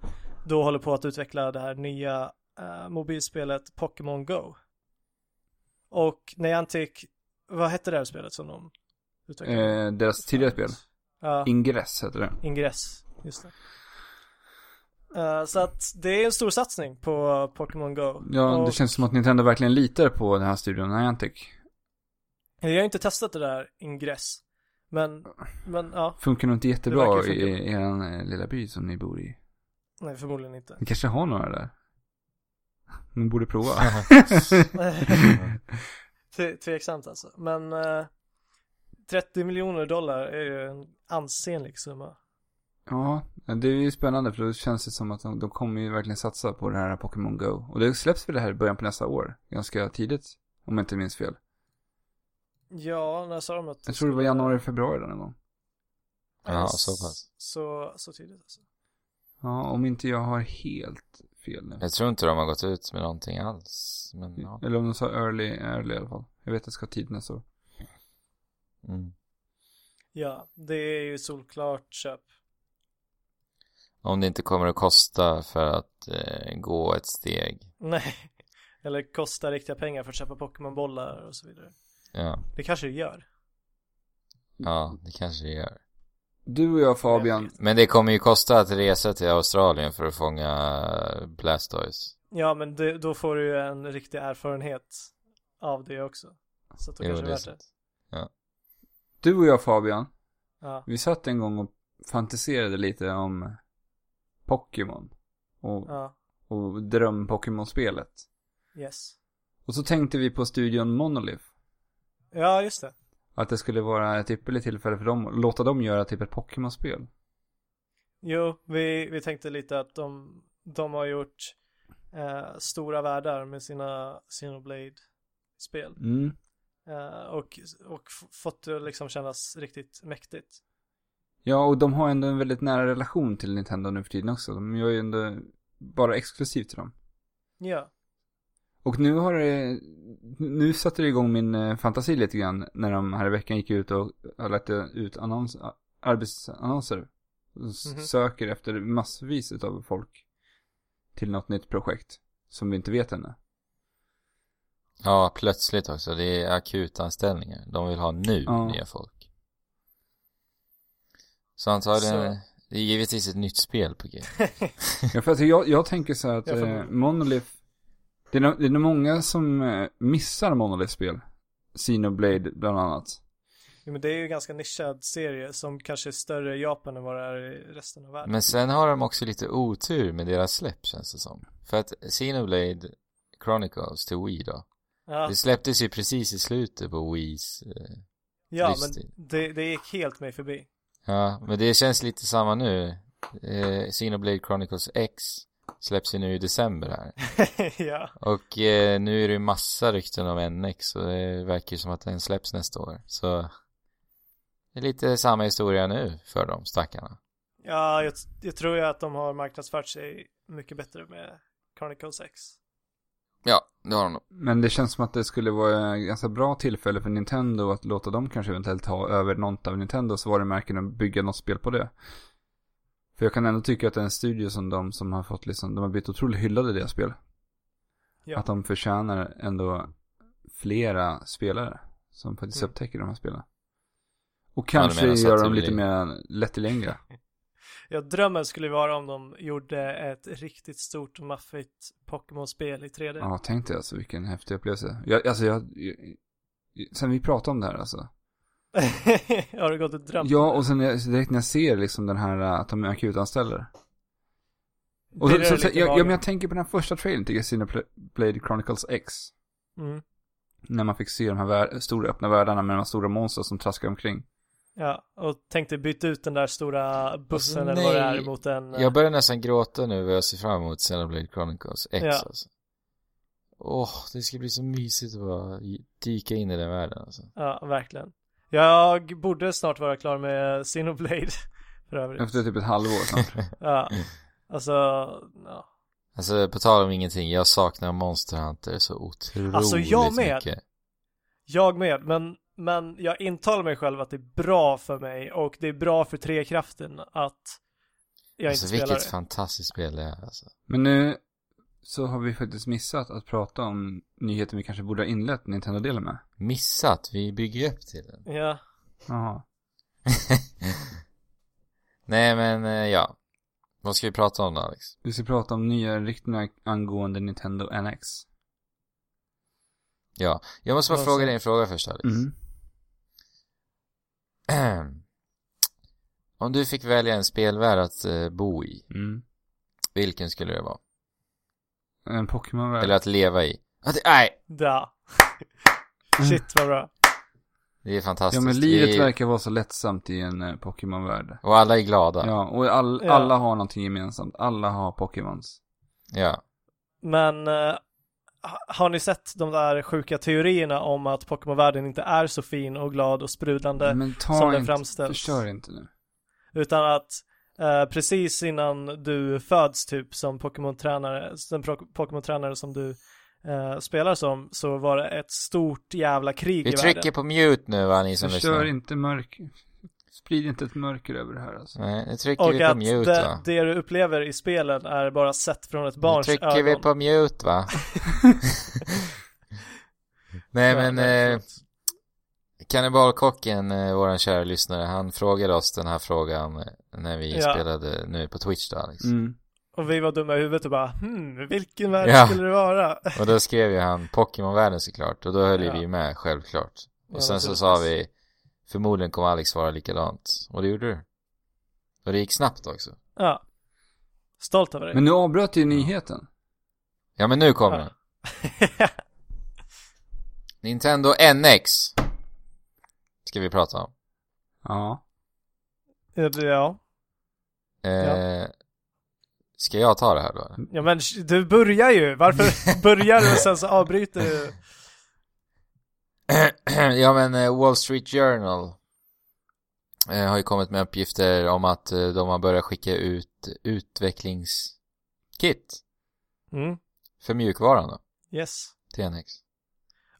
Speaker 2: då håller på att utveckla det här nya eh, mobilspelet Pokémon Go. Och Niantic, vad hette det här spelet som de utvecklade?
Speaker 1: Eh, deras tidigare spel,
Speaker 2: Ja.
Speaker 1: Ingress heter det.
Speaker 2: Ingress, just det. Eh, så att det är en stor satsning på Pokémon Go.
Speaker 1: Ja,
Speaker 2: och
Speaker 1: det känns som att Nintendo verkligen litar på den här studion Niantic.
Speaker 2: Jag har inte testat det där Ingress. Men, men ja,
Speaker 1: Funkar nog inte
Speaker 2: Det
Speaker 1: jättebra
Speaker 2: verkar
Speaker 1: i
Speaker 2: funka.
Speaker 1: i er eh, lilla by som ni bor i.
Speaker 2: nej förmodligen inte.
Speaker 1: [laughs] Ni kanske har några där? Ni borde prova.
Speaker 2: Tve- Tveksamt alltså. Men eh, 30 miljoner dollar är ju en ansenlig summa.
Speaker 1: ja, det är ju spännande för då känns det som att de, de kommer ju verkligen satsa på det här Pokémon Go. Och det släpps väl det här i början på nästa år? Ganska tidigt, om jag inte minns fel.
Speaker 2: Ja, när sa de att...
Speaker 1: Jag tror det var januari, februari där någon gång.
Speaker 3: Ja, så pass.
Speaker 2: Så, så tidigt alltså.
Speaker 1: Ja, om inte jag har helt fel nu.
Speaker 3: Jag tror inte de har gått ut med någonting alls. Men ja.
Speaker 2: Mm.
Speaker 1: Eller om de sa early, early i alla fall. Jag vet att det ska ha tid nästa år.
Speaker 3: Mm.
Speaker 2: Ja, det är ju solklart köp.
Speaker 3: Om det inte kommer att kosta för att eh, gå ett steg.
Speaker 2: [laughs] Nej. Eller kosta riktiga pengar för att köpa Pokémon-bollar och så vidare.
Speaker 3: Ja,
Speaker 2: Det kanske det gör.
Speaker 3: ja det kanske det gör.
Speaker 1: Du och jag Fabian,
Speaker 3: Men det kommer ju kosta att resa till Australien för att fånga eh, Blastoise.
Speaker 2: Ja, men det, då får du ju en riktig erfarenhet av det också. Så att då
Speaker 3: Jo,
Speaker 2: kanske det är
Speaker 3: är
Speaker 2: värt det.
Speaker 3: sant.
Speaker 1: du och jag Fabian,
Speaker 2: Ja.
Speaker 1: vi satt en gång och fantiserade lite om Pokémon. Och,
Speaker 2: ja,
Speaker 1: och dröm-Pokémon-spelet.
Speaker 2: yes.
Speaker 1: Och så tänkte vi på studion Monolith.
Speaker 2: Ja, just det.
Speaker 1: Att det skulle vara ett ypperligt tillfälle för dem, att låta dem göra typ ett Pokémon-spel.
Speaker 2: Jo, vi, vi tänkte lite att de, de har gjort eh, stora världar med sina Xenoblade-spel.
Speaker 1: Mm.
Speaker 2: Eh, och och f- fått det liksom kännas riktigt mäktigt.
Speaker 1: Ja, och de har ändå en väldigt nära relation till Nintendo nu för tiden också. De gör ju ändå bara exklusivt till dem.
Speaker 2: Ja,
Speaker 1: Och nu har det, nu satte det igång min eh, fantasi lite grann när de här i veckan gick ut och har lagt ut annons, a- arbetsannonser. Och s-
Speaker 2: Mhm.
Speaker 1: Söker efter massvis av folk till något nytt projekt som vi inte vet
Speaker 2: [laughs]
Speaker 1: ännu.
Speaker 3: Ja, plötsligt också. Det är akutanställningar. De vill ha nu
Speaker 1: Ja.
Speaker 3: nya folk. Så antagligen,
Speaker 2: Så.
Speaker 3: det är givetvis ett nytt spel
Speaker 2: [laughs]
Speaker 3: på G.
Speaker 1: Ja, för att jag, jag tänker så här att
Speaker 2: Jag får-
Speaker 1: eh, Monolith, det är, nog- det är nog många som eh, missar Monolith-spel. Xenoblade bland annat.
Speaker 2: Jo, men det är ju ganska nischad serie som kanske är större i Japan än vad det är i resten av världen.
Speaker 3: Men sen har de också lite otur med deras släpp känns det som. För att Xenoblade Chronicles till Wii då.
Speaker 2: ja,
Speaker 3: Det släpptes ju precis i slutet på Wiis. eh,
Speaker 2: ja
Speaker 3: livsstil.
Speaker 2: men det, det gick helt mig förbi. [laughs]
Speaker 3: Ja, men det känns lite samma nu. Eh, Xenoblade Chronicles X Släpps ju nu i december här.
Speaker 2: ja.
Speaker 3: Och eh, nu är det ju massa rykten om NX och det verkar ju som att den släpps nästa år. Så det är lite samma historia nu för de stackarna.
Speaker 2: Ja, jag, jag tror ju att de har marknadsfört sig mycket bättre med Chronicle 6.
Speaker 3: Ja, det har de nog.
Speaker 1: Men det känns som att det skulle vara ett ganska bra tillfälle för Nintendo att låta dem kanske eventuellt ta över något av Nintendos varumärken och bygga något spel på det. För jag kan ändå tycka att det är en studio som de som har fått liksom, de har blivit otroligt hyllade i deras spel.
Speaker 2: Ja.
Speaker 1: Att de förtjänar ändå flera spelare som faktiskt
Speaker 2: Mm.
Speaker 1: upptäcker de här spelen. Och
Speaker 3: Ja, du
Speaker 1: kanske
Speaker 3: menar så
Speaker 1: gör
Speaker 3: att
Speaker 1: dem
Speaker 3: det
Speaker 1: lite mer lättillgängliga.
Speaker 2: Jag drömmen skulle vara om de gjorde ett riktigt stort maffigt Pokémon-spel i 3D.
Speaker 1: Ja, tänk dig alltså vilken häftig upplevelse. Jag, alltså jag, jag, sen vi pratade om det här alltså.
Speaker 2: [laughs] har du gått och drömt?
Speaker 1: Ja, och sen jag, direkt när jag ser liksom den här äh, att de är akutanställer. Och
Speaker 2: Det
Speaker 1: så,
Speaker 2: rör
Speaker 1: så, så,
Speaker 2: lite
Speaker 1: jag, ja,
Speaker 2: magen.
Speaker 1: men jag tänker på den här första trailern till Casino Pl- Blade Chronicles X.
Speaker 2: Mm.
Speaker 1: När man fick se de här vär- stora öppna världarna med de här stora monster som traskar omkring.
Speaker 2: Ja, och tänkte byta ut den där stora bussen
Speaker 3: Alltså,
Speaker 2: eller vad det
Speaker 3: nej.
Speaker 2: är mot en...
Speaker 3: Jag börjar nästan gråta nu vad jag ser fram emot Xenoblade Chronicles X
Speaker 2: Ja.
Speaker 3: alltså. Åh, det ska bli så mysigt att bara dyka in i den världen alltså.
Speaker 2: Ja, verkligen. Jag borde snart vara klar med Xenoblade [laughs] för övrigt.
Speaker 1: Efter typ ett halvår
Speaker 2: [laughs]
Speaker 1: snart.
Speaker 2: Ja, alltså, ja.
Speaker 3: Alltså på tal om ingenting, jag saknar Monster Hunter så otroligt
Speaker 2: Alltså, jag med.
Speaker 3: mycket.
Speaker 2: Jag med, men, men jag intalar mig själv att det är bra för mig och det är bra för trekraften att jag
Speaker 3: Alltså
Speaker 2: inte
Speaker 3: vilket
Speaker 2: spelar det.
Speaker 3: fantastiskt spel det är alltså.
Speaker 1: men nu så har vi faktiskt missat att prata om nyheter vi kanske borde ha inlett Nintendo-delen med.
Speaker 3: Missat, vi bygger upp till den.
Speaker 2: Ja,
Speaker 1: Jaha.
Speaker 3: Nej men eh, ja. Vad ska vi prata om då Alex?
Speaker 1: Vi ska prata om nya riktningar angående Nintendo NX.
Speaker 3: Ja, jag måste bara
Speaker 2: Vad
Speaker 3: fråga
Speaker 2: sa-
Speaker 3: dig en fråga först Alex.
Speaker 1: Mm.
Speaker 3: Om du fick välja en spelvärld att eh, bo i,
Speaker 1: Mm.
Speaker 3: vilken skulle det vara?
Speaker 1: En Pokémon-värld.
Speaker 3: Eller att leva i? Att, nej,
Speaker 2: da. Shit vad bra.
Speaker 3: det är
Speaker 1: Ja,
Speaker 3: fantastiskt.
Speaker 1: men livet
Speaker 3: Vi-
Speaker 1: verkar vara så lättsamt i en eh, Pokémon-värld.
Speaker 3: Och alla är glada. Ja.
Speaker 1: Ja, och all,
Speaker 2: Ja.
Speaker 1: alla har någonting gemensamt. Alla har Pokémons.
Speaker 2: Men eh, ha- har ni sett de där sjuka teorierna om att Pokémon-världen inte är så fin och glad och sprudlande
Speaker 1: Men
Speaker 2: som
Speaker 1: ta
Speaker 2: det
Speaker 1: inte,
Speaker 2: framställs.
Speaker 1: förstör inte nu.
Speaker 2: utan att eh, precis innan du föds typ som Pokémon-tränare, den pro- Pokémon-tränare som du eh, spelar som så var det ett stort jävla krig
Speaker 3: Vi
Speaker 2: i
Speaker 3: trycker
Speaker 2: världen.
Speaker 3: på mute nu va, ni som
Speaker 1: Förstör
Speaker 3: lyssnar.
Speaker 1: inte mörker. Sprid inte ett mörker över det här alltså.
Speaker 3: Nej, nu trycker
Speaker 2: Och
Speaker 3: vi på
Speaker 2: att eh,
Speaker 3: mute
Speaker 2: det,
Speaker 3: va.
Speaker 2: det du upplever i spelen är bara sett från ett
Speaker 3: Nu
Speaker 2: barns
Speaker 3: trycker vi
Speaker 2: ögon.
Speaker 3: på
Speaker 2: [laughs]
Speaker 3: mute va. nej
Speaker 2: Ja,
Speaker 3: men,
Speaker 2: nej,
Speaker 3: eh,
Speaker 2: förlåt.
Speaker 3: Kannibalkocken, eh, våran kära lyssnare, han frågade oss den här frågan eh, när vi
Speaker 2: Ja.
Speaker 3: spelade nu på Twitch då Alex.
Speaker 1: Mm.
Speaker 2: Och vi var dumma i huvudet och bara hmm, vilken värld
Speaker 3: Ja.
Speaker 2: skulle det vara? [laughs]
Speaker 3: Och då skrev ju han Pokémon-världen såklart och då höll ju
Speaker 2: Ja.
Speaker 3: vi med självklart. Och
Speaker 2: Ja,
Speaker 3: sen så
Speaker 2: naturligtvis.
Speaker 3: sa vi förmodligen kommer Alex svara likadant. Och det gjorde du. Och det gick snabbt också.
Speaker 2: Ja. Stolt över dig.
Speaker 1: Men nu avbröt ju nyheten.
Speaker 3: Ja men nu kommer
Speaker 2: Ja.
Speaker 3: den.
Speaker 2: [laughs]
Speaker 3: Nintendo NX. Ska vi prata om.
Speaker 1: Ja.
Speaker 2: Ja, det- ja.
Speaker 3: Eh,
Speaker 2: Ja.
Speaker 3: Ska jag ta det här då?
Speaker 2: ja, men sh- du börjar ju.
Speaker 3: [laughs]
Speaker 2: Varför börjar du och sen så avbryter du?
Speaker 3: [clears throat] ja men eh, Wall Street Journal eh, har ju kommit med uppgifter om att eh, de har börjat skicka ut utvecklingskit
Speaker 2: Mm.
Speaker 3: för mjukvaran då,
Speaker 2: Yes.
Speaker 3: till NX.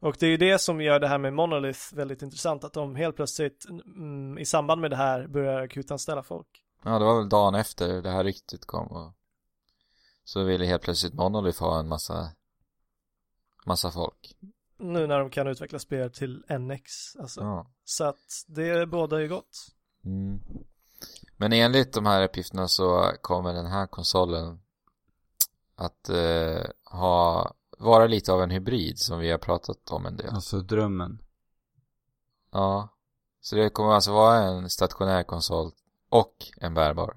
Speaker 2: Och det är ju det som gör det här med Monolith väldigt intressant, att de helt plötsligt mm, i samband med det här börjar akutanställa folk.
Speaker 3: Ja, det var väl dagen efter det här ryktet kom och så ville helt plötsligt Monolith ha en massa massa folk.
Speaker 2: Nu när de kan utveckla spel till NX, alltså.
Speaker 3: Ja.
Speaker 2: Så att det båda ju gott.
Speaker 3: Mm. Men enligt de här uppgifterna så kommer den här konsolen att eh, ha vara lite av en hybrid som vi har pratat om en del.
Speaker 1: Alltså drömmen.
Speaker 3: Ja. Så det kommer alltså vara en stationär konsol och en bärbar.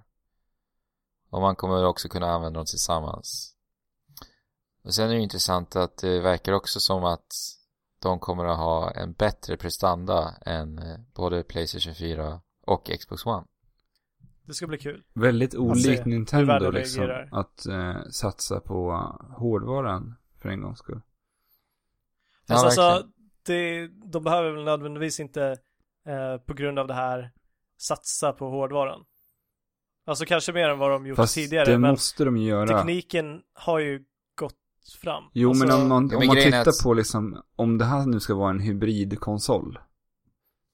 Speaker 3: Och man kommer också kunna använda dem tillsammans. Och sen är det ju intressant att det verkar också som att de kommer att ha en bättre prestanda än eh, både Playstation 4 och Xbox One.
Speaker 2: Det ska bli kul.
Speaker 1: Väldigt olikt
Speaker 2: se
Speaker 1: Nintendo
Speaker 2: Alltså, världen
Speaker 1: liksom.
Speaker 2: reagerar.
Speaker 1: Att eh, satsa på eh, hårdvaran för en gångs skull.
Speaker 3: Ja,
Speaker 2: Fast alltså,
Speaker 3: verkligen.
Speaker 2: det, de behöver väl nödvändigtvis inte eh, på grund av det här satsa på hårdvaran. Alltså kanske mer än vad de gjort
Speaker 1: Fast
Speaker 2: tidigare,
Speaker 1: det
Speaker 2: men
Speaker 1: måste de göra.
Speaker 2: tekniken har ju gått fram.
Speaker 1: Jo,
Speaker 2: alltså,
Speaker 1: men om man,
Speaker 3: Ja,
Speaker 1: om
Speaker 3: men
Speaker 1: man
Speaker 3: grejen är
Speaker 1: tittar
Speaker 3: att-
Speaker 1: på liksom, om det här nu ska vara en hybridkonsol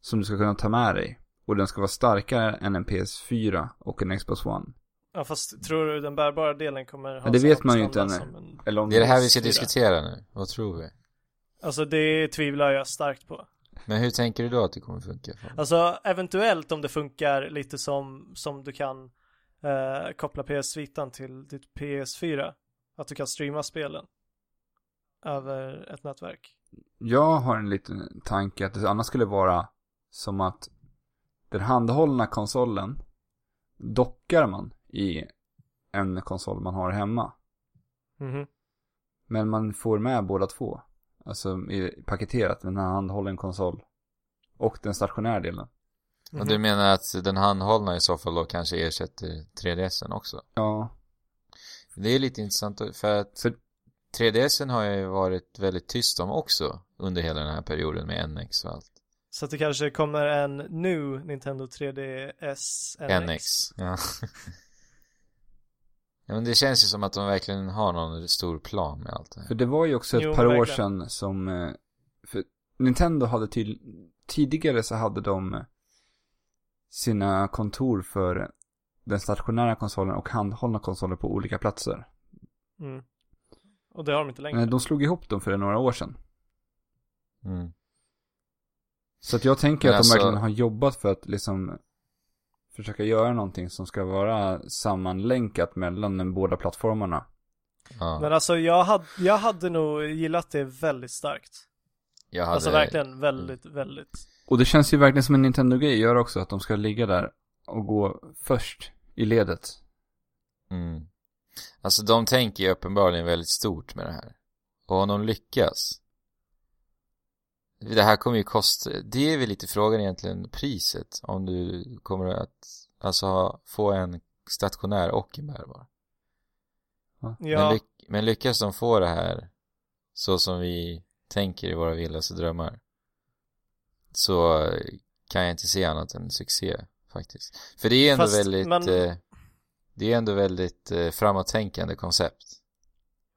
Speaker 1: som du ska kunna ta med dig och den ska vara starkare än en PS4 och en Xbox One.
Speaker 2: Ja, fast tror du den bärbara delen kommer ha
Speaker 1: Ja, det
Speaker 2: samma
Speaker 1: vet man ju inte ännu.
Speaker 2: prestanda som en-
Speaker 1: Eller om
Speaker 3: Det är det här vi ska
Speaker 2: Fyra.
Speaker 3: diskutera nu. Vad tror vi?
Speaker 2: Alltså det tvivlar jag starkt på.
Speaker 3: Men hur tänker du då att det kommer funka?
Speaker 2: Alltså eventuellt om det funkar lite som, som du kan eh, koppla PS Vitan till ditt PS4. Att du kan streama spelen över ett nätverk.
Speaker 1: Jag har en liten tanke att det annars skulle vara som att den handhållna konsolen dockar man i en konsol man har hemma.
Speaker 2: Mhm.
Speaker 1: Men man får med båda två. Alltså i- paketerat, en handhållen konsol och den stationära delen.
Speaker 2: Mm.
Speaker 3: Och du menar att den handhållna i så fall då kanske ersätter 3DSen också?
Speaker 1: Ja,
Speaker 3: Det är lite intressant för att
Speaker 1: För-
Speaker 3: 3DSen har jag ju varit väldigt tyst om också under hela den här perioden med NX och allt.
Speaker 2: Så att det kanske kommer en nu Nintendo 3DS NX.
Speaker 3: NX. Ja. [laughs] ja men det känns ju som att de verkligen har någon stor plan med allt det här.
Speaker 1: För det var ju också ett
Speaker 2: Jo,
Speaker 1: par år
Speaker 2: verkligen.
Speaker 1: sedan som, eh, för Nintendo hade till, tidigare så hade de eh, sina kontor för den stationära konsolen och handhållna konsoler på olika platser.
Speaker 2: Mm. Och det har de inte längre.
Speaker 1: Men de slog ihop dem för några år sedan.
Speaker 3: Mm.
Speaker 1: Så att jag tänker
Speaker 3: Men
Speaker 1: att
Speaker 3: alltså-
Speaker 1: de verkligen har jobbat för att liksom försöka göra någonting som ska vara sammanlänkat mellan de båda plattformarna.
Speaker 3: Ja.
Speaker 2: Men alltså jag hade, jag hade nog gillat det väldigt starkt.
Speaker 3: Jag hade...
Speaker 2: Alltså verkligen väldigt, väldigt.
Speaker 1: Och det känns ju verkligen som en Nintendo-grej gör också att de ska ligga där och gå först i ledet.
Speaker 3: Mm. Alltså de tänker ju uppenbarligen väldigt stort med det här. Och om de lyckas. Det här kommer ju kosta, det är väl lite frågan egentligen, priset. Om du kommer att, alltså ha- få en stationär och en bärbar. Men,
Speaker 2: Ja,
Speaker 3: lyck, men lyckas de få det här så som vi tänker i våra vildaste drömmar. Så eh, kan jag inte se annat än succé faktiskt. För det är ändå
Speaker 2: Fast,
Speaker 3: väldigt,
Speaker 2: men-
Speaker 3: eh, det är ändå väldigt eh, framåttänkande koncept.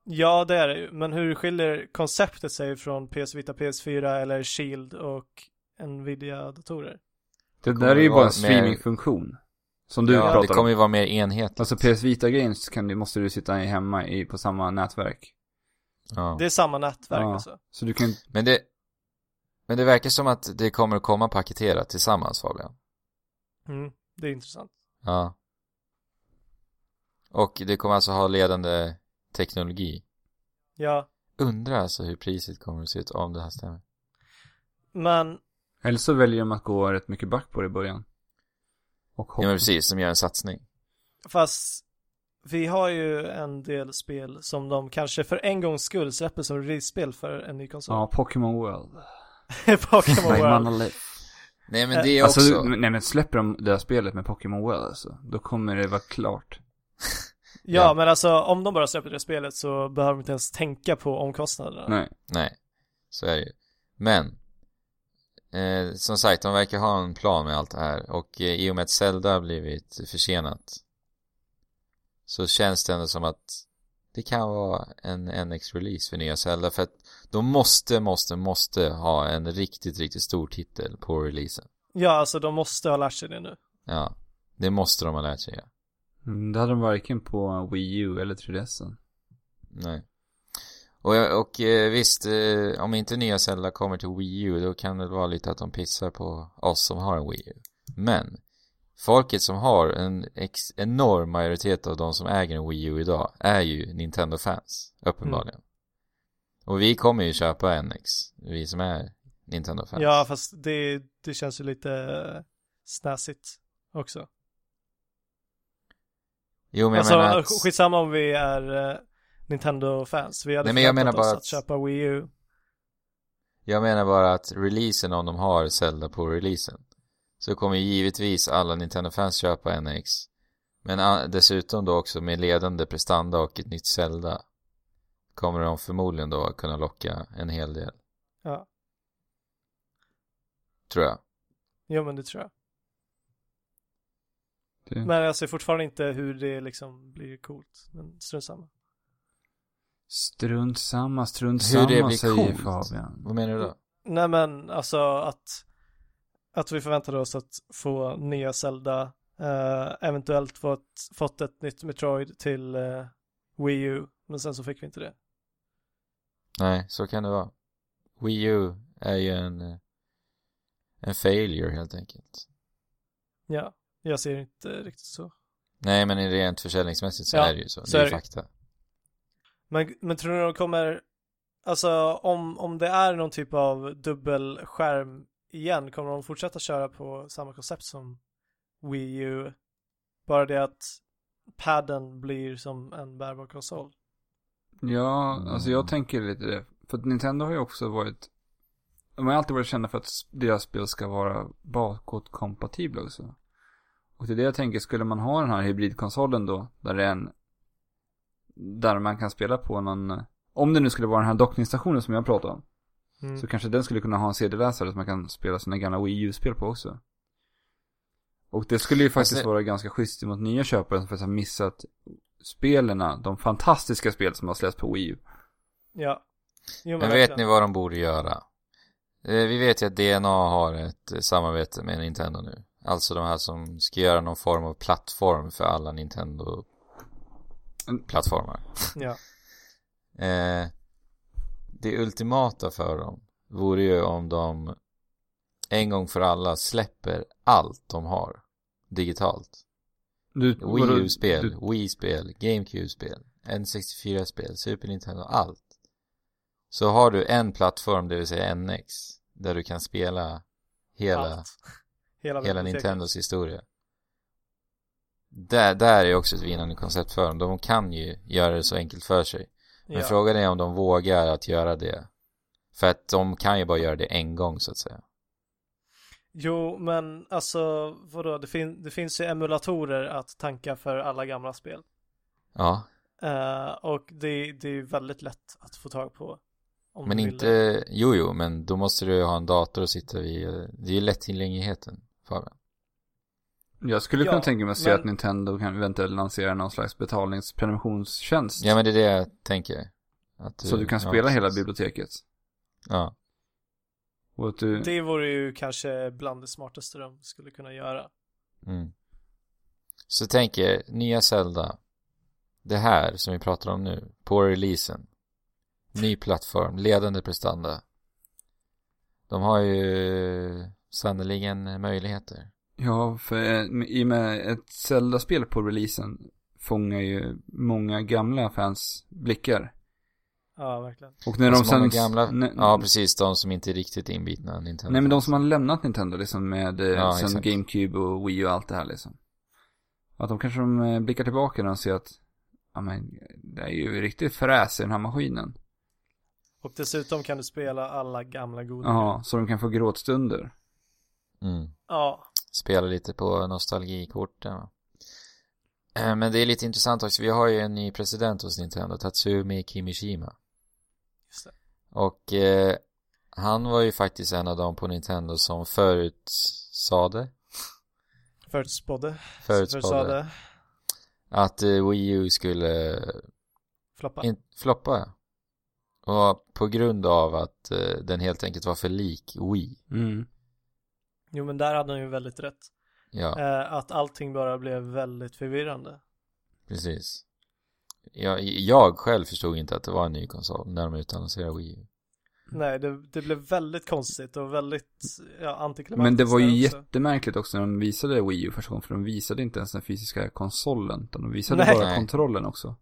Speaker 2: ja det är det ju. Men hur skiljer konceptet sig från PS Vita, PS4 eller Shield och Nvidia-datorer?
Speaker 1: Det
Speaker 3: kommer
Speaker 1: där är ju
Speaker 3: vara
Speaker 1: bara en
Speaker 3: mer-
Speaker 1: streamingfunktion. Som du
Speaker 3: ja, det
Speaker 1: pratar
Speaker 3: kommer
Speaker 1: om.
Speaker 3: ju vara mer enhetligt.
Speaker 1: Alltså PS Vita Games kan, du- måste du sitta i hemma i, på samma nätverk.
Speaker 3: ja.
Speaker 2: Det är samma nätverk
Speaker 1: Ja.
Speaker 2: alltså.
Speaker 1: Så du kan
Speaker 3: Men det men det verkar som att det kommer att komma paketerat tillsammans Fabian.
Speaker 2: Mm, det är intressant.
Speaker 3: Ja. Och det kommer alltså ha ledande teknologi.
Speaker 2: Ja,
Speaker 3: Undrar alltså hur priset kommer att se ut om det här stämmer.
Speaker 2: men
Speaker 1: Eller så väljer de att gå rätt mycket back på det i början. Och hoppa.
Speaker 3: Ja men precis, de gör en satsning.
Speaker 2: fast vi har ju en del spel som de kanske för en gångs skull släpper som release-spel för en ny konsol.
Speaker 1: Ja,
Speaker 2: [laughs]
Speaker 1: Pokémon World.
Speaker 2: Pokémon
Speaker 1: Nej, man har
Speaker 2: World.
Speaker 1: le-
Speaker 3: Nej
Speaker 2: Eh,
Speaker 3: men det är
Speaker 1: alltså,
Speaker 3: också,
Speaker 1: men- nej men släpper de det här spelet med Pokémon World alltså, då kommer det vara klart.
Speaker 2: Ja,
Speaker 3: Ja.
Speaker 2: men alltså om de bara släpper det spelet så behöver de inte ens tänka på omkostnaderna.
Speaker 1: Nej.
Speaker 3: nej. Så är det ju. Men. Eh, som sagt, de verkar ha en plan med allt det här. Och eh, i och med att Zelda har blivit försenat. Så känns det ändå som att det kan vara en NX-release för nya Zelda. För att de måste, måste, måste ha en riktigt, riktigt stor titel på releasen.
Speaker 2: Ja, alltså de måste ha lärt sig det nu.
Speaker 3: Ja. Det måste de ha lärt sig. Ja.
Speaker 1: Mm, Det hade de varken på Wii U eller 3DSen.
Speaker 3: Nej. Och, jag- och eh, visst, eh, om inte nya Zelda kommer till Wii U då kan det vara lite att de pissar på oss som har en Wii U. Men folket som har en ex- enorm majoritet av de som äger en Wii U idag är ju Nintendo-fans, uppenbarligen. Och vi kommer ju köpa NX, vi som är Nintendo-fans.
Speaker 2: Ja, fast det, det känns ju lite eh, snäsigt också.
Speaker 3: jo, men jag
Speaker 2: alltså,
Speaker 3: menar att...
Speaker 2: skitsamma om vi är eh, Nintendo-fans. Vi hade
Speaker 3: Nej,
Speaker 2: Nej,
Speaker 3: men jag menar
Speaker 2: oss
Speaker 3: bara
Speaker 2: att,
Speaker 3: att-
Speaker 2: köpa Wii U.
Speaker 3: Jag menar bara att releasen om de har Zelda på releasen så kommer ju givetvis alla Nintendo-fans köpa NX. Men ah, dessutom då också med ledande prestanda och ett nytt Zelda kommer de förmodligen då kunna locka en hel del,
Speaker 2: Ja,
Speaker 3: tror jag.
Speaker 2: jo men det tror jag.
Speaker 1: Det,
Speaker 2: Men jag ser fortfarande inte hur det liksom blir coolt. Men strunt samma.
Speaker 1: strunt samma, strunt
Speaker 3: Hur det
Speaker 1: samma
Speaker 3: blir
Speaker 1: säger
Speaker 3: coolt.
Speaker 1: Fabian.
Speaker 3: Vad menar du då?
Speaker 2: Nej men alltså att att vi förväntade oss att få nya Zelda, eh, eventuellt fått, fått ett nytt Metroid till eh, Wii U, men sen så fick vi inte det.
Speaker 3: Nej, så kan det vara. Wii U är ju en, eh, en failure helt enkelt.
Speaker 2: Ja, jag ser inte riktigt så.
Speaker 3: Nej, men rent försäljningsmässigt så
Speaker 2: Ja,
Speaker 3: är det ju så.
Speaker 2: så
Speaker 3: det
Speaker 2: är
Speaker 3: är ju
Speaker 2: det.
Speaker 3: fakta.
Speaker 2: Men, men tror ni de kommer, alltså om, om det är någon typ av dubbelskärm igen, kommer de fortsätta köra på samma koncept som Wii U? Bara det att padden blir som en bärbar konsol.
Speaker 1: Ja, alltså
Speaker 3: Mm.
Speaker 1: jag tänker lite det. För att Nintendo har ju också varit, de har ju alltid varit kända för att s- deras spel ska vara bakåtkompatibla också. Och det är det jag tänker, skulle man ha den här hybridkonsolen då, där det är en, där man kan spela på någon, om det nu skulle vara den här dockningsstationen som jag pratade om,
Speaker 2: Mm.
Speaker 1: så kanske den skulle kunna ha en CD-läsare som man kan spela sina gamla Wii U-spel på också. Och det skulle ju faktiskt
Speaker 3: Alltså-
Speaker 1: vara ganska schysst mot nya köpare som faktiskt har missat spelarna, de fantastiska spel som har släppts på Wii U.
Speaker 2: Ja. Jo,
Speaker 3: Men vet ni vad de borde göra? Eh, Vi vet ju att DNA har ett eh, samarbete med Nintendo nu. Alltså de här som ska göra någon form av plattform för alla Nintendo-plattformar.
Speaker 1: Mm.
Speaker 2: Ja.
Speaker 3: Eh, det ultimata för dem vore ju om de en gång för alla släpper allt de har digitalt.
Speaker 1: Du,
Speaker 3: Wii
Speaker 1: vadå,
Speaker 3: U-spel,
Speaker 1: du-
Speaker 3: Wii-spel, GameCube-spel, N64-spel, Super Nintendo, allt. Så har du en plattform, det vill säga NX, där du kan spela hela,
Speaker 2: allt. Hela,
Speaker 3: hela
Speaker 2: biblioteket.
Speaker 3: Nintendos historia. Där, där är också ett vinnande koncept för dem. De kan ju göra det så enkelt för sig. Men
Speaker 2: Ja.
Speaker 3: frågan är om de vågar att göra det. För att de kan ju bara göra det en gång så att säga.
Speaker 2: Jo, men alltså vadå, det, fin- det finns ju emulatorer att tanka för alla gamla spel.
Speaker 3: Ja,
Speaker 2: Eh, och det, det är ju väldigt lätt att få tag på. Om
Speaker 3: men
Speaker 2: du vill
Speaker 3: inte,
Speaker 2: det.
Speaker 3: jo jo, men då måste du ju ha en dator och sitta vid, det är ju lättillgängligheten Fabian.
Speaker 1: Jag skulle kunna
Speaker 2: Ja,
Speaker 1: tänka mig att se
Speaker 2: men-
Speaker 1: att Nintendo kan eventuellt lansera någon slags betalningsprenumerationstjänst.
Speaker 3: Ja men det är det jag tänker. Att
Speaker 1: så du kan spela
Speaker 3: ja,
Speaker 1: hela
Speaker 3: precis.
Speaker 1: biblioteket.
Speaker 3: Ja.
Speaker 1: Och att du,
Speaker 2: Det vore ju kanske bland det smartaste de skulle kunna göra.
Speaker 3: Mm. Så tänk er, nya Zelda. Det här som vi pratar om nu, på releasen. Ny plattform, ledande prestanda. De har ju sannerligen möjligheter.
Speaker 1: ja, för eh, i och med ett Zelda-spel på releasen fångar ju många gamla fans blickar.
Speaker 2: Ja, verkligen.
Speaker 1: Och när
Speaker 3: alltså
Speaker 1: de sen...
Speaker 3: många gamla,
Speaker 1: när-
Speaker 3: ja precis, de som inte är riktigt inbitna Nintendo.
Speaker 1: Nej men de som har lämnat Nintendo liksom med eh,
Speaker 3: Ja,
Speaker 1: sen
Speaker 3: exakt.
Speaker 1: GameCube och Wii och allt det här liksom. Att de kanske de eh, blickar tillbaka när de ser att, ja men det är ju riktigt fräs i den här maskinen.
Speaker 2: Och dessutom kan du spela alla gamla goda.
Speaker 1: Ja, så de kan få gråtstunder.
Speaker 3: Mm.
Speaker 2: Ja,
Speaker 3: spela lite på nostalgikorten. va. Eh, Men det är lite intressant också, vi har ju en ny president hos Nintendo, Tatsumi Kimishima.
Speaker 2: just det.
Speaker 3: Och eh, han var ju faktiskt en av dem på Nintendo som förutsade,
Speaker 2: Förutspådde.
Speaker 3: förutspådde att eh, Wii U skulle
Speaker 2: Floppa.
Speaker 3: in- floppa. Och på grund av att eh, den helt enkelt var för lik Wii.
Speaker 1: Mm.
Speaker 2: Jo, men där hade han ju väldigt rätt.
Speaker 3: Ja. Mm.
Speaker 2: Eh, att allting bara blev väldigt förvirrande.
Speaker 3: Precis. Jag, jag själv förstod inte att det var en ny konsol när de utannonserade Wii U.
Speaker 2: Nej, det, det blev väldigt konstigt och väldigt ja, antiklimatiskt.
Speaker 1: Men det var
Speaker 2: där
Speaker 1: ju
Speaker 2: också.
Speaker 1: jättemärkligt också när de visade Wii U första gången, för de visade inte ens den fysiska konsolen, utan de visade
Speaker 2: Nej.
Speaker 1: bara
Speaker 3: Nej.
Speaker 1: kontrollen också.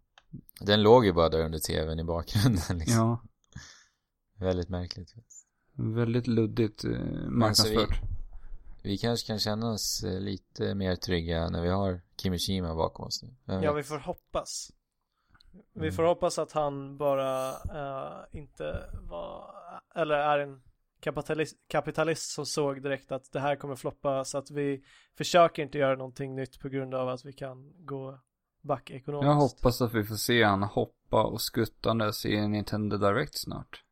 Speaker 3: Den låg ju bara där under tvn i bakgrunden [laughs] liksom.
Speaker 1: Ja,
Speaker 3: Väldigt märkligt.
Speaker 1: väldigt luddigt eh, marknadsfört.
Speaker 3: Vi kanske kan känna oss eh, lite mer trygga när vi har Kimishima bakom oss nu. Vem
Speaker 2: Ja,
Speaker 3: vet?
Speaker 2: vi får hoppas. Vi
Speaker 3: Mm.
Speaker 2: får hoppas att han bara eh, inte var, eller är en kapitalist, kapitalist som såg direkt att det här kommer floppa så att vi försöker inte göra någonting nytt på grund av att vi kan gå back ekonomiskt.
Speaker 1: Jag hoppas att vi får se han hoppa och skuttandes i Nintendo Direct snart.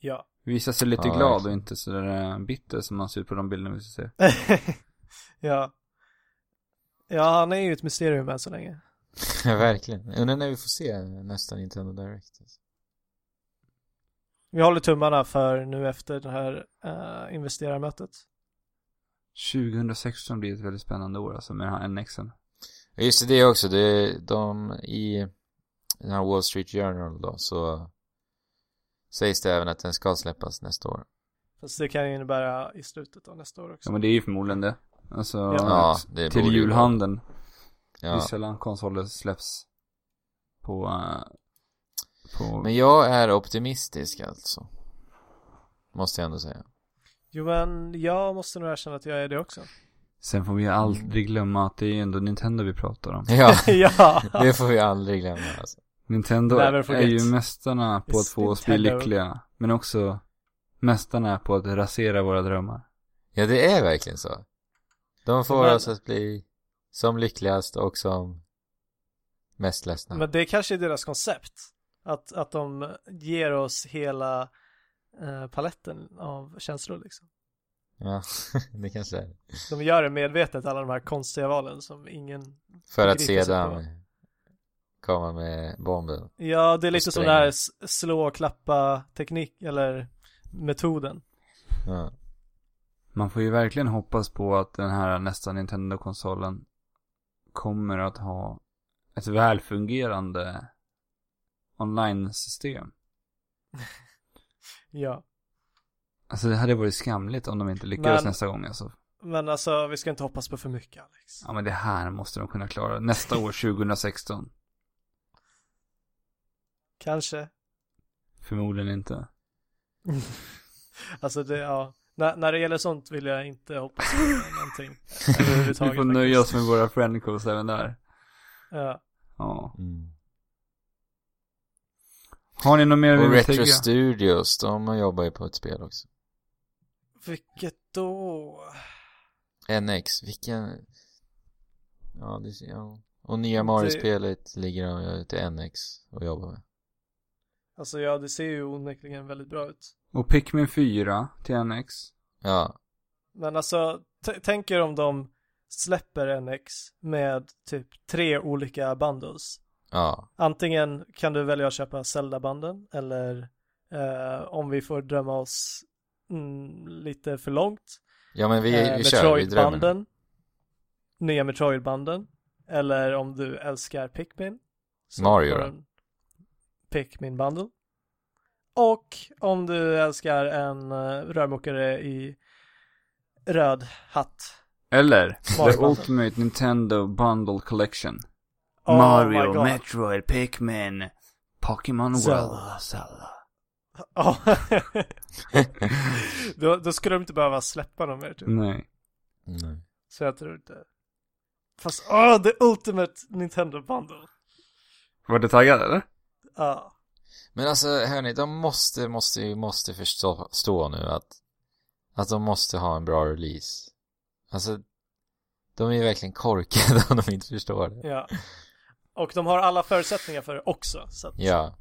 Speaker 2: Ja. [laughs]
Speaker 1: Visa sig lite
Speaker 3: Ja,
Speaker 1: glad och
Speaker 3: verkligen.
Speaker 1: inte sådär eh, bitter som man ser ut på de bilderna vi ser.
Speaker 2: ja. Ja, han är ju ett mysterium än så länge.
Speaker 3: [laughs] Verkligen. Undrar när vi får se nästa Nintendo Direct. alltså.
Speaker 2: Vi håller tummarna för nu efter det här eh, investerarmötet.
Speaker 1: 2016 blir ett väldigt spännande år alltså med den här NXen.
Speaker 3: Ja, Just det också, det, de i den här Wall Street Journal då så sägs det även att den ska släppas nästa år.
Speaker 2: Fast det kan ju innebära i slutet av nästa år också.
Speaker 1: Ja men det är ju förmodligen det. Alltså,
Speaker 3: Ja, det
Speaker 1: till
Speaker 3: borde ju vara-
Speaker 1: julhandeln. Det är
Speaker 3: Ja.
Speaker 1: sällan konsoler släpps på, eh, på
Speaker 3: Men jag är optimistisk alltså. Måste jag
Speaker 1: [laughs]
Speaker 3: ändå säga.
Speaker 2: Jo men jag måste nog erkänna att jag är det också.
Speaker 1: [laughs] Sen får vi aldrig glömma att det är ändå Nintendo vi pratar om.
Speaker 3: Ja,
Speaker 2: ja.
Speaker 3: det får vi aldrig glömma alltså.
Speaker 1: Nintendo
Speaker 2: Never
Speaker 1: är
Speaker 2: forget.
Speaker 1: ju mästarna på att
Speaker 2: It's
Speaker 1: få oss bli
Speaker 2: Nintendo.
Speaker 1: lyckliga. Men också mästarna på att rasera våra drömmar.
Speaker 3: Ja, det är verkligen så. De får
Speaker 2: Men-
Speaker 3: oss att bli som lyckligast och som mest ledsna.
Speaker 2: Men det kanske är deras koncept. Att, att de ger oss hela eh, paletten av känslor liksom.
Speaker 3: Ja, [laughs] det kanske är det.
Speaker 2: De gör det medvetet, alla de här konstiga valen som ingen...
Speaker 3: För att
Speaker 2: Griper sig
Speaker 3: sedan
Speaker 2: på.
Speaker 3: komma med bomben.
Speaker 2: Ja, det är lite som
Speaker 3: spränga.
Speaker 2: den här s- slå och klappa teknik eller metoden.
Speaker 3: Ja.
Speaker 1: Man får ju verkligen hoppas på att den här nästa Nintendo-konsolen kommer att ha ett välfungerande online-system.
Speaker 2: Ja.
Speaker 1: Alltså det hade varit skamligt om de inte lyckades
Speaker 2: Men-
Speaker 1: nästa gång alltså.
Speaker 2: Men alltså, vi ska inte hoppas på för mycket Alex.
Speaker 1: Ja men det här måste de kunna klara. Nästa år, 2016.
Speaker 2: Kanske. [laughs]
Speaker 1: Förmodligen inte.
Speaker 2: Alltså det, ja. När, när det gäller sånt vill jag inte hoppas
Speaker 1: [laughs]
Speaker 2: på någonting.
Speaker 1: Vi
Speaker 2: Överhuvudtaget
Speaker 1: får nöja oss med våra friendcodes även där.
Speaker 2: Ja.
Speaker 1: Ja.
Speaker 3: Mm.
Speaker 1: Har ni något mer vi
Speaker 3: Och
Speaker 1: vill
Speaker 3: Retro
Speaker 1: tillägga?
Speaker 3: Studios, de jobbar ju på ett spel också.
Speaker 2: Vilket då?
Speaker 3: NX, vilken... Ja, det ja. Och nya
Speaker 2: Det-
Speaker 3: Mario-spelet ligger de till NX och jobbar med.
Speaker 2: Alltså ja, det ser ju onekligen väldigt bra ut.
Speaker 1: Och Pikmin 4 till NX.
Speaker 3: Ja,
Speaker 2: Men alltså, t- tänk er om de släpper NX med typ tre olika bundles.
Speaker 3: ja.
Speaker 2: Antingen kan du välja att köpa Zelda-banden eller eh, om vi får drömma oss mm, lite för långt.
Speaker 3: Ja men vi,
Speaker 2: eh,
Speaker 3: vi kör, vi drömmer. nu.
Speaker 2: Metroid-banden. Nya Metroid-banden. Eller om du älskar Pikmin. så
Speaker 3: Mario
Speaker 2: får
Speaker 3: då?
Speaker 2: du en Pikmin-bundle. Och om du älskar en eh, rörmokare i röd hatt.
Speaker 1: Eller
Speaker 2: Mario
Speaker 1: The
Speaker 2: Bundle.
Speaker 1: Ultimate Nintendo Bundle Collection.
Speaker 2: Oh my
Speaker 1: Mario,
Speaker 2: God. [laughs]
Speaker 1: Metroid, Pikmin, Pokémon
Speaker 2: Zelda.
Speaker 1: World, Zelda.
Speaker 2: Ja. Oh. då, då skulle de inte behöva släppa dem mer typ.
Speaker 1: Nej.
Speaker 3: Nej.
Speaker 2: Så jag tror inte. Fast, åh, the ultimate Nintendo bundle.
Speaker 1: Var du taggad eller?
Speaker 2: Ja.
Speaker 3: Men alltså hörni, de måste, måste, måste förstå stå nu att, att de måste ha en bra release. Alltså, de är ju verkligen korkade [laughs] om de inte förstår det.
Speaker 2: ja. Och de har alla förutsättningar för det också. Så att,
Speaker 3: Ja.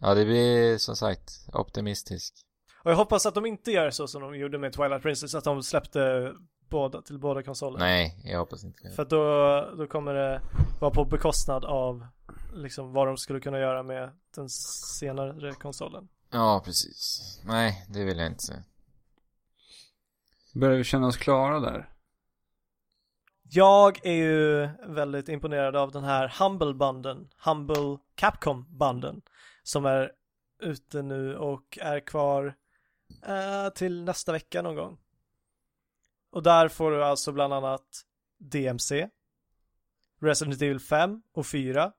Speaker 3: Ja, det blir som sagt optimistisk.
Speaker 2: Och jag hoppas att de inte gör så som de gjorde med Twilight Princess, att de släppte båda, till båda konsolerna.
Speaker 3: Nej, jag hoppas inte det.
Speaker 2: För att då, då kommer det vara på bekostnad av liksom vad de skulle kunna göra med den senare konsolen.
Speaker 3: Ja, precis. Nej, det vill jag inte se.
Speaker 1: Börjar vi känna oss klara där?
Speaker 2: Jag är ju väldigt imponerad av den här Humble banden, Humble Capcom banden, som är ute nu och är kvar eh, till nästa vecka någon gång. Och där får du alltså bland annat DMC, Resident Evil 5 och 4,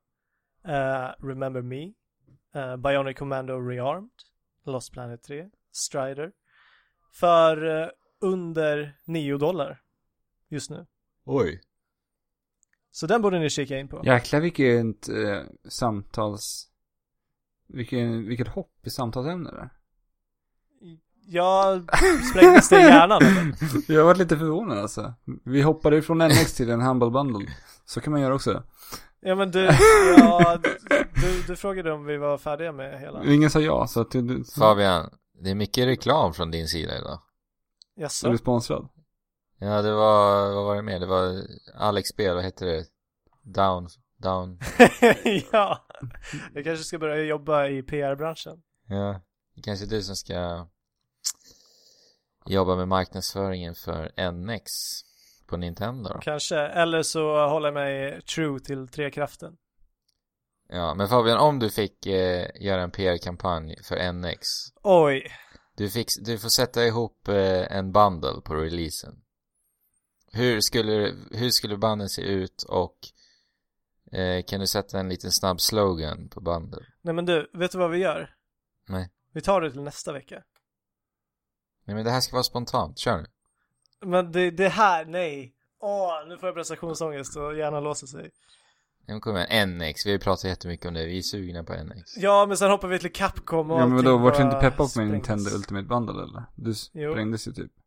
Speaker 2: eh, Remember Me, eh, Bionic Commando Rearmed, Lost Planet 3, Strider, för eh, under 9 dollar just nu.
Speaker 3: Oj.
Speaker 2: Så den borde ni kika in på.
Speaker 1: Jäklar vilket eh, samtals... Vilken, vilket hopp i samtalsämne det är.
Speaker 2: Jag sprängdes det i hjärnan eller?
Speaker 1: Jag varit lite förvånad alltså. Vi hoppade ju från NX till en Humble Bundle. Så kan man göra också.
Speaker 2: Ja
Speaker 1: [laughs]
Speaker 2: men du, ja, du, du frågade om vi var färdiga med hela.
Speaker 1: Ingen sa ja, så att du, du,
Speaker 3: Fabian, det är mycket reklam från din sida idag.
Speaker 1: är
Speaker 2: Jaså?
Speaker 1: du sponsrad.
Speaker 3: Ja, det var, vad var det mer? Det var Alex spel, vad hette det? Down, down,
Speaker 2: [laughs] ja. Jag kanske ska börja jobba i PR-branschen.
Speaker 3: ja. Det kanske är du som ska jobba med marknadsföringen för NX på Nintendo då.
Speaker 2: Kanske. Eller så håller jag mig true till Trekraften.
Speaker 3: Ja, men Fabian, om du fick eh, göra en PR-kampanj för NX,
Speaker 2: Oj.
Speaker 3: du, fick, du får sätta ihop eh, en bundle på releasen. Hur skulle, hur skulle banden se ut och eh, kan du sätta en liten snabb slogan på banden?
Speaker 2: Nej men du, vet du vad vi gör?
Speaker 3: Nej.
Speaker 2: Vi tar det till nästa vecka.
Speaker 3: Nej, men det här ska vara spontant, kör nu.
Speaker 2: Men det, det här, nej. Åh, nu får jag prestationsångest och hjärnan låser sig.
Speaker 3: Nu kommer en NX, vi har ju pratat jättemycket om det, vi är sugna på NX.
Speaker 2: Ja, men sen hoppar vi till Capcom och
Speaker 1: Ja men då
Speaker 2: allting
Speaker 1: vart du
Speaker 2: typ bara
Speaker 1: inte peppad på min
Speaker 2: sprängs.
Speaker 1: Nintendo Ultimate Bundle eller? Du
Speaker 2: Jo.
Speaker 1: sprängdes ju typ. [laughs]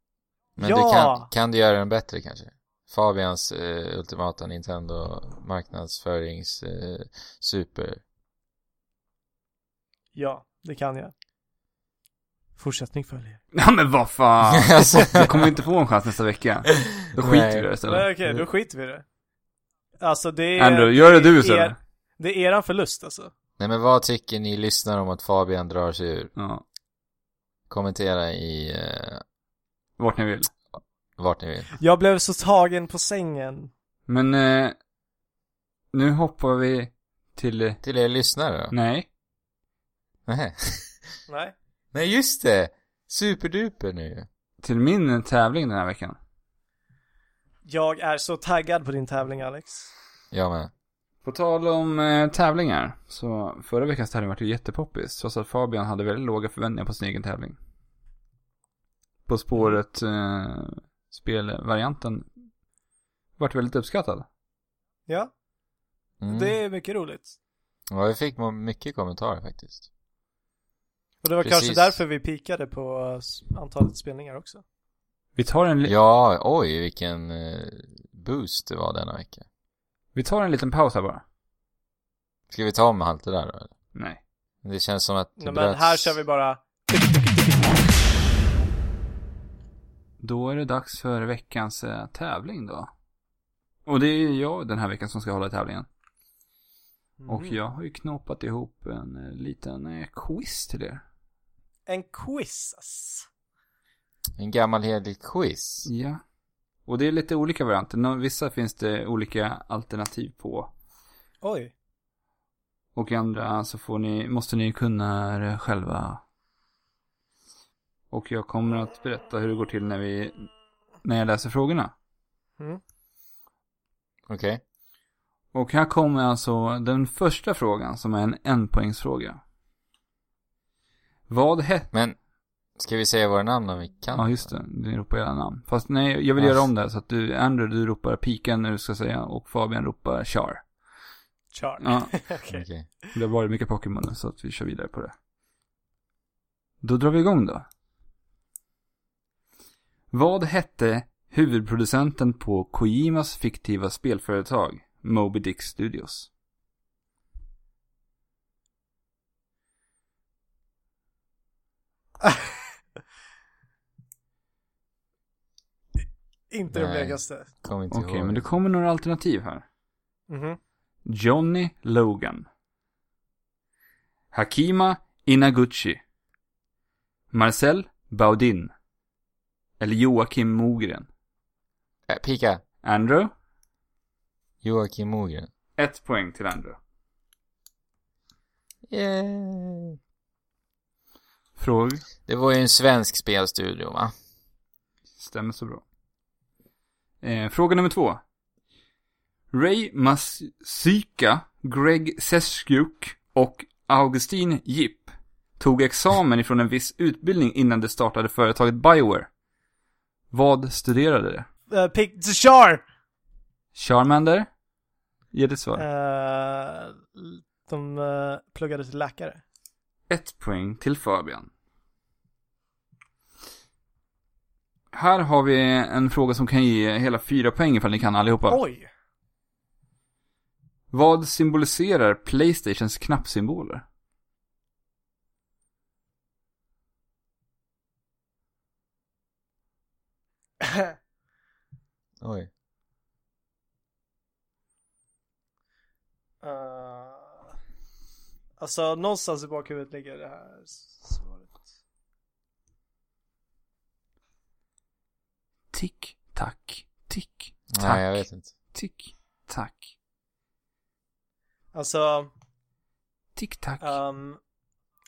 Speaker 3: Men
Speaker 2: Ja!
Speaker 3: du kan, kan du göra den bättre kanske? Fabians eh, ultimata Nintendo marknadsförings eh, super.
Speaker 2: [laughs] Ja, det kan jag. Fortsättning följer.
Speaker 1: Ja men vad fan!
Speaker 3: Alltså.
Speaker 1: Du kommer inte få en chans nästa vecka. Då skiter vi i det
Speaker 2: Nej,
Speaker 1: istället.
Speaker 2: Okej, då skiter vi i det. Alltså det är...
Speaker 1: Andrew, gör det du istället.
Speaker 2: er, det är eran förlust alltså.
Speaker 3: Nej men vad tycker ni lyssnare om att Fabian drar sig ur?
Speaker 1: Ja,
Speaker 3: Kommentera i eh,
Speaker 1: vart ni vill.
Speaker 3: vart ni vill.
Speaker 2: Jag blev så tagen på sängen.
Speaker 1: Men eh, nu hoppar vi till... eh,
Speaker 3: Till er lyssnare då?
Speaker 1: Nej.
Speaker 3: Nej. [laughs]
Speaker 2: Nej.
Speaker 3: Nej just det! Superduper nu ju.
Speaker 1: Till min tävling den här veckan.
Speaker 2: Jag är så taggad på din tävling Alex.
Speaker 3: Jag med.
Speaker 1: På tal om eh, tävlingar, så förra veckans tävling var ju jättepoppis, trots att Fabian hade väldigt låga förväntningar på sin egen tävling. På spåret, eh, spelvarianten, vart väldigt uppskattad.
Speaker 2: Ja,
Speaker 3: Mm.
Speaker 2: det är mycket roligt.
Speaker 3: Ja, vi fick må- mycket kommentarer faktiskt.
Speaker 2: Och det var
Speaker 3: Precis.
Speaker 2: kanske därför vi pikade på eh, s- antalet spelningar också.
Speaker 1: Vi tar en, li-
Speaker 2: Mm.
Speaker 3: Ja, oj vilken eh, boost det var denna vecka.
Speaker 1: vi tar en liten paus här bara.
Speaker 3: Ska vi ta om allt det där då? eller?
Speaker 1: Nej.
Speaker 3: Det känns som att det
Speaker 2: Nej, men
Speaker 3: bröts-
Speaker 2: här kör vi bara...
Speaker 1: Då är det dags för veckans eh, tävling då. Och det är jag den här veckan som ska hålla i tävlingen. Och
Speaker 2: Mm.
Speaker 1: jag har ju knoppat ihop en eh, liten eh, quiz till er.
Speaker 2: En quiz. ass.
Speaker 3: En gammal hederlig quiz.
Speaker 1: Ja. Och det är lite olika varianter. Nå- Vissa finns det olika alternativ på.
Speaker 2: Oj.
Speaker 1: Och i andra så får ni, måste ni kunna det själva. Och jag kommer att berätta hur det går till när vi, när jag läser frågorna.
Speaker 3: Okej.
Speaker 1: Och här kommer alltså den första frågan som är en enpoängsfråga. Vad hette...
Speaker 3: Men, ska vi säga våra namn om vi kan?
Speaker 1: Ja just det, ni ropar era namn. Fast nej, jag vill göra om det här, så att du, Andrew du ropar pika när du ska säga och Fabian ropar char.
Speaker 2: Kör.
Speaker 1: Ja.
Speaker 2: [laughs] Okej.
Speaker 3: Okej.
Speaker 1: Det har varit mycket Pokémon nu så att vi kör vidare på det. Då drar vi igång då. Vad hette huvudproducenten på Kojimas fiktiva spelföretag, Moby Dick Studios?
Speaker 2: Inte det
Speaker 3: Nej.
Speaker 2: blekaste.
Speaker 3: Kom inte
Speaker 1: Okej,
Speaker 3: ihåg.
Speaker 1: men det kommer några alternativ här.
Speaker 2: Mhm.
Speaker 1: Johnny Logan. Hakima Inaguchi. Marcel Baudin. Eller Joakim Mogren.
Speaker 3: Äh, Pika.
Speaker 1: Andrew?
Speaker 3: Joakim Mogren.
Speaker 1: Ett poäng till Andrew.
Speaker 3: Yeah.
Speaker 1: Fråg.
Speaker 3: Det var ju en svensk spelstudio va?
Speaker 1: Stämmer så bra. Eh, fråga nummer två. Ray Masuka, Greg Sesjuk och Augustin Jip tog examen ifrån en viss utbildning innan de startade företaget Bioware. Vad studerade de?
Speaker 2: Uh, pick the char!
Speaker 1: Charmander? Ge ditt svar.
Speaker 2: Eh, de eh, pluggade till läkare.
Speaker 1: Ett poäng till Fabian. Här har vi en fråga som kan ge hela fyra poäng ifall ni kan allihopa.
Speaker 2: Oj!
Speaker 1: Vad symboliserar Playstations knappsymboler?
Speaker 3: Oj.
Speaker 2: Eh, alltså någonstans i bakhuvudet ligger det här svaret.
Speaker 1: Tick, tack, tick, tack,
Speaker 3: Nej, jag vet inte.
Speaker 1: tick, tack,
Speaker 2: Alltså,
Speaker 1: tick, tack.
Speaker 2: ehm,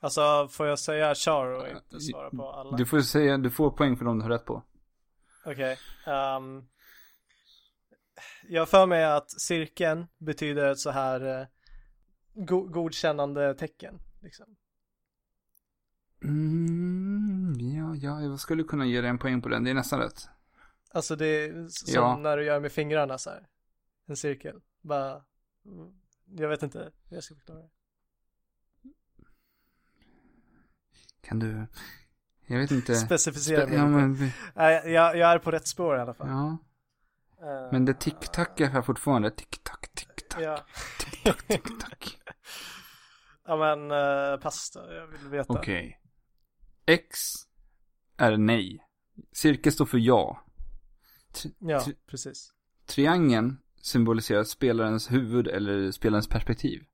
Speaker 2: alltså får jag säga kör och inte svara på alla?
Speaker 1: Du får säga, du får poäng för de du har rätt på.
Speaker 2: Okej. ehm, jag har för mig att cirkeln betyder ett så här eh, go- godkännande tecken. Liksom.
Speaker 1: Mm, ja, ja, jag skulle kunna ge dig en poäng på den. Det är nästan rätt.
Speaker 2: Alltså det är s- som
Speaker 1: Ja.
Speaker 2: när du gör med fingrarna så här. En cirkel. Bara, mm, jag vet inte hur jag ska förklara det.
Speaker 1: Kan du... Jag vet inte.
Speaker 2: Specificera mig
Speaker 1: ja,
Speaker 2: lite.
Speaker 1: men,
Speaker 2: Nej, jag, jag är på rätt spår i alla fall.
Speaker 1: ja,
Speaker 2: Eh,
Speaker 1: men det tick-tackar här fortfarande. Tick-tack, tick-tack,
Speaker 2: Ja,
Speaker 1: tick-tack, tick-tack.
Speaker 2: ja men uh, pasta, jag vill veta.
Speaker 1: Okej. X är nej. Cirkel står för ja.
Speaker 2: Ja,
Speaker 1: Tri-
Speaker 2: precis.
Speaker 1: Triangeln symboliserar spelarens huvud eller spelarens perspektiv.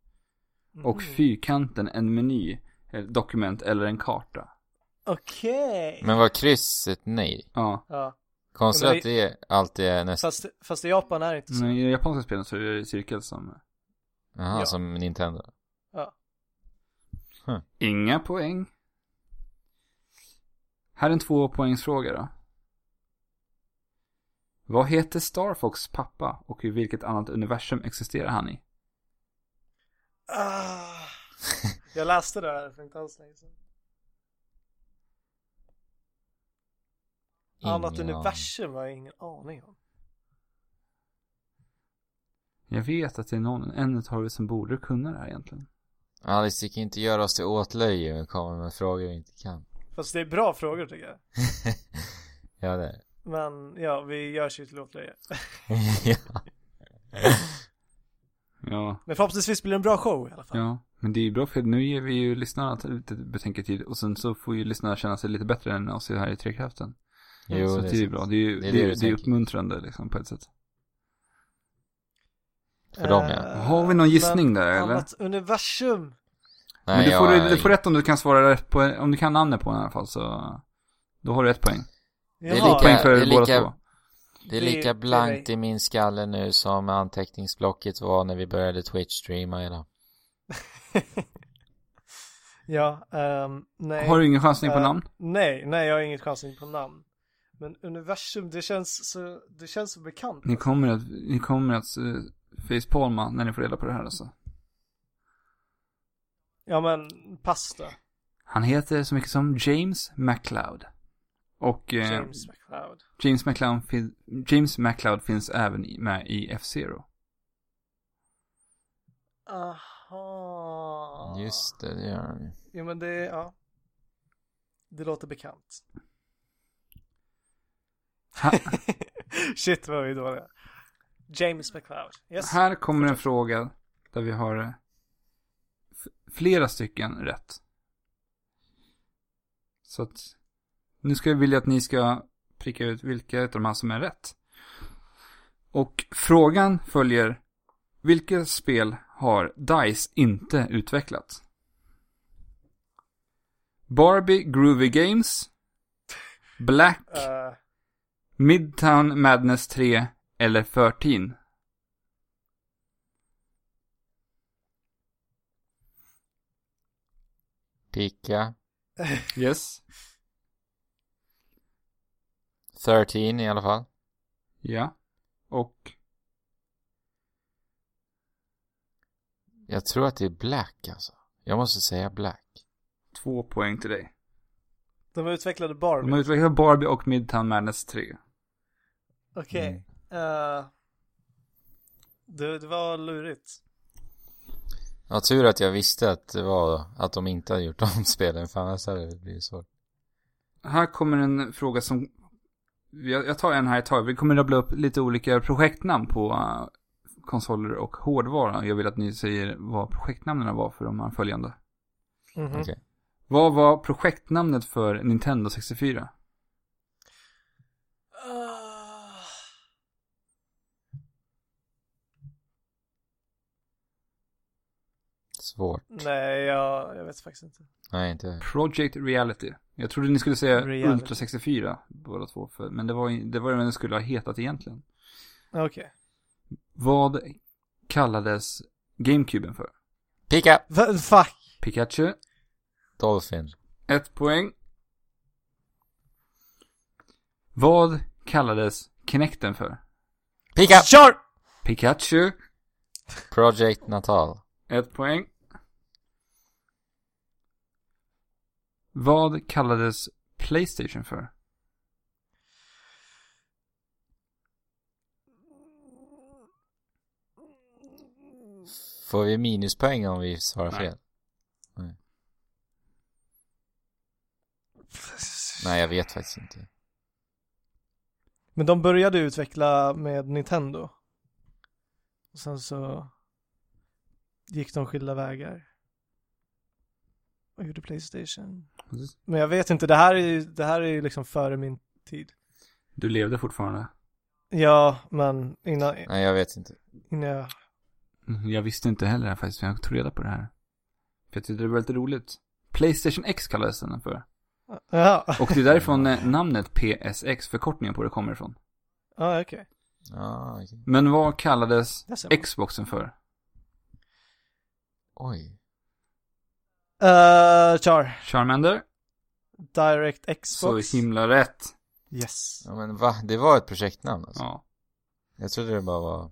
Speaker 1: Och
Speaker 2: Mm.
Speaker 1: fyrkanten en meny, ett dokument eller en karta.
Speaker 2: Okej.
Speaker 3: Men var kryss ett nej?
Speaker 1: Ja,
Speaker 2: Ja,
Speaker 3: Konstigt
Speaker 2: Men det-
Speaker 3: att det alltid är nästan...
Speaker 2: fast, fast i Japan är det inte så.
Speaker 1: men i de japanska spelen så är det cirkel som...
Speaker 3: Jaha,
Speaker 2: Ja.
Speaker 3: som Nintendo.
Speaker 1: Inga poäng. Här är en tvåpoängsfråga då. Vad heter Star Fox pappa och i vilket annat universum existerar han i?
Speaker 2: Ah, jag läste det här för inte alls länge sedan. Annat
Speaker 3: Ingen aning.
Speaker 2: universum har jag ingen aning om.
Speaker 1: Jag vet att det är någon, en utav er som borde kunna det här egentligen.
Speaker 3: Alice, vi kan inte göra oss till åtlöje och komma med frågor vi inte kan. [laughs]
Speaker 2: Fast det är bra frågor tycker jag.
Speaker 3: Ja, det [laughs] är
Speaker 2: Men ja, vi gör sitt låtlöje.
Speaker 3: ja.
Speaker 1: Ja,
Speaker 2: Men förhoppningsvis blir det en bra show i alla fall.
Speaker 1: ja. Men det är ju bra för nu ger vi ju lyssnarna lite betänketid och sen så får ju lyssnarna känna sig lite bättre än oss här i Trekraften.
Speaker 3: Jo,
Speaker 1: så
Speaker 3: det är
Speaker 1: det är ju
Speaker 3: sant.
Speaker 1: bra. Det är ju
Speaker 3: Det
Speaker 1: det
Speaker 3: är
Speaker 1: är
Speaker 3: det du
Speaker 1: det är
Speaker 3: tänker.
Speaker 1: uppmuntrande liksom på ett sätt.
Speaker 3: För dem, ja.
Speaker 2: Eh,
Speaker 1: Har vi någon gissning där
Speaker 2: men
Speaker 1: eller?
Speaker 2: Annat universum.
Speaker 3: Nej,
Speaker 1: men du
Speaker 3: jag
Speaker 1: får,
Speaker 3: har
Speaker 1: du får rätt om du kan svara rätt på, om du kan namnet på den i alla fall så, då har du ett poäng.
Speaker 2: Jaha.
Speaker 3: är lika-
Speaker 1: poäng för
Speaker 3: det är
Speaker 1: båda
Speaker 3: lika-
Speaker 1: två.
Speaker 3: Det är
Speaker 2: Det- det
Speaker 3: lika
Speaker 2: är
Speaker 3: blankt
Speaker 2: dig.
Speaker 3: i min skalle nu som anteckningsblocket var när vi började Twitch-streama idag.
Speaker 2: Ja, ehm, nej.
Speaker 1: Har du ingen chansning på
Speaker 2: Eh,
Speaker 1: namn?
Speaker 2: Nej, nej jag har inget chansning på namn. Men universum, det känns så, det känns så bekant.
Speaker 1: Ni kommer att, ni kommer att eh, facepalma när ni får reda på det här alltså.
Speaker 2: Ja men, pasta.
Speaker 1: Han heter så mycket som James McLeod. Och eh, James.
Speaker 2: James McCloud.
Speaker 1: McLeod fin- James McLeod finns även i- med i F-Zero.
Speaker 2: Aha.
Speaker 3: Just det, det gör han ju.
Speaker 2: Ja men det, ja. Det låter bekant.
Speaker 1: Ha-
Speaker 2: Shit vad vi är dåliga. James McCloud. Yes.
Speaker 1: Här kommer en fråga där vi har eh, f- flera stycken rätt. Så att nu ska jag vilja att ni ska pricka ut vilka utav de här som är rätt. Och frågan följer, vilka spel har DICE inte utvecklat? Barbie Groovy Games,
Speaker 2: [laughs]
Speaker 1: Black,
Speaker 2: Eh,
Speaker 1: Midtown Madness 3 eller 13?
Speaker 3: Pika.
Speaker 1: Yes.
Speaker 3: 13 i alla fall.
Speaker 1: Ja. Och
Speaker 3: Jag tror att det är Black alltså. Jag måste säga Black.
Speaker 1: två poäng till dig.
Speaker 2: de utvecklade Barbie.
Speaker 1: De har utvecklat Barbie och Midtown Madness 3.
Speaker 2: Okej. Eh, det, det var lurigt.
Speaker 3: Ja, tur att jag visste att det var att de inte hade gjort [laughs] de spelen, för annars hade det blivit svårt.
Speaker 1: Här kommer en fråga som jag, jag tar en här i taget. Vi kommer rabbla upp lite olika projektnamn på eh, konsoler och hårdvara. Jag vill att ni säger vad projektnamnen var för de här följande.
Speaker 2: Mhm.
Speaker 3: Okej.
Speaker 1: Vad var projektnamnet för Nintendo 64?
Speaker 2: Ah.
Speaker 3: Svårt.
Speaker 2: Nej, jag, jag vet faktiskt inte.
Speaker 3: Nej, inte.
Speaker 1: Project Reality. Jag trodde ni skulle säga
Speaker 2: Reality.
Speaker 1: Ultra 64, båda två. För, men det var, ju- det var ju vad den skulle ha hetat egentligen.
Speaker 2: Okej.
Speaker 1: Vad kallades GameCuben för?
Speaker 3: Pika!
Speaker 2: Va- Fuck!
Speaker 1: Pikachu,
Speaker 3: Dolphin.
Speaker 1: ett poäng. Vad kallades Kinecten för?
Speaker 3: Pika!
Speaker 2: Kör!
Speaker 1: Pikachu,
Speaker 3: Project Natal.
Speaker 1: ett poäng. Vad kallades Playstation för?
Speaker 3: Får vi minuspoäng om vi svarar
Speaker 1: Nej.
Speaker 3: fel? Nej. Nej, jag vet faktiskt inte.
Speaker 2: Men de började utveckla med Nintendo. Och sen så gick de skilda vägar. Och gjorde Playstation.
Speaker 1: Precis.
Speaker 2: Men jag vet inte, det här är ju, det här är ju liksom före min tid.
Speaker 1: Du levde fortfarande.
Speaker 2: Ja, men innan,
Speaker 3: Nej, jag vet inte.
Speaker 2: innan jag...
Speaker 1: Mm, Jag visste inte heller faktiskt, jag tog reda på det här. För jag tyckte det var lite roligt. Playstation X kallades den för.
Speaker 2: Jaha,
Speaker 1: Och det är därifrån eh, namnet PSX, förkortningen på det, kommer ifrån.
Speaker 2: ja okej.
Speaker 3: Ja, Ah, okej.
Speaker 1: Men vad kallades
Speaker 2: Där ser man.
Speaker 1: Xboxen för?
Speaker 3: Oj.
Speaker 2: Eh, Char,
Speaker 1: Charmander?
Speaker 2: Direct
Speaker 1: Så
Speaker 2: Xbox.
Speaker 1: himla rätt.
Speaker 2: yes.
Speaker 3: Ja, men va? Det var ett projektnamn alltså.
Speaker 1: Ja.
Speaker 3: Jag trodde det bara var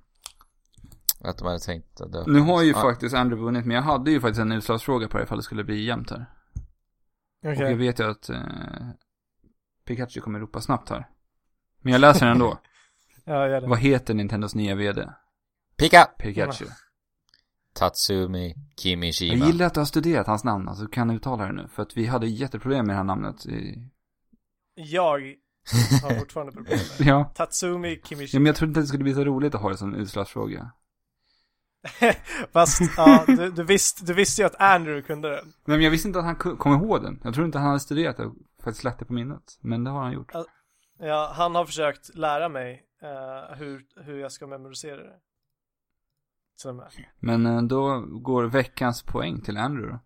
Speaker 3: att de hade tänkt att döpa
Speaker 1: Nu har ju
Speaker 3: Ja,
Speaker 1: faktiskt Andrew vunnit, men jag hade ju faktiskt en utslagsfråga på det ifall det skulle bli jämnt här.
Speaker 2: Okej.
Speaker 1: Och jag vet ju att eh, Pikachu kommer ropa snabbt här. Men jag läser den ändå.
Speaker 2: Ja, gör det.
Speaker 1: vad heter Nintendos nya vd?
Speaker 3: Pika!
Speaker 1: Pikachu.
Speaker 3: Tatsumi Kimishima.
Speaker 1: Jag gillar att du har studerat hans namn, alltså du kan uttala det nu. För att vi hade jätteproblem med det här namnet i... [laughs]
Speaker 2: Jag har fortfarande problem med det.
Speaker 1: [laughs] Ja.
Speaker 2: Tatsumi
Speaker 1: ja
Speaker 2: Kimishima.
Speaker 1: men jag trodde inte att det skulle bli så roligt att ha det som utslagsfråga.
Speaker 2: Fast, ja, du, du, visst, du visste ju att Andrew kunde den.
Speaker 1: Nej, men jag visste inte att han ku- kom ihåg den. Jag trodde inte att han hade studerat det och faktiskt lagt det på minnet. Men det har han gjort.
Speaker 2: Ja, han har försökt lära mig eh, hur, hur jag ska memorisera det. Till och med.
Speaker 1: Men eh, då går veckans poäng till Andrew då.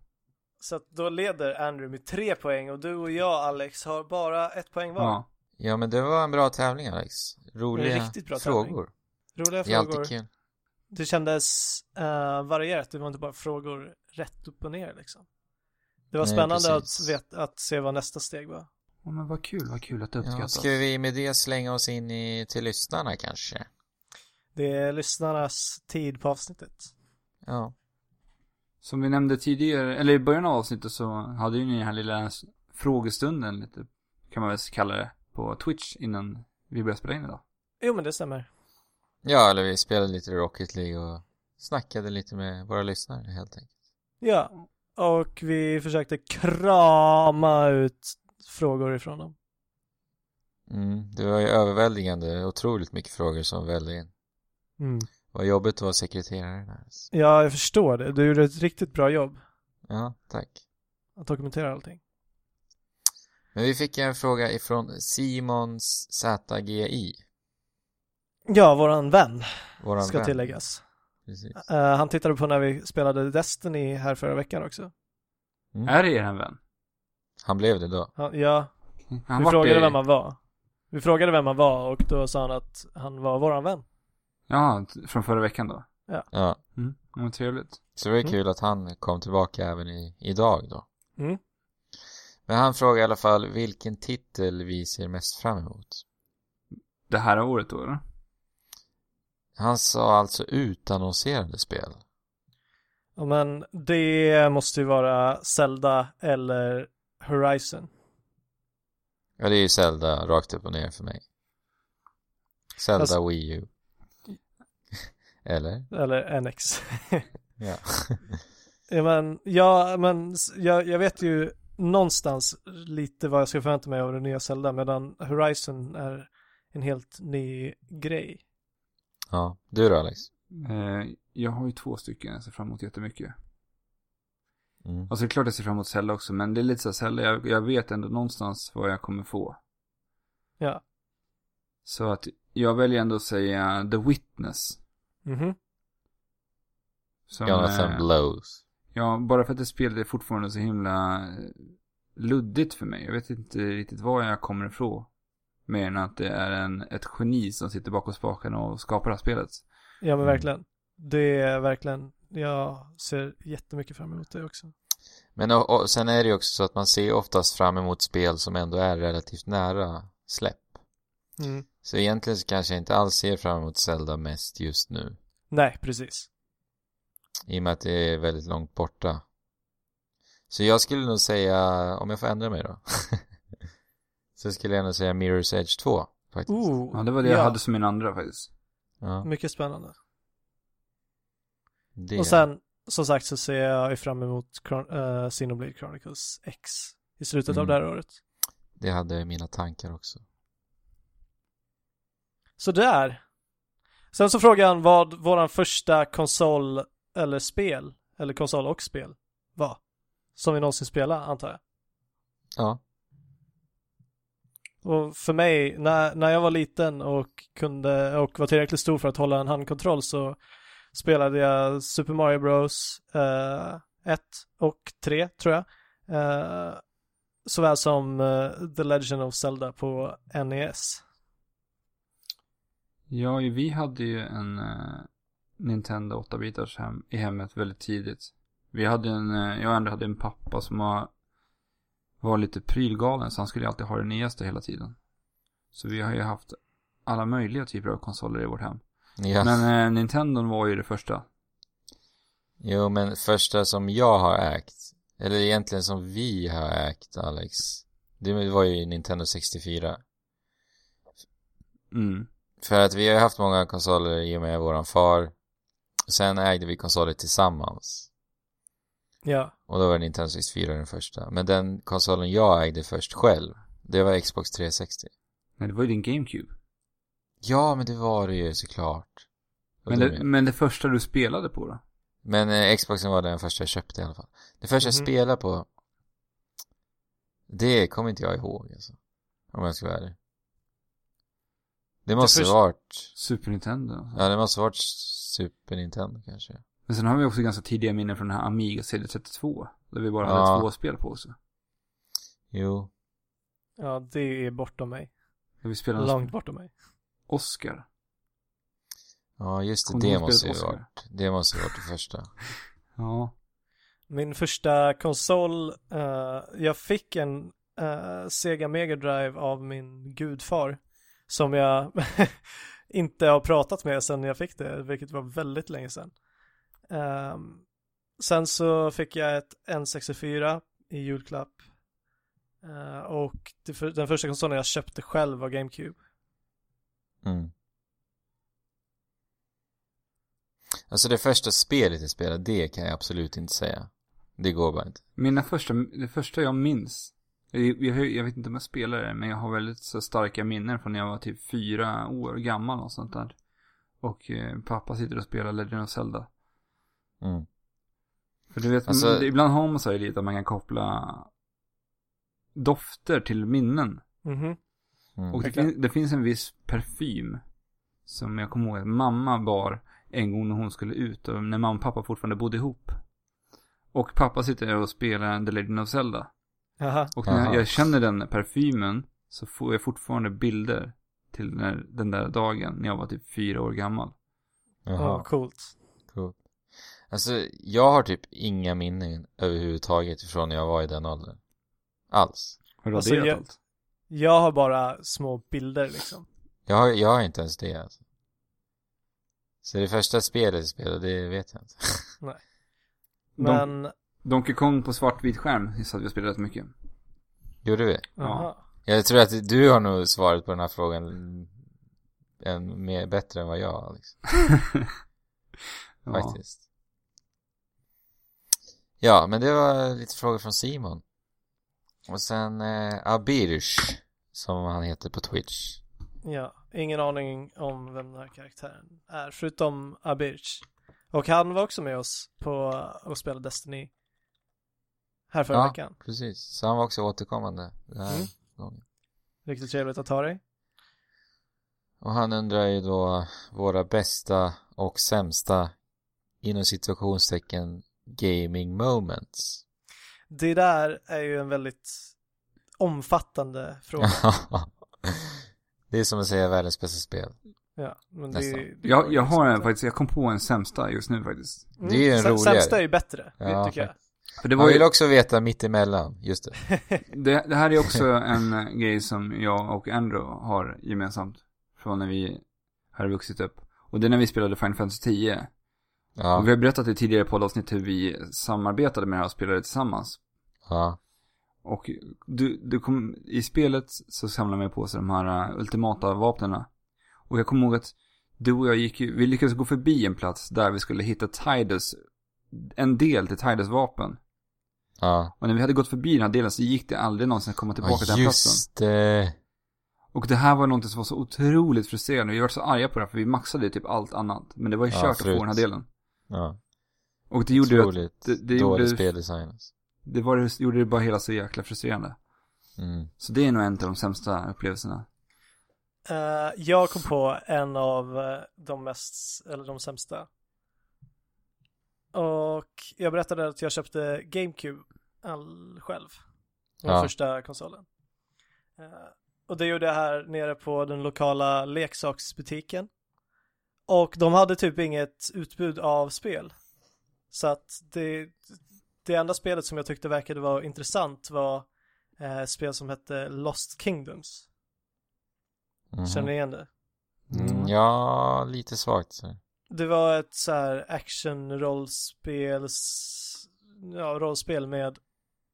Speaker 2: Så att då leder Andrew med tre poäng och du och jag Alex har bara ett poäng var.
Speaker 1: Ja.
Speaker 3: [laughs] Ja, men det var en bra tävling Alex. Roliga
Speaker 2: riktigt bra tävling.
Speaker 3: frågor.
Speaker 2: Roliga
Speaker 3: Det är alltid
Speaker 2: frågor.
Speaker 3: kul.
Speaker 2: Det kändes eh, varierat, det var inte bara frågor rätt upp och ner liksom. Det var
Speaker 3: Nej,
Speaker 2: spännande att,
Speaker 3: precis.
Speaker 2: vet, att se vad nästa steg var.
Speaker 1: Ja, men vad kul, vad kul att det
Speaker 3: Ja,
Speaker 1: uppskattas.
Speaker 3: ska vi med det slänga oss in i, till lyssnarna kanske?
Speaker 2: Det är lyssnarnas tid på avsnittet.
Speaker 3: Ja.
Speaker 1: Som vi nämnde tidigare, eller i början av avsnittet så hade ju ni den här lilla s- frågestunden lite, kan man väl kalla det, på Twitch innan vi började spela in idag.
Speaker 2: Jo men det stämmer.
Speaker 3: Ja, eller vi spelade lite Rocket League och snackade lite med våra lyssnare helt enkelt.
Speaker 2: Ja, och vi försökte krama ut frågor ifrån dem.
Speaker 3: Mm, det var ju överväldigande, otroligt mycket frågor som vällde in.
Speaker 2: Mm.
Speaker 3: Vad jobbigt att vara sekreterare där. alltså.
Speaker 2: Ja, jag förstår det. Du gjorde ett riktigt bra jobb
Speaker 3: Ja, tack.
Speaker 2: att dokumentera allting.
Speaker 3: Men vi fick en fråga ifrån Simons ZGI.
Speaker 2: Ja, våran vän
Speaker 3: Våran
Speaker 2: ska
Speaker 3: vän.
Speaker 2: tilläggas.
Speaker 3: Precis.
Speaker 2: Eh, han tittade på när vi spelade Destiny här förra veckan också.
Speaker 3: Mm.
Speaker 1: Är det er vän?
Speaker 3: Han blev det då.
Speaker 2: Han, ja,
Speaker 3: Mm.
Speaker 1: Han
Speaker 2: vi
Speaker 1: vart
Speaker 2: frågade
Speaker 1: det-
Speaker 2: vem han var. Vi frågade vem han var och då sa han att han var våran vän.
Speaker 1: Ja, t- från förra veckan då.
Speaker 3: Ja.
Speaker 1: Mm, ja, vad trevligt.
Speaker 3: Så det var ju
Speaker 2: Mm.
Speaker 3: kul att han kom tillbaka även i, idag då.
Speaker 2: Mm.
Speaker 3: Men han frågar i alla fall vilken titel vi ser mest fram emot.
Speaker 1: Det här året då, eller?
Speaker 3: Han sa alltså utannonserade spel.
Speaker 2: Ja, men det måste ju vara Zelda eller Horizon.
Speaker 3: Ja, det är ju Zelda rakt upp och ner för mig. Zelda
Speaker 2: Alltså-
Speaker 3: Wii U. [laughs] Eller?
Speaker 2: Eller NX.
Speaker 3: Ja.
Speaker 2: [laughs] Ja men, ja, men s- jag, jag vet ju någonstans lite vad jag ska förvänta mig av det nya Zelda medan Horizon är en helt ny grej.
Speaker 3: Ja. Du då Alex?
Speaker 1: Eh, jag har ju två stycken jag ser fram emot jättemycket.
Speaker 3: Mm.
Speaker 1: Alltså det är klart jag ser fram emot Zelda också, men det är lite så här, Zelda, jag, jag vet ändå någonstans vad jag kommer få.
Speaker 2: Ja.
Speaker 1: Så att jag väljer ändå att säga The Witness.
Speaker 2: Mhm.
Speaker 1: Som,
Speaker 3: Jonathan
Speaker 1: eh,
Speaker 3: Blows.
Speaker 1: Ja, bara för att det spelet är fortfarande så himla eh, luddigt för mig. Jag vet inte riktigt var jag kommer ifrån. Mer än att det är en, ett geni som sitter bakom spakarna och skapar det här spelet.
Speaker 2: Ja men
Speaker 3: Mm.
Speaker 2: verkligen. Det är verkligen, jag ser jättemycket fram emot det också.
Speaker 3: Men och, och, sen är det ju också så att man ser oftast fram emot spel som ändå är relativt nära släpp.
Speaker 2: Mm.
Speaker 3: Så egentligen så kanske jag inte alls ser fram emot Zelda mest just nu.
Speaker 2: Nej, precis.
Speaker 3: I och med att det är väldigt långt borta. Så jag skulle nog säga, om jag får ändra mig då. [laughs] så skulle jag nog säga Mirror's Edge 2 faktiskt.
Speaker 2: Oh,
Speaker 1: Ja, det var det jag hade som min andra faktiskt.
Speaker 3: Ja,
Speaker 2: Mycket spännande.
Speaker 3: det.
Speaker 2: Och sen, som sagt så ser jag ju fram emot Chron- eh, Xenoblade Chronicles X i slutet av
Speaker 3: Mm.
Speaker 2: det här året.
Speaker 3: det hade mina tankar också.
Speaker 2: Så där. Sen så frågar han vad våran första konsol eller spel, eller konsol och spel, var. Som vi någonsin spelade, antar jag.
Speaker 3: Ja.
Speaker 2: Och för mig, när, när jag var liten och kunde, och var tillräckligt stor för att hålla en handkontroll så spelade jag Super Mario Bros 1 och 3, tror jag. Eh, såväl som eh, The Legend of Zelda på E NES.
Speaker 1: Ja, ju, vi hade ju en eh, Nintendo 8-bitars hem, i hemmet väldigt tidigt. Vi hade en, eh, jag ändå hade en pappa som var, var lite prylgalen så han skulle alltid ha det nyaste hela tiden. Så vi har ju haft alla möjliga typer av konsoler i vårt hem.
Speaker 3: ja.
Speaker 1: Men eh, Nintendon var ju det första.
Speaker 3: Jo, men första som jag har ägt, eller egentligen som vi har ägt, Alex, det var ju Nintendo 64.
Speaker 1: Mm.
Speaker 3: För att vi har ju haft många konsoler i och med våran far. Sen ägde vi konsoler tillsammans.
Speaker 2: Ja.
Speaker 3: Och då var Nintendo 64 den första. Men den konsolen jag ägde först själv, det var Xbox 360.
Speaker 1: Nej, det var ju din GameCube.
Speaker 3: Ja, men det var det ju såklart. Och
Speaker 1: Men
Speaker 3: du
Speaker 1: det,
Speaker 3: med.
Speaker 1: men det första du spelade på då?
Speaker 3: Men eh, Xboxen var den första jag köpte i alla fall. Det första
Speaker 2: Mhm.
Speaker 3: jag spelade på, det kommer inte jag ihåg alltså. Om jag ska vara ärlig. Det måste
Speaker 2: först-
Speaker 3: varit,
Speaker 1: Super Nintendo.
Speaker 3: ja det måste varit Super Nintendo kanske.
Speaker 1: Men sen har vi också ganska tidiga minnen från den här Amiga CD32. Där vi bara
Speaker 3: Ja.
Speaker 1: hade två spel på oss.
Speaker 3: Jo.
Speaker 2: Ja, det är bortom mig.
Speaker 1: Där vi spelade
Speaker 2: Långt bortom mig.
Speaker 1: Oscar.
Speaker 3: Ja just det,
Speaker 1: Kommer du
Speaker 3: det
Speaker 1: ihåg
Speaker 3: måste ju
Speaker 1: spelet Oscar?
Speaker 3: varit, det måste ju varit det första.
Speaker 1: Ja.
Speaker 2: Min första konsol, eh, jag fick en eh, Sega Mega Drive av min gudfar som jag [laughs] inte har pratat med sedan jag fick det, vilket var väldigt länge sedan. Ehm, sen så fick jag ett N64 i julklapp Eh, och det för, den första konsolen jag köpte själv var GameCube.
Speaker 3: Mm. Alltså det första spelet jag spelade, det kan jag absolut inte säga. Det går bara inte.
Speaker 1: Mina första, det första jag minns. Jag, jag, jag vet inte om jag spelar det, men jag har väldigt så starka minnen från när jag var typ fyra år gammal och sånt där. Och eh, pappa sitter och spelar Legend of Zelda.
Speaker 3: Mm.
Speaker 1: För du vet,
Speaker 3: Alltså-
Speaker 1: det- ibland har man så här lite att man kan koppla dofter till minnen.
Speaker 2: Mhm.
Speaker 3: Mm.
Speaker 1: Och det,
Speaker 2: Verkligen.
Speaker 1: fin- det finns en viss parfym som jag kommer ihåg att mamma bar en gång när hon skulle ut och när mamma och pappa fortfarande bodde ihop. Och pappa sitter och spelar The Legend of Zelda.
Speaker 2: Jaha,
Speaker 1: Och när
Speaker 3: Aha.
Speaker 1: jag känner den parfymen så får jag fortfarande bilder till den där, den där dagen när jag var typ fyra år gammal.
Speaker 3: Jaha.
Speaker 2: oh, coolt.
Speaker 3: Coolt. Alltså, jag har typ inga minnen överhuvudtaget från när jag var i den åldern. Alls.
Speaker 1: Har du
Speaker 2: Alltså,
Speaker 1: raderat
Speaker 2: jag-
Speaker 1: allt?
Speaker 2: Jag har bara små bilder liksom.
Speaker 3: Jag har, jag har inte ens det alltså. Så det första spelet jag spelade, det vet jag inte. [laughs]
Speaker 1: Don-
Speaker 2: Men,
Speaker 1: Donkey Kong på svartvit skärm så att vi spelade rätt mycket.
Speaker 3: Gjorde vi?
Speaker 1: Ja.
Speaker 2: aha.
Speaker 3: Jag tror att du har nog svaret på den här frågan än mer, bättre än vad jag har liksom.
Speaker 1: Ja.
Speaker 3: Faktiskt. Ja, men det var lite frågor från Simon. Och sen eh, Abirsh, som han heter på Twitch.
Speaker 2: Ja, ingen aning om vem den här karaktären är, förutom Abirch. Och han var också med oss på att spela Destiny här förra
Speaker 3: Ja.
Speaker 2: veckan.
Speaker 3: Precis, så han var också återkommande den här
Speaker 2: Mm.
Speaker 3: gången.
Speaker 2: Riktigt trevligt att ha dig.
Speaker 3: Och han undrar ju då våra bästa och sämsta inom situationstecken gaming moments. [laughs]
Speaker 2: Det där är ju en väldigt omfattande fråga.
Speaker 3: det är som att säga världens bästa spel.
Speaker 2: ja, men det,
Speaker 3: Nästan.
Speaker 2: det går
Speaker 1: Jag,
Speaker 2: ju
Speaker 1: jag har
Speaker 2: liksom
Speaker 1: en
Speaker 2: inte.
Speaker 1: faktiskt, jag kom på en sämsta just nu faktiskt.
Speaker 2: Mm,
Speaker 3: Det är ju en
Speaker 2: sä-
Speaker 3: roligare.
Speaker 2: Sämsta är ju bättre,
Speaker 3: Ja,
Speaker 2: tycker jag.
Speaker 1: För det,
Speaker 3: Han
Speaker 1: var ju,
Speaker 3: vill också veta mitt emellan, just det.
Speaker 1: det, det här är [laughs] också en eh, grej som jag och Andrew har gemensamt. Från när vi hade vuxit upp. Och det är när vi spelade Final Fantasy 10. Och vi
Speaker 3: Ja,
Speaker 1: har berättat i tidigare poddavsnitt hur vi samarbetade med det här och spelade tillsammans.
Speaker 3: ja,
Speaker 1: Och du, du kom, i spelet så samlade man på sig de här eh, ultimata vapnena. Och jag kommer ihåg att du och jag gick ju- vi lyckades gå förbi en plats där vi skulle hitta Tidus, en del till Tidus vapen.
Speaker 3: ja.
Speaker 1: Och när vi hade gått förbi den här delen så gick det aldrig någonsin att komma tillbaka till
Speaker 3: ja
Speaker 1: den här platsen.
Speaker 3: just det.
Speaker 1: Och det här var någonting som var så otroligt frustrerande. Vi var så arga på det här, för vi maxade ju typ allt annat. Men det var ju
Speaker 3: Ja,
Speaker 1: kört att få
Speaker 3: förut.
Speaker 1: den här delen.
Speaker 3: Ja,
Speaker 1: Och det gjorde ju att
Speaker 3: otroligt
Speaker 1: det- det
Speaker 3: dålig
Speaker 1: gjorde-
Speaker 3: speldesign. alltså.
Speaker 1: det, var, det gjorde det bara hela så jäkla frustrerande.
Speaker 3: Mm.
Speaker 1: Så det är nog en av de sämsta upplevelserna.
Speaker 2: Eh, jag kom på en av eh, de mest, eller de sämsta. Och jag berättade att jag köpte GameCube all, själv. Den
Speaker 3: Ja.
Speaker 2: första konsolen. Eh, och det gjorde jag här nere på den lokala leksaksbutiken. Och de hade typ inget utbud av spel. Så att det, det enda spelet som jag tyckte verkade vara intressant var eh, ett spel som hette Lost Kingdoms.
Speaker 3: Mhm.
Speaker 2: Känner ni igen det?
Speaker 3: Mm, ja, lite svagt. så.
Speaker 2: Det var ett så här action-rollspels... Ja, rollspel med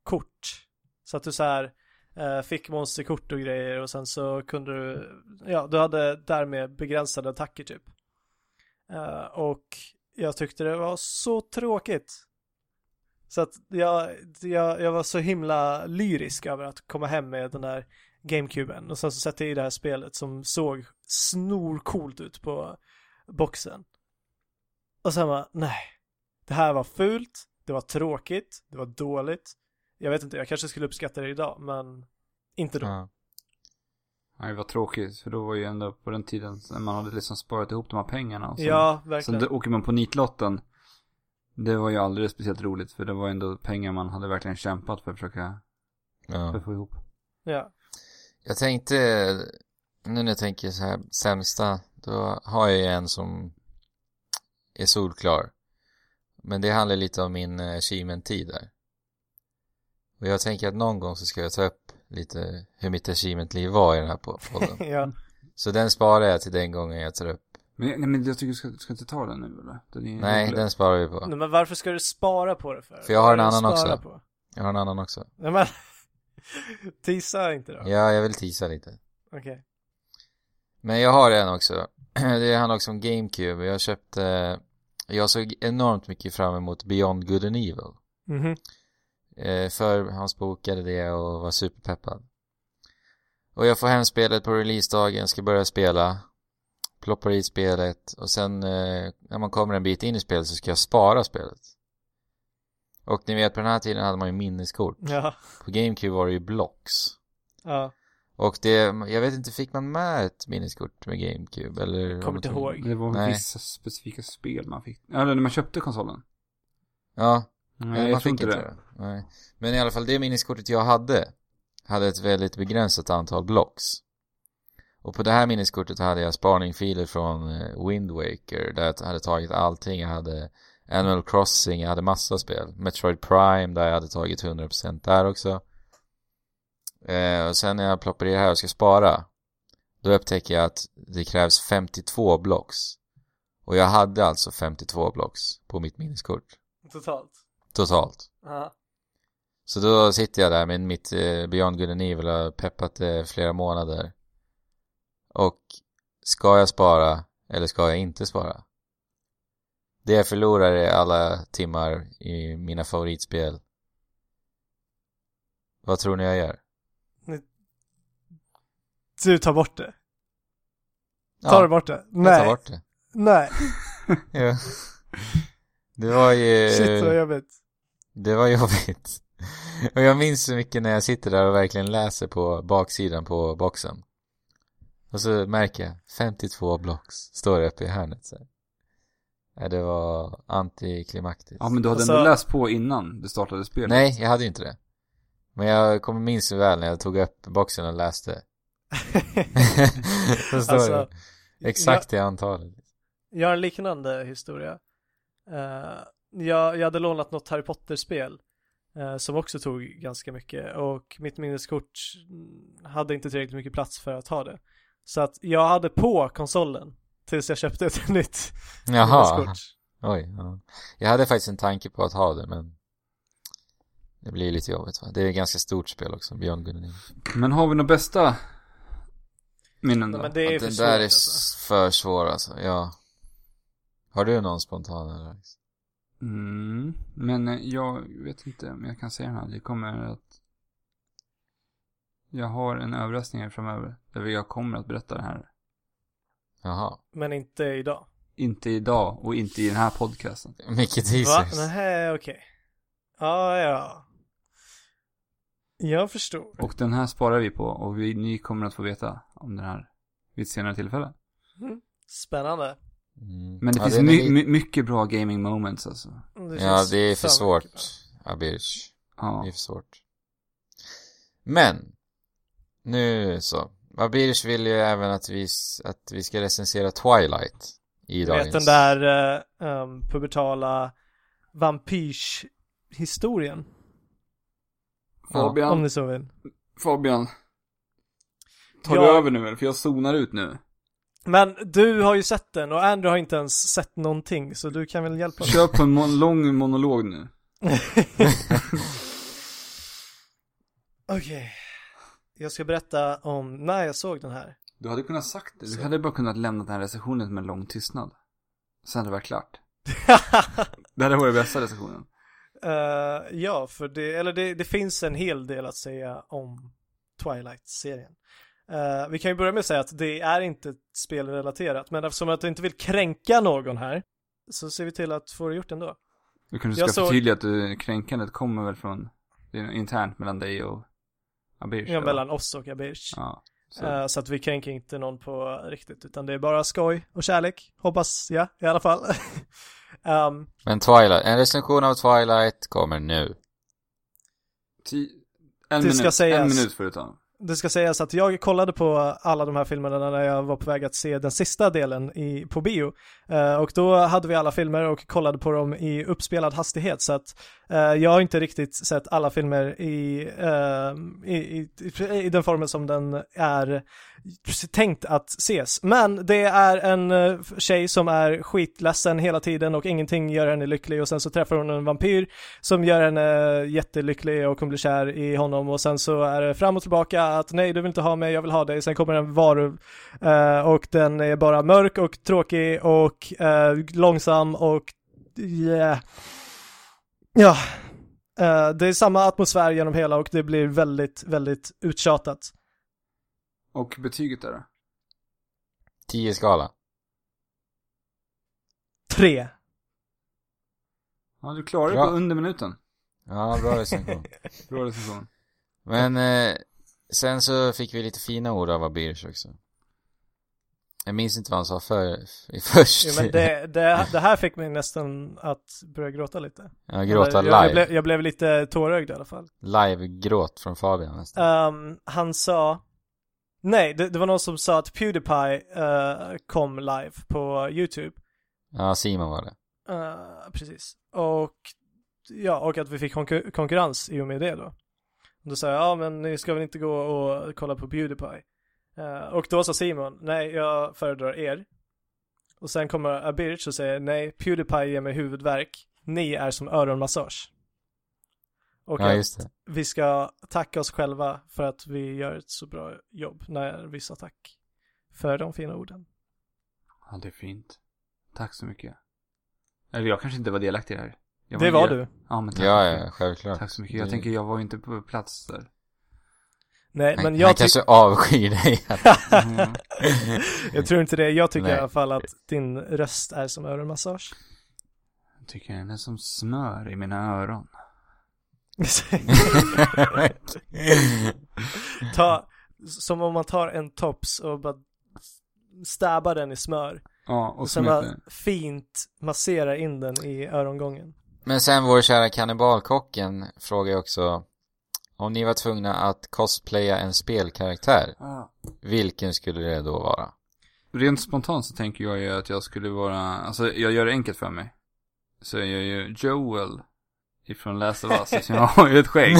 Speaker 2: kort. Så att du så här eh, fick monsterkort och grejer och sen så kunde du... Ja, du hade därmed begränsade attacker typ. Eh, och jag tyckte det var så tråkigt. Så att jag, jag, jag var så himla lyrisk över att komma hem med den där GameCuben och sen så satte jag i det här spelet som såg snorcoolt ut på boxen. Och sen bara, nej. Det här var fult, det var tråkigt, det var dåligt. Jag vet inte, jag kanske skulle uppskatta det idag, men inte då.
Speaker 3: Ja.
Speaker 1: Nej, det var tråkigt, för då var ju ändå på den tiden när man hade liksom sparat ihop de här pengarna. Och sen,
Speaker 2: ja,
Speaker 1: sen
Speaker 2: verkligen.
Speaker 1: då åker man på nitlotten. Det var ju aldrig speciellt roligt, för det var ändå pengar man hade verkligen kämpat för att försöka för
Speaker 3: Ja.
Speaker 1: att få ihop.
Speaker 2: Ja.
Speaker 3: Jag tänkte, nu när jag tänker så här sämsta, då har jag ju en som är solklar. Men det handlar lite om min eh, achievement-tid där. Och jag tänker att någon gång så ska jag ta upp lite hur mitt achievement-liv var i den här på-
Speaker 2: [laughs]
Speaker 3: podden.
Speaker 2: ja.
Speaker 3: så den sparar jag till den gången jag tar upp.
Speaker 1: Men, nej, men jag tycker du ska, ska inte ta den nu eller? Den är
Speaker 3: Nej, den sparar vi på.
Speaker 2: Nej, men varför ska du spara på det för?
Speaker 3: För jag har en
Speaker 2: Vad är det du
Speaker 3: annan
Speaker 2: sparar
Speaker 3: också.
Speaker 2: På?
Speaker 3: Jag har en annan också.
Speaker 2: Nej, men... [laughs] Tisa inte då.
Speaker 3: Ja, jag vill tisa lite.
Speaker 2: Okej.
Speaker 3: Men jag har en också. [clears throat] Det handlar också om GameCube. Jag köpte... Jag såg enormt mycket fram emot Beyond Good and Evil.
Speaker 2: Mhm.
Speaker 3: Eh, för han spokade det och var superpeppad. Och jag får hem spelet på releasedagen, ska börja spela. Ploppar i spelet och sen eh, när man kommer en bit in i spelet så ska jag spara spelet. Och ni vet på den här tiden hade man ju minneskort.
Speaker 2: Ja.
Speaker 3: På GameCube var det ju blocks.
Speaker 2: Ja.
Speaker 3: Och det, jag vet inte, fick man med ett minneskort med GameCube eller?
Speaker 2: Kommer inte
Speaker 3: någonting?
Speaker 2: ihåg.
Speaker 1: Det var
Speaker 3: Nej.
Speaker 1: vissa specifika spel man fick. Eller när man köpte konsolen.
Speaker 3: Ja,
Speaker 1: Nej,
Speaker 3: Nej,
Speaker 1: jag
Speaker 3: man
Speaker 1: tror
Speaker 3: fick
Speaker 1: inte
Speaker 3: inte
Speaker 1: det.
Speaker 3: det. Nej. Men i alla fall det minneskortet jag hade hade ett väldigt begränsat antal blocks. Och på det här minneskortet hade jag spaningfiler från eh, Wind Waker där jag hade tagit allting. Jag hade Animal Crossing, jag hade massa spel. Metroid Prime där jag hade tagit 100% där också. Eh, och sen när jag ploppar i det här och ska spara då upptäcker jag att det krävs 52 blocks. Och jag hade alltså 52 blocks på mitt minneskort
Speaker 2: Totalt.
Speaker 3: totalt.
Speaker 2: Ja.
Speaker 3: Så då sitter jag där med mitt eh, Beyond Good and Evil och har peppat det flera månader. Och ska jag spara eller ska jag inte spara? Det jag förlorar är alla timmar i mina favoritspel. Vad tror ni jag gör?
Speaker 2: Du tar bort det.
Speaker 3: Ja,
Speaker 2: Tar du bort det?
Speaker 3: jag tar
Speaker 2: Nej.
Speaker 3: bort det.
Speaker 2: Nej.
Speaker 3: Ja. Det var ju...
Speaker 2: Shit vad jobbigt.
Speaker 3: Det var jobbigt. Och jag minns så mycket när jag sitter där och verkligen läser på baksidan på boxen. Och så märker jag 52 blocks står det uppe i hörnet så här. Ja, det var antiklimaktiskt.
Speaker 1: Ja, men du hade
Speaker 2: Alltså-
Speaker 1: ändå läst på innan du startade spelet.
Speaker 3: Nej, jag hade ju inte det. Men jag kommer minns så väl när jag tog upp boxen och läste. [laughs] så står
Speaker 2: Alltså,
Speaker 3: det. [laughs] Exakt det antalet.
Speaker 2: Jag har en liknande historia. Eh, jag, jag hade lånat något Harry Potter-spel eh, som också tog ganska mycket och mitt minneskort mm, hade inte tillräckligt mycket plats för att ha det. Så att jag hade på konsolen tills jag köpte ett [laughs] nytt
Speaker 3: Jaha.
Speaker 2: minneskort.
Speaker 3: Oj, ja. Jag hade faktiskt en tanke på att ha det, men det blir lite jobbigt va? Det är ett ganska stort spel också, Beyond Good and Evil.
Speaker 1: Men har vi några bästa minnen då?
Speaker 2: Nej, men det är
Speaker 3: Mm.
Speaker 2: för
Speaker 3: Att den
Speaker 2: svårt
Speaker 3: där är
Speaker 2: alltså.
Speaker 3: s- för svår alltså, ja. Har du någon spontan eller?
Speaker 1: Mm, men eh, jag vet inte om jag kan säga den här. Det kommer att... Jag har en överraskning här framöver. Där jag kommer att berätta det här.
Speaker 3: Jaha.
Speaker 2: Men inte idag.
Speaker 1: Inte idag och inte i den här podcasten.
Speaker 3: Micke
Speaker 2: Va?
Speaker 3: Teasers.
Speaker 2: Nej, okej. Ja, ja. Jag förstår.
Speaker 1: Och den här sparar vi på och vi, ni kommer att få veta om den här vid ett senare tillfälle.
Speaker 2: Spännande.
Speaker 3: Mm.
Speaker 1: Men det
Speaker 3: Ja,
Speaker 1: finns
Speaker 3: är
Speaker 1: my,
Speaker 3: lite-
Speaker 1: my, mycket bra gaming moments alltså.
Speaker 2: Det
Speaker 3: Ja,
Speaker 2: känns
Speaker 3: det är för
Speaker 2: fan
Speaker 3: svårt.
Speaker 2: mycket bra.
Speaker 3: Abirch.
Speaker 1: Ja.
Speaker 3: Det är för svårt. Men. Nu så. Abirch vill ju även att vi, s- att vi ska recensera Twilight. I
Speaker 2: Du vet
Speaker 3: dagens.
Speaker 2: den där eh, ehm, pubertala vampyrshistorien,
Speaker 1: Fabian,
Speaker 2: om ni så vill.
Speaker 1: Fabian. Tar
Speaker 2: Jag-
Speaker 1: du över nu eller? För jag zonar ut nu.
Speaker 2: Men du har ju sett den och Andrew har inte ens sett någonting, så du kan väl hjälpa oss?
Speaker 1: [laughs] Kör på en mon- lång monolog nu.
Speaker 2: Okej. Jag ska berätta om när jag såg den här.
Speaker 1: Du hade kunnat sagt det. Du
Speaker 2: Så.
Speaker 1: hade bara kunnat lämna den här recensionen med lång tystnad. Sen hade det varit
Speaker 2: [laughs]
Speaker 1: klart. Det hade varit bästa recensionen.
Speaker 2: Eh, ja, för det, eller det, det finns en hel del att säga om Twilight-serien. Eh, vi kan ju börja med att säga att det är inte spelrelaterat, men eftersom att jag inte vill kränka någon här så ser vi till att få det gjort ändå.
Speaker 1: Du kanske
Speaker 2: Jag
Speaker 1: ska
Speaker 2: såg-
Speaker 1: förtydliga att du, kränkandet kommer väl från, det är internt mellan dig och Abirsh?
Speaker 2: Ja,
Speaker 1: eller?
Speaker 2: mellan oss och Abirch.
Speaker 1: Ja. Så.
Speaker 2: Eh, så att vi kränker inte någon på riktigt, utan det är bara skoj och kärlek, hoppas jag i alla fall. [laughs] Ehm,
Speaker 3: Men Twilight. En recension av Twilight kommer nu.
Speaker 1: Ti- en,
Speaker 2: Det
Speaker 1: minut,
Speaker 2: ska sägas.
Speaker 1: en minut förut då.
Speaker 2: det ska sägas att jag kollade på alla de här filmerna när jag var på väg att se den sista delen i, på bio. Eh, och då hade vi alla filmer och kollade på dem i uppspelad hastighet så att eh, jag har inte riktigt sett alla filmer i, eh, i, i, i den formen som den är tänkt att ses. Men det är en eh, tjej som är skitledsen hela tiden och ingenting gör henne lycklig och sen så träffar hon en vampyr som gör henne jättelycklig och hon blir kär i honom och sen så är det fram och tillbaka att nej du vill inte ha mig, jag vill ha dig. Sen kommer en varulv eh, och den är bara mörk och tråkig och eh, långsam och yeah. ja. Eh, det är samma atmosfär genom hela och det blir väldigt, väldigt uttjatat.
Speaker 1: Och betyget där då?
Speaker 3: 10 skala.
Speaker 2: Tre.
Speaker 1: Ja, du klarade det
Speaker 3: Bra.
Speaker 1: på under minuten.
Speaker 3: Ja,
Speaker 2: [laughs]
Speaker 3: bra recension.
Speaker 1: Bra recension.
Speaker 3: Men eh, sen så fick vi lite fina ord av Abirch också. Jag minns inte vad han sa för, i först.
Speaker 2: Ja, men
Speaker 3: [laughs]
Speaker 2: det, det, det här fick mig nästan att börja gråta lite.
Speaker 3: Jag gråta
Speaker 2: Eller, jag,
Speaker 3: live.
Speaker 2: jag, blev, jag blev lite tårögd i alla fall.
Speaker 3: Live-gråt från Fabian nästan.
Speaker 2: Ehm, han sa, nej, det, det var någon som sa att Pewdiepie eh, kom live på YouTube.
Speaker 3: Ja, Simon var det.
Speaker 2: Eh, precis. Och ja, och att vi fick konkur- konkurrens i och med det då. Då sa jag, ja men ni ska väl inte gå och kolla på Pewdiepie. Eh, och då sa Simon, nej jag föredrar er. Och sen kommer Abirch och säger, nej Pewdiepie ger mig huvudvärk. Ni är som öronmassage. Och
Speaker 3: Ja,
Speaker 2: att
Speaker 3: just det.
Speaker 2: vi ska tacka oss själva för att vi gör ett så bra jobb när vi sa tack för de fina orden.
Speaker 1: Ja, det är fint. Tack så mycket. Eller jag kanske inte var delaktig i det här. Jag
Speaker 2: det var du.
Speaker 1: Ja, men tack.
Speaker 3: Ja,
Speaker 1: så mycket.
Speaker 3: ja, självklart.
Speaker 1: Tack så mycket. Jag
Speaker 3: Det-
Speaker 1: tänker, jag var ju inte på plats där.
Speaker 2: Nej,
Speaker 3: Han,
Speaker 2: men
Speaker 3: han
Speaker 2: jag, ty-
Speaker 3: kanske
Speaker 2: [laughs]
Speaker 3: avskyr dig. [laughs]
Speaker 1: Mm.
Speaker 2: jag tror inte det. Jag tycker
Speaker 3: Nej.
Speaker 2: i alla fall att din röst är som öronmassage.
Speaker 1: Jag tycker den är som smör i mina öron.
Speaker 2: Ta, som om man tar en tops och bara stabbar den i smör.
Speaker 1: Ja, och
Speaker 2: Och sen
Speaker 1: smeker
Speaker 2: bara
Speaker 1: den.
Speaker 2: fint masserar in den i örongången.
Speaker 3: men sen vår kära kannibalkocken frågar ju också om ni var tvungna att cosplaya en spelkaraktär,
Speaker 1: Ja.
Speaker 3: vilken skulle det då vara? [laughs]
Speaker 1: Rent spontant så tänker jag ju att jag skulle vara, alltså jag gör det enkelt för mig. Så jag gör ju Joel ifrån Last of Us, eftersom jag har ju ett skägg.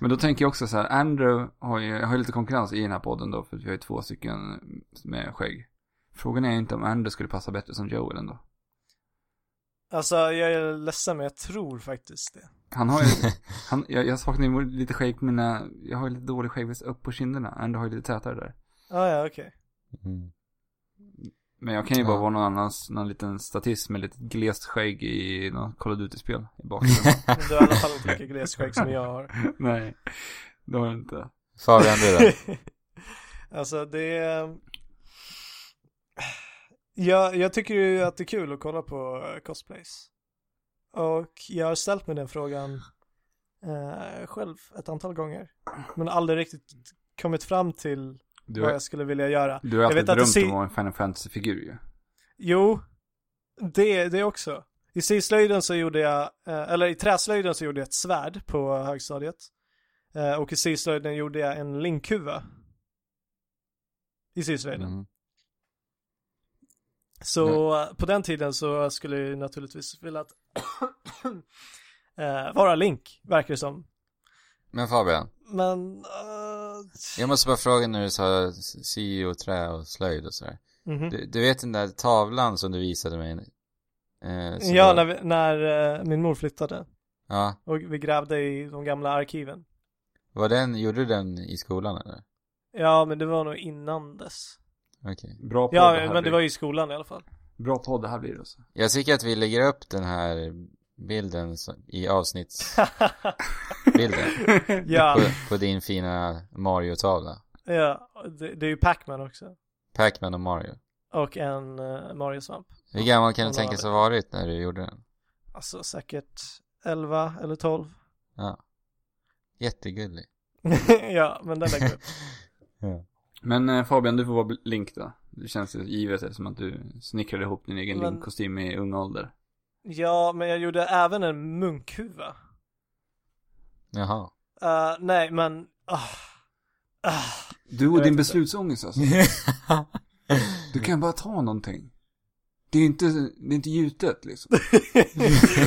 Speaker 1: Men då tänker jag också så här, Andrew har ju, har ju lite konkurrens i den här podden då, för att vi har ju två stycken med skägg. Frågan är inte om Andrew skulle passa bättre som Joel ändå.
Speaker 2: Alltså jag är ledsen men jag tror faktiskt det.
Speaker 1: Han
Speaker 2: [laughs]
Speaker 1: har ju, han, jag, jag saknar ju lite skägg på mina, jag har ju lite dålig skäggväxt upp på kinderna. Andrew har ju lite tätare där.
Speaker 2: Ah, ja, okej.
Speaker 3: Mm.
Speaker 1: Men jag kan ju bara
Speaker 3: Ja.
Speaker 1: vara någon annans, någon liten statist med lite glest skägg i något Call of Duty-spel i
Speaker 2: [laughs]
Speaker 1: bakgrunden.
Speaker 2: Men du har i alla fall inte lika glest skägg som jag har.
Speaker 1: Nej, det har jag inte.
Speaker 3: Fabian, du då?
Speaker 2: [laughs] alltså det är... Jag, jag tycker ju att det är kul att kolla på eh, cosplays. Och jag har ställt mig den frågan eh, själv ett antal gånger. Men aldrig riktigt kommit fram till
Speaker 1: Du
Speaker 2: vad
Speaker 1: har,
Speaker 2: jag skulle vilja göra.
Speaker 1: du har alltid
Speaker 2: vet att det
Speaker 1: drömt
Speaker 2: ser-
Speaker 1: om att vara en Final Fantasy-figur ju.
Speaker 2: Jo, det, det också. I syslöjden så gjorde jag, eh, eller i träslöjden så gjorde jag ett svärd på högstadiet. Eh, Och i syslöjden gjorde jag en linkhuva. I syslöjden.
Speaker 3: Mm.
Speaker 2: Så eh, på den tiden så skulle jag ju naturligtvis vilja att [coughs] eh, vara link, verkar det som.
Speaker 3: Men Fabian,
Speaker 2: Men, eh,
Speaker 3: jag måste bara fråga när du sa sy och trä och slöjd och sådär.
Speaker 2: mhm.
Speaker 3: Du, du vet den där tavlan som du visade mig? Eh, som
Speaker 2: ja,
Speaker 3: var-
Speaker 2: när, vi, när eh, min mor flyttade
Speaker 3: ja,
Speaker 2: och vi grävde i de gamla arkiven.
Speaker 3: var den, gjorde du den i skolan eller?
Speaker 2: Ja, men det var nog innan dess.
Speaker 3: Okej.
Speaker 1: Bra podd det
Speaker 2: Ja,
Speaker 1: här
Speaker 2: men det
Speaker 1: blir.
Speaker 2: var ju i skolan i alla fall. [laughs]
Speaker 1: Bra podd det här blir alltså.
Speaker 3: Jag tycker att vi lägger upp den här bilden som- i avsnittsbilden
Speaker 2: [laughs] ja,
Speaker 3: på, på din fina Mario-tavla.
Speaker 2: ja det, det är ju Pac-Man också.
Speaker 3: Pac-Man och Mario.
Speaker 2: Och en uh, Mario-svamp.
Speaker 3: Hur gammal kan du
Speaker 2: Ja,
Speaker 3: tänka
Speaker 2: det-
Speaker 3: sig ha varit när du gjorde den?
Speaker 2: Alltså säkert 11 eller 12.
Speaker 3: Jättegullig.
Speaker 2: [laughs] ja, men den
Speaker 3: [laughs]
Speaker 2: är god.
Speaker 1: Men eh, Fabian, du får vara bl- Link då. Det känns ju givet eftersom att du snickrade ihop din egen
Speaker 2: Men-
Speaker 1: Link-kostym i ung ålder.
Speaker 2: Ja, men jag gjorde även en munkhuva. [laughs]
Speaker 3: Jaha.
Speaker 2: Eh, nej, men...
Speaker 1: [laughs]
Speaker 2: ah, ah.
Speaker 1: Du
Speaker 2: Jag
Speaker 1: och
Speaker 2: vet
Speaker 1: din
Speaker 2: inte.
Speaker 1: beslutsångest alltså. Du kan bara ta någonting. Det är inte, det är inte gjutet
Speaker 2: [laughs]
Speaker 1: liksom.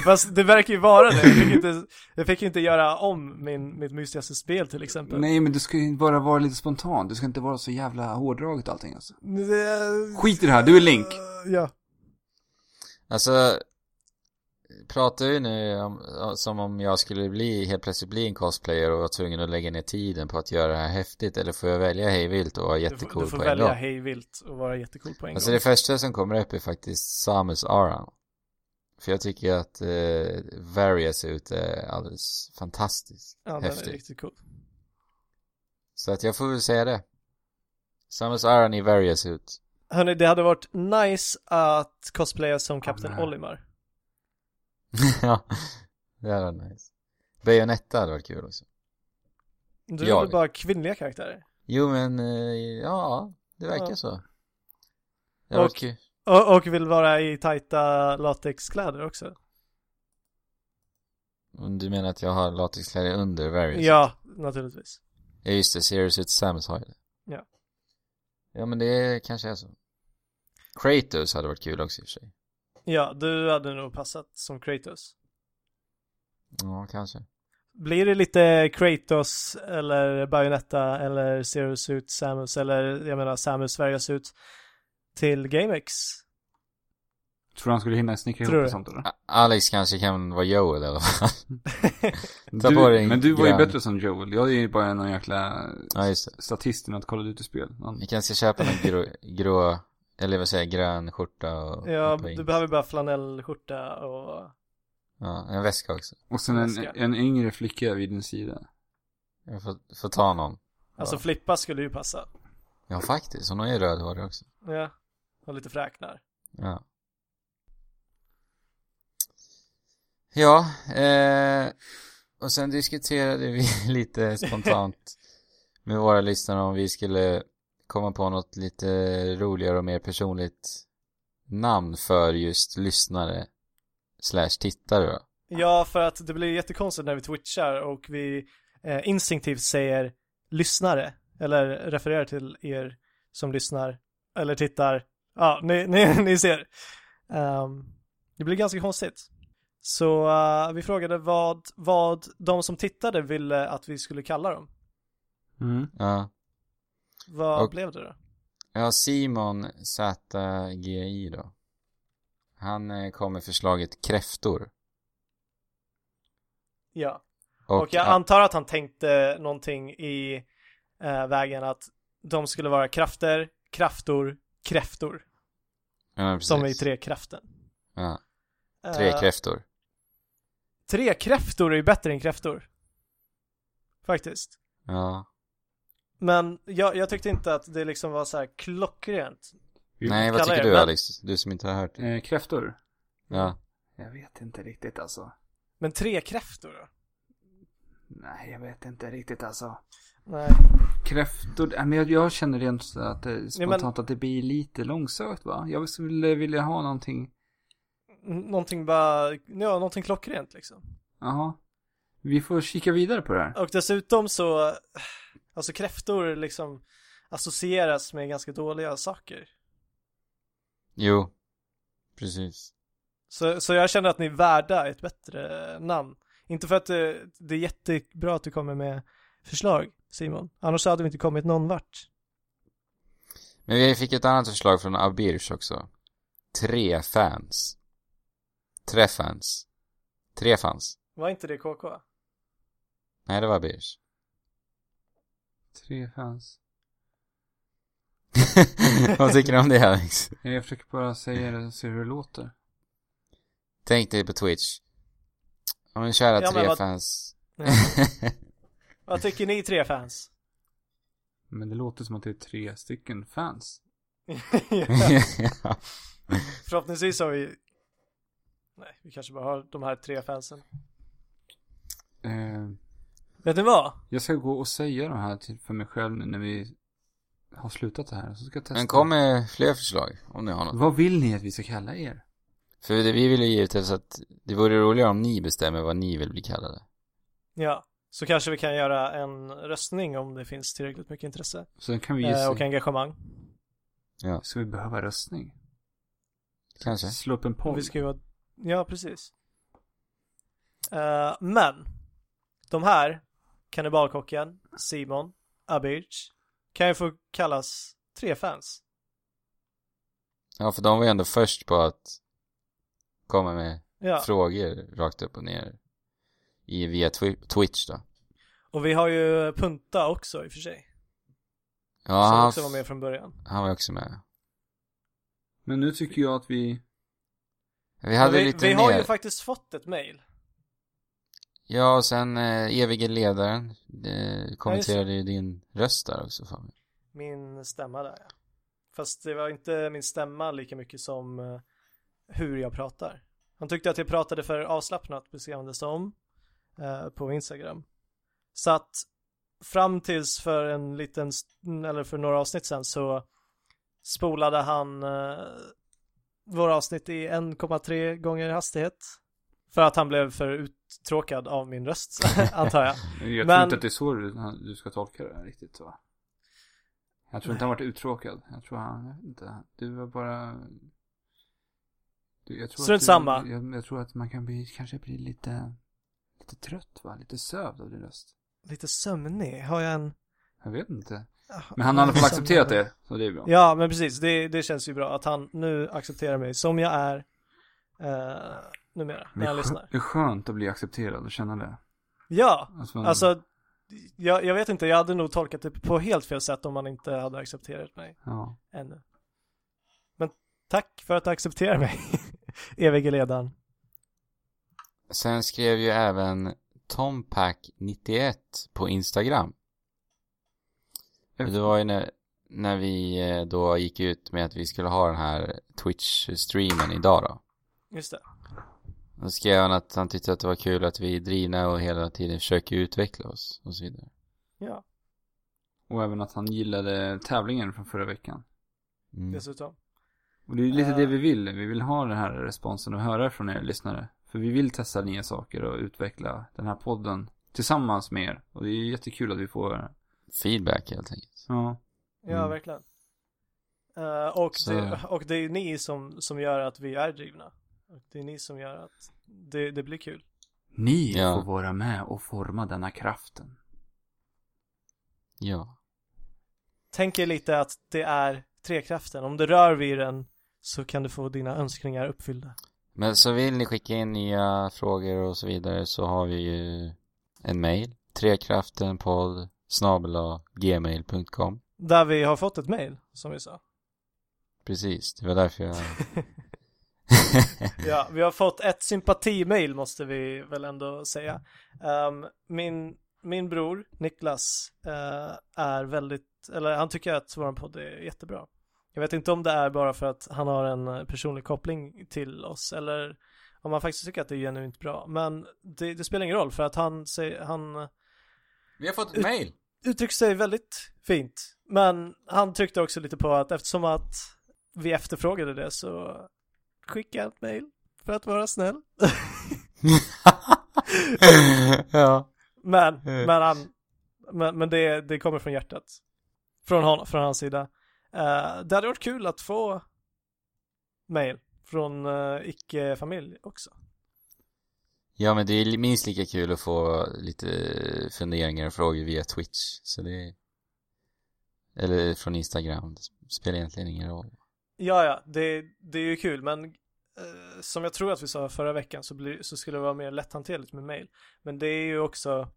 Speaker 2: Fast det verkar ju vara det. Jag fick inte, jag fick inte göra om min, mitt mystigaste spel till exempel.
Speaker 1: Nej, men du ska ju bara vara lite spontan. Du ska inte vara så jävla hårdraget allting alltså.
Speaker 2: Det- Eh,
Speaker 1: Skit i det här, du är Link.
Speaker 2: Ja.
Speaker 3: Alltså, pratar du nu om, som om jag skulle bli, helt plötsligt bli en cosplayer och vara tvungen att lägga ner tiden på att göra det här häftigt eller får jag välja hejvilt och vara
Speaker 2: Du får,
Speaker 3: jättecool
Speaker 2: du får
Speaker 3: på en
Speaker 2: välja
Speaker 3: gång?
Speaker 2: hej vilt och vara jättecool på en
Speaker 3: Alltså
Speaker 2: gång.
Speaker 3: det första som kommer upp är faktiskt Samus Aran. För jag tycker att eh, Various är ute alldeles fantastiskt
Speaker 2: ja, den är
Speaker 3: häftig.
Speaker 2: riktigt cool.
Speaker 3: Så att jag får väl säga det. Samus Aran i Various ut. [laughs]
Speaker 2: Hörni, det hade varit nice att cosplaya som Kapten
Speaker 1: men-
Speaker 2: Olimar.
Speaker 3: ja, det hade varit nice. Bayonetta hade varit kul också.
Speaker 2: Du
Speaker 3: Jag.
Speaker 2: gjorde bara kvinnliga karaktärer.
Speaker 3: Jo men, eh, ja, det verkar
Speaker 2: Ja.
Speaker 3: så. Det hade
Speaker 2: Och-
Speaker 3: varit kul.
Speaker 2: Och, och vill vara i tajta latexkläder också.
Speaker 3: Om Du menar att jag har latexkläder under Various?
Speaker 2: Ja, naturligtvis.
Speaker 3: Ja just det, Sirius ut Samus har ju det.
Speaker 2: Ja.
Speaker 3: Ja men det kanske är så. Kratos hade varit kul också i och för sig.
Speaker 2: Ja, du hade nog passat som Kratos.
Speaker 3: Ja, kanske.
Speaker 2: Blir det lite Kratos eller Bayonetta eller Zero Suit Samus eller jag menar Samus Varias ut till GameX?
Speaker 1: Tror du han skulle hinna snickra
Speaker 2: Tror
Speaker 1: ihop
Speaker 2: du?
Speaker 1: ett sånt eller?
Speaker 3: A- Alex kanske kan vara Joel i alla fall. Ta
Speaker 1: Du,
Speaker 3: på dig en
Speaker 1: men du var ju
Speaker 3: grön.
Speaker 1: bättre som Joel. Jag är ju bara någon jäkla
Speaker 3: Ja, just det.
Speaker 1: statist i något Call of Duty-spel. Någon-
Speaker 3: Vi kanske ska köpa någon grå, grå eller vad säger jag, grön skjorta och
Speaker 2: Ja,
Speaker 3: hoppa in.
Speaker 2: du behöver bara flanellskjorta och
Speaker 3: ja, en väska också.
Speaker 1: Och sen en,
Speaker 2: Läskiga.
Speaker 1: en yngre flicka vid din sida.
Speaker 3: Jag får, får ta någon.
Speaker 2: Alltså Flippa skulle ju passa.
Speaker 3: Ja, faktiskt. Hon har ju rödhårig också.
Speaker 2: Ja. Och lite fräknar.
Speaker 3: Ja. Ja, eh, och sen diskuterade vi [laughs] lite spontant med våra lyssnare om vi skulle komma på något lite roligare och mer personligt namn för just lyssnare slash tittare då.
Speaker 2: Ja, för att det blir ju jättekonstigt när vi twitchar och vi eh, instinktivt säger lyssnare eller refererar till er som lyssnar eller tittar. Ja, ni, ni, [laughs] ni ser. Ehm, det blir ganska konstigt. Så eh, vi frågade vad, vad de som tittade ville att vi skulle kalla dem.
Speaker 1: Mm.
Speaker 3: Ja,
Speaker 2: Vad
Speaker 3: Och-
Speaker 2: blev det då?
Speaker 3: ja Simon ZGI då. Han eh, kom med förslaget kräftor.
Speaker 2: Ja,
Speaker 3: Och,
Speaker 2: och, jag antar att han tänkte någonting i eh, vägen att de skulle vara krafter, kraftor, kräftor.
Speaker 3: ja,
Speaker 2: Som i
Speaker 3: precis.
Speaker 2: tre kraften.
Speaker 3: Ja, tre
Speaker 2: Eh,
Speaker 3: kräftor.
Speaker 2: Tre kräftor är ju bättre än kräftor. Faktiskt.
Speaker 3: Ja.
Speaker 2: Men jag, jag tyckte inte att det liksom var så här klockrent.
Speaker 1: Vi-
Speaker 3: Nej, vad
Speaker 2: kallar
Speaker 3: tycker
Speaker 2: er,
Speaker 3: du
Speaker 2: men-
Speaker 3: Alex? Du som inte har hört.
Speaker 1: Eh, kräftor?
Speaker 3: Ja.
Speaker 1: Jag vet inte riktigt alltså.
Speaker 2: Men tre kräftor då?
Speaker 1: Nej, jag vet inte riktigt alltså.
Speaker 2: Nej.
Speaker 1: Kräftor, nej, men jag, jag känner rent så att det, spontant att det blir lite långsökt va? Jag skulle vilja ha någonting,
Speaker 2: N- Någonting bara, ja, någonting klockrent liksom.
Speaker 1: jaha. Vi får kika vidare på det här.
Speaker 2: Och dessutom så, alltså kräftor liksom associeras med ganska dåliga saker.
Speaker 3: Jo. Precis.
Speaker 2: Så, så jag känner att ni är värda ett bättre namn. Inte för att det, det är jättebra att du kommer med förslag, Simon. Annars hade vi inte kommit någon vart.
Speaker 3: Men vi fick ett annat förslag från Abirsch också. Tre fans. Tre fans. Tre fans.
Speaker 2: Var inte det KK?
Speaker 3: Nej, det var Abirsch.
Speaker 1: Tre fans.
Speaker 3: [laughs] Vad tycker du om det Alex?
Speaker 1: Jag försöker bara säga det och se hur det låter.
Speaker 3: Tänk dig på Twitch. Om en
Speaker 2: Ja,
Speaker 3: kära
Speaker 2: men
Speaker 3: tre
Speaker 2: vad-
Speaker 3: fans.
Speaker 2: Nej. Vad tycker ni tre [laughs] fans?
Speaker 1: Men det låter som att det är tre stycken fans.
Speaker 3: ja.
Speaker 2: Förhoppningsvis har vi... Nej, vi kanske bara har de här tre fansen.
Speaker 1: Eh,
Speaker 2: Vet ni vad?
Speaker 1: jag ska gå och säga de här till, för mig själv nu när vi har slutat det här. Så ska jag testa.
Speaker 3: [laughs] Men kom med fler förslag om ni har något.
Speaker 1: Vad vill ni att vi ska kalla er?
Speaker 3: För det, vi vill ju givetvis att det vore roligare om ni bestämmer vad ni vill bli kallade.
Speaker 2: Ja, så kanske vi kan göra en röstning om det finns tillräckligt mycket intresse
Speaker 1: Sen kan vi
Speaker 2: eh,
Speaker 1: gissa.
Speaker 2: och engagemang.
Speaker 1: Ska vi behöva röstning?
Speaker 3: Kanske.
Speaker 1: Slå upp en
Speaker 2: Och
Speaker 1: poll.
Speaker 2: vi ska ju vara... Ja, precis. Eh, men, de här, Kannibalkocken, Simon, Abirch, kan ju få kallas tre fans.
Speaker 3: Ja, för de var ju ändå först på att komma med
Speaker 2: Ja,
Speaker 3: frågor rakt upp och ner i, via twi- Twitch då.
Speaker 2: och vi har ju Punta också i och för sig.
Speaker 3: Ja,
Speaker 2: som
Speaker 3: han,
Speaker 2: också var med från början.
Speaker 3: han var också med.
Speaker 1: Men nu tycker jag att vi...
Speaker 3: Vi hade
Speaker 2: Men vi,
Speaker 3: lite
Speaker 2: vi
Speaker 3: mer.
Speaker 2: har ju faktiskt fått ett mail.
Speaker 3: Ja, och sen eh, evige ledaren eh,
Speaker 2: Ja,
Speaker 3: kommenterade ju din röst där också för mig.
Speaker 2: Min stämma där ja. Fast det var inte min stämma lika mycket som eh, hur jag pratar. Han tyckte att jag pratade för avslappnat beskrev han det som eh, på Instagram. Så att fram tills för en liten, st- eller för några avsnitt sen så spolade han eh, våra avsnitt i 1,3 gånger hastighet. För att han blev för uttråkad av min röst, [laughs] antar jag.
Speaker 1: Jag tror
Speaker 2: Men-
Speaker 1: inte att det är så du, du ska tolka det här riktigt va? Jag tror inte han varit uttråkad. Jag tror han, jag vet inte. Du var bara... Du, jag tror
Speaker 2: Strunt
Speaker 1: att du-
Speaker 2: samma.
Speaker 1: Jag, jag tror att man kan bli, kanske bli lite, lite trött va? Lite sövd av din röst.
Speaker 2: Lite sömnig, har jag en...
Speaker 1: Jag vet inte. Men han har i alla fall accepterat det. Så det är bra.
Speaker 2: Ja, men precis. Det, det känns ju bra att han nu accepterar mig som jag är eh, numera
Speaker 1: Det
Speaker 2: när
Speaker 1: är,
Speaker 2: han
Speaker 1: skö-
Speaker 2: lyssnar.
Speaker 1: det är skönt att bli accepterad och känna det.
Speaker 2: Ja,
Speaker 1: Alltså, man-
Speaker 2: alltså jag, jag vet inte, jag hade nog tolkat det på helt fel sätt om han inte hade accepterat mig
Speaker 1: ja.
Speaker 2: ännu. Men tack för att du accepterar mig, [laughs] evige ledaren.
Speaker 3: Sen skrev ju även Tompack91 på Instagram. Det var ju när, när vi eh, då gick ut med att vi skulle ha den här Twitch-streamen idag då.
Speaker 2: Just det.
Speaker 3: Då skrev han att han tyckte att det var kul att vi är drivna och hela tiden försöker utveckla oss och så vidare.
Speaker 2: Ja,
Speaker 1: Och även att han gillade tävlingen från förra veckan.
Speaker 3: Mm.
Speaker 2: dessutom.
Speaker 1: Och det är ju lite det
Speaker 2: Eh.
Speaker 1: vi vill. Vi vill ha den här responsen och höra från er lyssnare. För vi vill testa nya saker och utveckla den här podden tillsammans med er. Och det är ju jättekul att vi får,
Speaker 3: Feedback helt enkelt.
Speaker 1: ja,
Speaker 2: Ja,
Speaker 3: Mm.
Speaker 2: verkligen. Eh, och,
Speaker 3: Så-
Speaker 2: det, och det är ju ni som, som gör att vi är drivna. Och det är ni som gör att det, det blir kul.
Speaker 1: ni
Speaker 3: Ja.
Speaker 1: får vara med och forma denna kraften.
Speaker 3: Ja.
Speaker 2: Tänk er lite att det är trekraften. Om du rör vid den så kan du få dina önskningar uppfyllda.
Speaker 3: Men så vill ni skicka in nya frågor och så vidare så har vi ju en mail. Trekraftenpodd snabel-a gmail.com
Speaker 2: Där vi har fått ett mail, som vi sa.
Speaker 3: Precis, det var därför jag...
Speaker 2: Ja, vi har fått ett sympatimail måste vi väl ändå säga. Ehm, min, min bror, Niklas, eh, är väldigt, eller han tycker att vår podd är jättebra. Jag vet inte om det är bara för att han har en eh, personlig koppling till oss eller om han faktiskt tycker att det är genuint bra. Men det, det spelar ingen roll för att han, säger, han
Speaker 3: [laughs] Vi har fått
Speaker 2: ett
Speaker 3: mail!
Speaker 2: uttryckte sig väldigt fint. Men han tryckte också lite på att eftersom att vi efterfrågade det så skicka ett mail för att vara snäll.
Speaker 3: [laughs]
Speaker 2: [laughs]
Speaker 3: ja.
Speaker 2: Men, men, han, men, men det, det kommer från hjärtat. Från, hon, från hans sida. Eh, det hade varit kul att få mail från eh, icke-familj också.
Speaker 3: ja, men det är minst lika kul att få lite funderingar och frågor via Twitch. Så det... Eller från Instagram. Det spelar egentligen ingen roll.
Speaker 2: Ja, ja, det, det är ju kul, men eh, som jag tror att vi sa förra veckan så, blir, så skulle det vara mer lätthanterligt med mail. Men det är ju också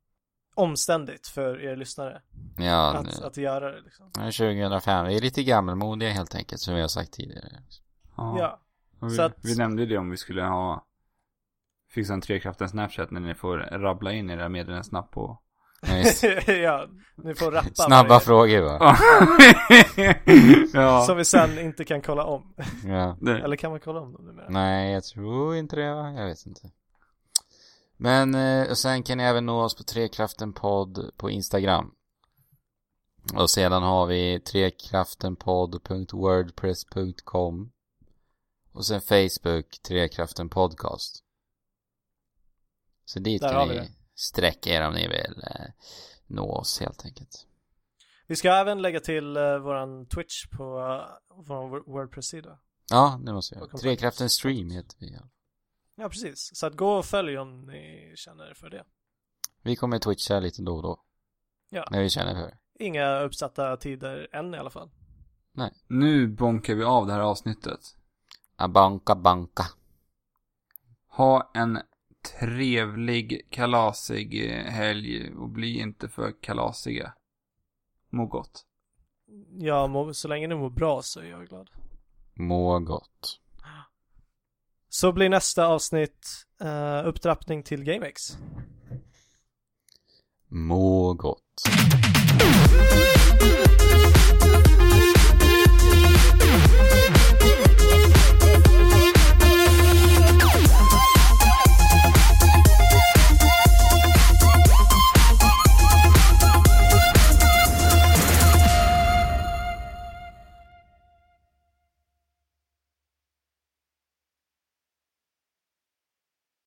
Speaker 2: omständigt för er lyssnare
Speaker 3: Ja,
Speaker 2: att,
Speaker 3: nu-
Speaker 2: att göra det liksom.
Speaker 3: Ja, 2005. Vi är lite gammalmodiga helt enkelt, som vi har sagt tidigare.
Speaker 1: Ja.
Speaker 2: Ja, [laughs]
Speaker 1: Och vi,
Speaker 2: Så att-
Speaker 1: vi nämnde ju det om vi skulle ha fixa en trekraften Snapchat när ni får rabbla in era meddelanden snabbt på.
Speaker 3: Ja, visst.
Speaker 2: ja ni får rappa.
Speaker 3: Snabba
Speaker 2: varje-
Speaker 3: frågor va?
Speaker 1: [laughs] ja.
Speaker 2: Som vi sen inte kan kolla om.
Speaker 3: Ja.
Speaker 1: Det,
Speaker 2: Eller kan man kolla om dem numera?
Speaker 3: Nej, jag tror inte det va? Jag vet inte. Men eh, och sen kan ni även nå oss på Trekraften podd på Instagram. Och sedan har vi trekraftenpodd.wordpress.com Och sen Facebook, Trekraften podcast. Så dit
Speaker 2: Där har
Speaker 3: kan
Speaker 2: vi
Speaker 3: ni
Speaker 2: det.
Speaker 3: sträcka er om ni vill eh, nå oss helt enkelt.
Speaker 2: Vi ska även lägga till uh, våran Twitch på uh, vår Word- Wordpress-sida.
Speaker 3: Ja, det måste vi
Speaker 2: Och
Speaker 3: göra.
Speaker 2: kontakt.
Speaker 3: Trekraften stream heter vi. ja.
Speaker 2: Ja, precis. Så att gå och följ om ni känner för det.
Speaker 3: Vi kommer twitcha lite då och då.
Speaker 2: Ja.
Speaker 3: När vi känner för det.
Speaker 2: Inga uppsatta tider än i alla fall.
Speaker 1: nu bonkar vi av det här avsnittet.
Speaker 3: Abanka banka.
Speaker 1: Ha en trevlig kalasig eh, helg och bli inte för kalasiga. Må gott.
Speaker 2: Ja, må, så länge ni mår bra så är jag glad.
Speaker 3: Må gott.
Speaker 2: Så blir nästa avsnitt eh, upptrappning till GameX.
Speaker 3: Må gott.